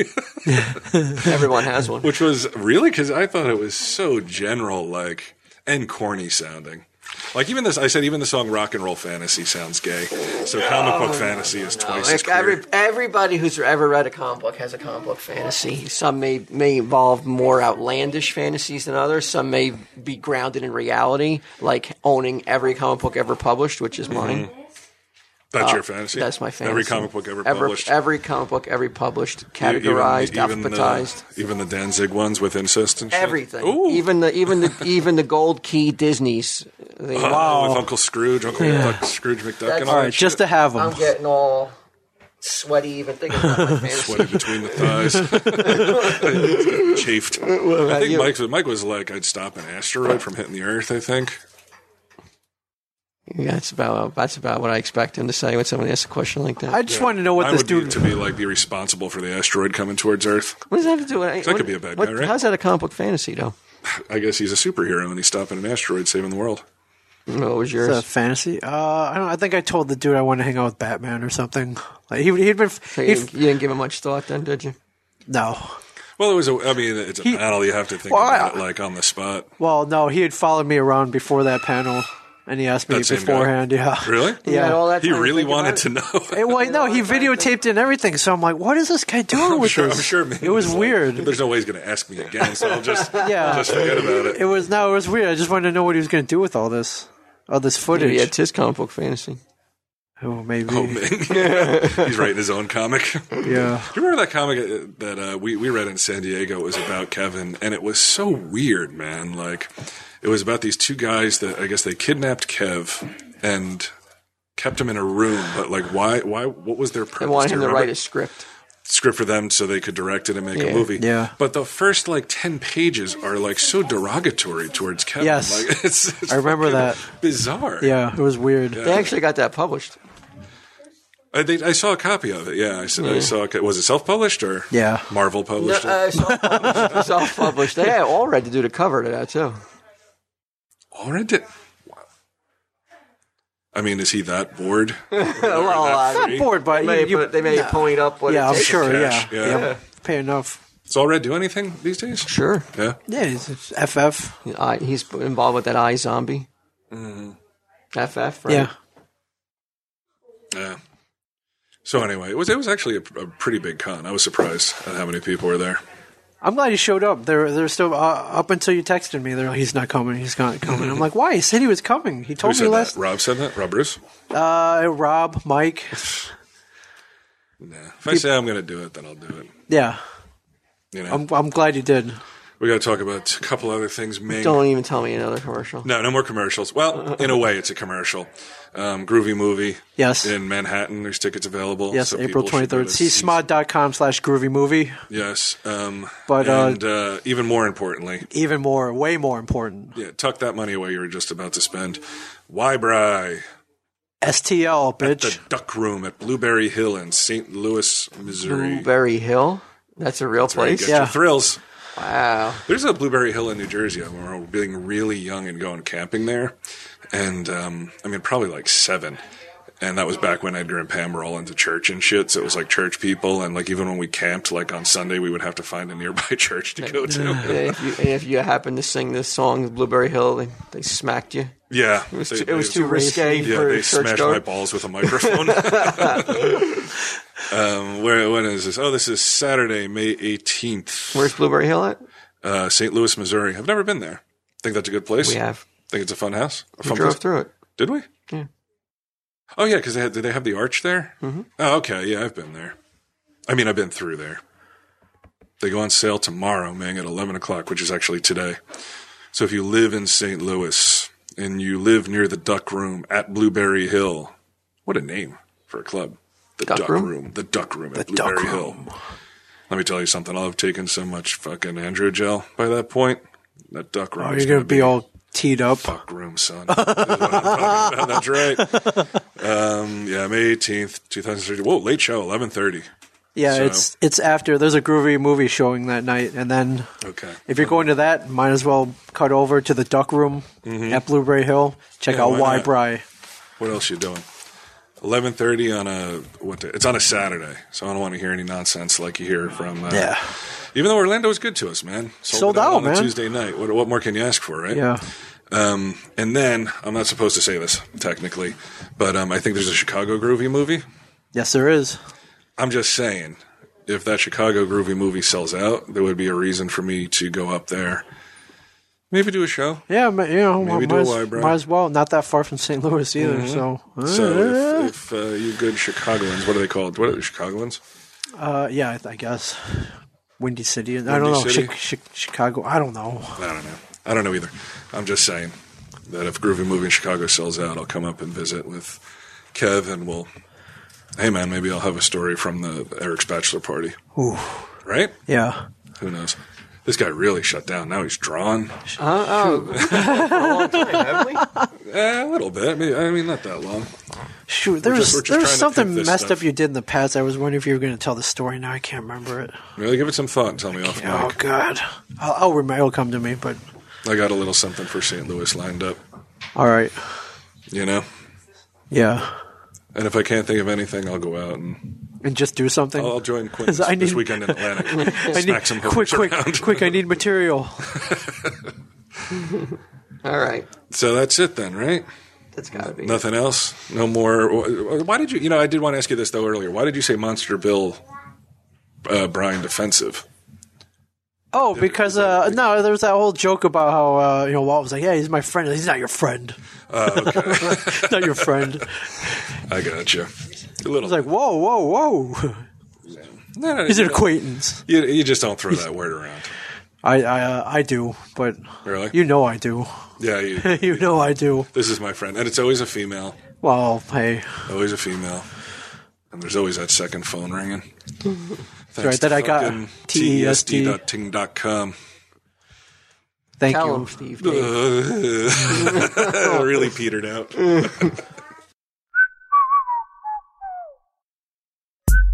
[SPEAKER 2] Everyone has one.
[SPEAKER 3] Which was really because I thought it was so general, like and corny sounding. Like even this, I said even the song "Rock and Roll Fantasy" sounds gay. So comic book fantasy is twice as
[SPEAKER 2] Oh. Like
[SPEAKER 3] queer.
[SPEAKER 2] every, everybody who's ever read a comic book has a comic book fantasy. Some may may involve more outlandish fantasies than others. Some may be grounded in reality, like owning every comic book ever published, which is mine.
[SPEAKER 3] that's your fantasy.
[SPEAKER 2] Oh, That's my fantasy.
[SPEAKER 3] Mm-hmm. Every comic book ever, published,
[SPEAKER 2] Every comic book ever published,
[SPEAKER 3] E- even-
[SPEAKER 2] categorized,
[SPEAKER 3] the-
[SPEAKER 2] alphabetized.
[SPEAKER 3] even the Danzig ones with incest and shit.
[SPEAKER 2] Everything,
[SPEAKER 3] Ooh.
[SPEAKER 2] even the even the even the gold key Disney's. They-
[SPEAKER 3] Oh, with Uncle Scrooge, Uncle Duck, Scrooge McDuck,
[SPEAKER 2] That's-
[SPEAKER 3] and all
[SPEAKER 6] All
[SPEAKER 3] that
[SPEAKER 6] right, just to have them.
[SPEAKER 2] I'm getting all sweaty even thinking about my fantasy.
[SPEAKER 3] sweaty between the thighs, It's chafed. I think
[SPEAKER 2] you?
[SPEAKER 3] Mike, Mike was like, "I'd stop an asteroid from hitting the Earth." I think.
[SPEAKER 2] Yeah, that's about that's about what I expect him to say when someone asks a question like that.
[SPEAKER 6] I just want to know what
[SPEAKER 3] I
[SPEAKER 6] this
[SPEAKER 3] would be-
[SPEAKER 6] dude.
[SPEAKER 3] to be like be responsible for the asteroid coming towards Earth.
[SPEAKER 2] what does that have to do with
[SPEAKER 3] That could be a bad guy, right?
[SPEAKER 2] How's that a comic book fantasy, though?
[SPEAKER 3] I guess he's a superhero and he's stopping an asteroid, saving the world.
[SPEAKER 2] What was
[SPEAKER 6] It's a
[SPEAKER 2] yours?
[SPEAKER 6] fantasy. Uh, I don't. I think I told the dude I want to hang out with Batman or something. Like he, he'd been.
[SPEAKER 2] So you,
[SPEAKER 6] he'd-
[SPEAKER 2] didn't, you didn't give it much thought then, did you?
[SPEAKER 6] no,
[SPEAKER 3] Well, it was. A, I mean, it's a
[SPEAKER 6] He-
[SPEAKER 3] panel. You have to think
[SPEAKER 6] Well, I-
[SPEAKER 3] about it like on the spot.
[SPEAKER 6] Well, no, he had followed me around before that panel, and he asked me
[SPEAKER 3] That same guy?
[SPEAKER 6] beforehand. Yeah,
[SPEAKER 3] Really?
[SPEAKER 6] Yeah.
[SPEAKER 2] had all that
[SPEAKER 3] He
[SPEAKER 2] time to
[SPEAKER 3] really
[SPEAKER 2] think about
[SPEAKER 3] wanted
[SPEAKER 2] it.
[SPEAKER 3] to know.
[SPEAKER 6] It, well, no, he videotaped it and everything. So I'm like, what is this guy doing
[SPEAKER 3] I'm
[SPEAKER 6] with
[SPEAKER 3] sure. I'm
[SPEAKER 6] this?
[SPEAKER 3] sure. maybe
[SPEAKER 6] it was
[SPEAKER 3] he's like,
[SPEAKER 6] weird.
[SPEAKER 3] There's no way he's going to ask me again, so I'll just
[SPEAKER 6] Yeah.
[SPEAKER 3] just forget about it.
[SPEAKER 6] it was no, it was weird. I just wanted to know what he was going to do with all this, all this footage.
[SPEAKER 2] Maybe it's his comic book fantasy.
[SPEAKER 6] Oh, maybe.
[SPEAKER 3] Oh, man. he's writing his own comic. Do
[SPEAKER 6] Yeah.
[SPEAKER 3] you remember that comic uh, that uh, we we read in San Diego? It was about Kevin, and it was so weird, man. Like it was about these two guys that I guess they kidnapped Kev and kept him in a room, but like why why what was their purpose?
[SPEAKER 2] I wanted
[SPEAKER 3] Do
[SPEAKER 2] him to
[SPEAKER 3] you remember?
[SPEAKER 2] write a script.
[SPEAKER 3] script for them so they could direct it and make a
[SPEAKER 2] Yeah.
[SPEAKER 3] movie.
[SPEAKER 6] Yeah.
[SPEAKER 3] But the first like ten pages are like so derogatory towards Kevin.
[SPEAKER 6] Yes.
[SPEAKER 3] Like, it's, it's
[SPEAKER 6] I remember
[SPEAKER 3] fucking
[SPEAKER 6] that.
[SPEAKER 3] Bizarre.
[SPEAKER 6] Yeah, it was weird.
[SPEAKER 2] They actually got that published.
[SPEAKER 3] I, think I saw a copy of it. Yeah, I, said, I saw. A, co- was it self-published or
[SPEAKER 6] Yeah.
[SPEAKER 3] Marvel
[SPEAKER 2] No,
[SPEAKER 3] published it?
[SPEAKER 2] uh, self-published. self-published. They had all right to do to cover to that too.
[SPEAKER 3] Or it did. I mean, is he that bored?
[SPEAKER 6] Oh,
[SPEAKER 2] well, uh,
[SPEAKER 6] Not bored, but
[SPEAKER 2] they may,
[SPEAKER 6] you, you-
[SPEAKER 2] put, they may pony up. What it
[SPEAKER 6] yeah, I'm
[SPEAKER 2] takes.
[SPEAKER 6] sure. Yeah.
[SPEAKER 3] cash,
[SPEAKER 6] yeah,
[SPEAKER 3] yeah.
[SPEAKER 6] pay enough.
[SPEAKER 3] Does All Red do anything these days?
[SPEAKER 2] Sure.
[SPEAKER 3] Yeah.
[SPEAKER 6] Yeah, it's, it's FF.
[SPEAKER 2] I, he's involved with that eye zombie.
[SPEAKER 3] Mm-hmm.
[SPEAKER 2] FF. Right?
[SPEAKER 6] Yeah,
[SPEAKER 3] Yeah. So anyway, it was it was actually a, a pretty big con. I was surprised at how many people were there.
[SPEAKER 6] I'm glad he showed up. They're they're still uh, up until you texted me. They're like, he's not coming. He's not coming. I'm like, why? He said he was coming. He
[SPEAKER 3] Who
[SPEAKER 6] told me
[SPEAKER 3] said
[SPEAKER 6] last.
[SPEAKER 3] that? Rob said that. Rob Bruce.
[SPEAKER 6] Uh, Rob, Mike.
[SPEAKER 3] Nah. If I say I'm going to do it, then I'll do it.
[SPEAKER 6] Yeah,
[SPEAKER 3] You know,
[SPEAKER 6] I'm I'm glad he did.
[SPEAKER 3] we got to talk about a couple other things. Ming.
[SPEAKER 2] Don't even tell me another commercial.
[SPEAKER 3] No, no more commercials. Well, in a way, it's a commercial. Um, groovy movie.
[SPEAKER 6] Yes.
[SPEAKER 3] In Manhattan, there's tickets available.
[SPEAKER 6] Yes,
[SPEAKER 3] so
[SPEAKER 6] April
[SPEAKER 3] people should go
[SPEAKER 6] 23rd.
[SPEAKER 3] to
[SPEAKER 6] See
[SPEAKER 3] see-
[SPEAKER 6] smod.com slash groovy movie.
[SPEAKER 3] Yes. Um,
[SPEAKER 6] But, uh,
[SPEAKER 3] and uh, even more importantly,
[SPEAKER 6] Even more, way more important.
[SPEAKER 3] yeah, tuck that money away you were just about to spend. Why Bry?
[SPEAKER 6] STL,
[SPEAKER 3] The
[SPEAKER 6] bitch.
[SPEAKER 3] Duck Room at Blueberry Hill in St. Louis, Missouri.
[SPEAKER 2] Blueberry Hill. That's a real
[SPEAKER 3] Where you
[SPEAKER 2] place.
[SPEAKER 3] Get your
[SPEAKER 6] Yeah.
[SPEAKER 3] thrills.
[SPEAKER 2] Wow.
[SPEAKER 3] There's a Blueberry Hill in New Jersey. I remember being really young and going camping there. And um, I mean, probably like seven. And that was back when Edgar and Pam were all into church and shit. So it was like church people. And like even when we camped, like on Sunday, we would have to find a nearby church to go
[SPEAKER 2] And
[SPEAKER 3] to.
[SPEAKER 2] if, you, and if you happen to sing this song, Blueberry Hill, they, they smacked you.
[SPEAKER 3] Yeah.
[SPEAKER 2] It was
[SPEAKER 3] They-
[SPEAKER 2] too,
[SPEAKER 3] they-
[SPEAKER 2] it was too risque
[SPEAKER 3] Yeah,
[SPEAKER 2] for
[SPEAKER 3] they
[SPEAKER 2] a church
[SPEAKER 3] smashed
[SPEAKER 2] goer.
[SPEAKER 3] my balls with a microphone. um, where, when is this? Oh, this is Saturday, May 18th,
[SPEAKER 2] Where's Blueberry Hill at?
[SPEAKER 3] uh, St. Louis, Missouri. I've never been there. Think that's a good place?
[SPEAKER 2] We have.
[SPEAKER 3] Think it's a fun house? A
[SPEAKER 2] We
[SPEAKER 3] fun
[SPEAKER 2] drove
[SPEAKER 3] place?
[SPEAKER 2] through it.
[SPEAKER 3] Did we?
[SPEAKER 2] Yeah.
[SPEAKER 3] Oh yeah, because they had, did they have the arch there? Mm-hmm. Oh okay, yeah, I've been there. I mean, I've been through there. They go on sale tomorrow, man, at eleven o'clock, which is actually today. So if you live in St. Louis and you live near the Duck Room at Blueberry Hill, what a name for a club. The Duck,
[SPEAKER 2] Duck
[SPEAKER 3] room?
[SPEAKER 2] Room?
[SPEAKER 3] The Duck Room at
[SPEAKER 6] The Duck
[SPEAKER 3] Blueberry Hill. Let me tell you something. I'll have taken so much fucking androgel by that point. That Duck Room.
[SPEAKER 6] Oh,
[SPEAKER 3] is
[SPEAKER 6] you're going to
[SPEAKER 3] gonna
[SPEAKER 6] be all teed up.
[SPEAKER 3] fuck room, son. That's what I'm talking about. That's right. Um, yeah, May eighteenth, two thousand thirty. Whoa, late show, eleven thirty.
[SPEAKER 6] Yeah,
[SPEAKER 3] So-
[SPEAKER 6] it's it's after. There's a groovy movie showing that night. And then
[SPEAKER 3] Okay.
[SPEAKER 6] if you're going to that, might as well cut over to the Duck Room at Blueberry Hill. Check
[SPEAKER 3] Mm-hmm. Yeah,
[SPEAKER 6] out
[SPEAKER 3] why
[SPEAKER 6] Y
[SPEAKER 3] not?
[SPEAKER 6] Bry.
[SPEAKER 3] What else you doing? Eleven thirty on a what? Day? It's on a Saturday, so I don't want to hear any nonsense like you hear from. Uh,
[SPEAKER 6] Yeah.
[SPEAKER 3] Even though Orlando is good to us, man.
[SPEAKER 6] Sold
[SPEAKER 3] it
[SPEAKER 6] out,
[SPEAKER 3] on a
[SPEAKER 6] man.
[SPEAKER 3] Tuesday night. What, what more can you ask for, right?
[SPEAKER 6] Yeah.
[SPEAKER 3] Um, and then I'm not supposed to say this technically, but um, I think there's a Chicago Groovy movie.
[SPEAKER 6] Yes, there is.
[SPEAKER 3] I'm just saying, if that Chicago Groovy movie sells out, there would be a reason for me to go up there. Maybe do a show.
[SPEAKER 6] Yeah, ma- you know,
[SPEAKER 3] Maybe do
[SPEAKER 6] might,
[SPEAKER 3] Y
[SPEAKER 6] as,
[SPEAKER 3] Bry.
[SPEAKER 6] might as well. Not that far from St. Louis either. So,
[SPEAKER 3] Mm-hmm. So if, if uh, you good Chicagoans, what are they called? What are the Chicagoans?
[SPEAKER 6] uh, yeah, I, th- I guess. Windy City. I don't know.
[SPEAKER 3] City?
[SPEAKER 6] Chi- chi- Chicago. I don't know.
[SPEAKER 3] I don't know. I don't know either. I'm just saying that if Groovy Movie in Chicago sells out, I'll come up and visit with Kev and we'll. Hey man, maybe I'll have a story from the Eric's bachelor party. Right?
[SPEAKER 6] Yeah.
[SPEAKER 3] Who knows? This guy really shut down. Now he's drawn.
[SPEAKER 2] Uh, oh,
[SPEAKER 3] Eh, a little bit. Maybe- I mean, not that long.
[SPEAKER 6] Shoot, there
[SPEAKER 3] We're just-
[SPEAKER 6] was
[SPEAKER 3] we're just
[SPEAKER 6] there
[SPEAKER 3] trying
[SPEAKER 6] was
[SPEAKER 3] to
[SPEAKER 6] something
[SPEAKER 3] pimp this
[SPEAKER 6] messed
[SPEAKER 3] stuff.
[SPEAKER 6] up you did in the past. I was wondering if you were going to tell the story. Now I can't remember it.
[SPEAKER 3] Really, give it some thought and tell me off mic.
[SPEAKER 6] Oh God, I'll, I'll remember. It'll come to me. But
[SPEAKER 3] I got a little something for St. Louis lined up,
[SPEAKER 6] all right,
[SPEAKER 3] you know?
[SPEAKER 6] yeah,
[SPEAKER 3] And if I can't think of anything, I'll go out and
[SPEAKER 6] and just do something.
[SPEAKER 3] I'll join Quinn this,
[SPEAKER 6] 'Cause I
[SPEAKER 3] this
[SPEAKER 6] need-
[SPEAKER 3] weekend in Atlantic.
[SPEAKER 6] I
[SPEAKER 3] Smack
[SPEAKER 6] need,
[SPEAKER 3] some
[SPEAKER 6] quick,
[SPEAKER 3] hookers
[SPEAKER 6] quick,
[SPEAKER 3] around.
[SPEAKER 6] quick! I need material.
[SPEAKER 2] All right.
[SPEAKER 3] So that's it then, right?
[SPEAKER 2] That's got to be.
[SPEAKER 3] Nothing else. No more. Why did you? You know, I did want to ask you this though earlier. Why did you say Monster Bill uh, Brian defensive?
[SPEAKER 6] Oh, because uh, no, there was that whole joke about how uh, you know Walt was like, "Yeah, he's my friend. He's not your friend.
[SPEAKER 3] Oh,
[SPEAKER 6] not your friend." I
[SPEAKER 3] I gotcha. A little.
[SPEAKER 6] was like, "Whoa, whoa, whoa!
[SPEAKER 3] no, no,
[SPEAKER 6] He's
[SPEAKER 3] you
[SPEAKER 6] an
[SPEAKER 3] know,
[SPEAKER 6] acquaintance."
[SPEAKER 3] You, you just don't throw that word around.
[SPEAKER 6] I I, uh, I do, but
[SPEAKER 3] Really?
[SPEAKER 6] you know I do.
[SPEAKER 3] Yeah. You,
[SPEAKER 6] you know I do.
[SPEAKER 3] this is my friend, and it's always a female.
[SPEAKER 6] Well, hey,
[SPEAKER 3] Always a female. And there's always that second phone ringing. That's
[SPEAKER 6] Mm-hmm. right, that I got E
[SPEAKER 3] E
[SPEAKER 6] TESD.
[SPEAKER 3] TESD.ting.com.
[SPEAKER 6] thank
[SPEAKER 2] Tell
[SPEAKER 6] you.
[SPEAKER 2] him, Steve. Dave.
[SPEAKER 6] Oh.
[SPEAKER 3] Uh, really petered out.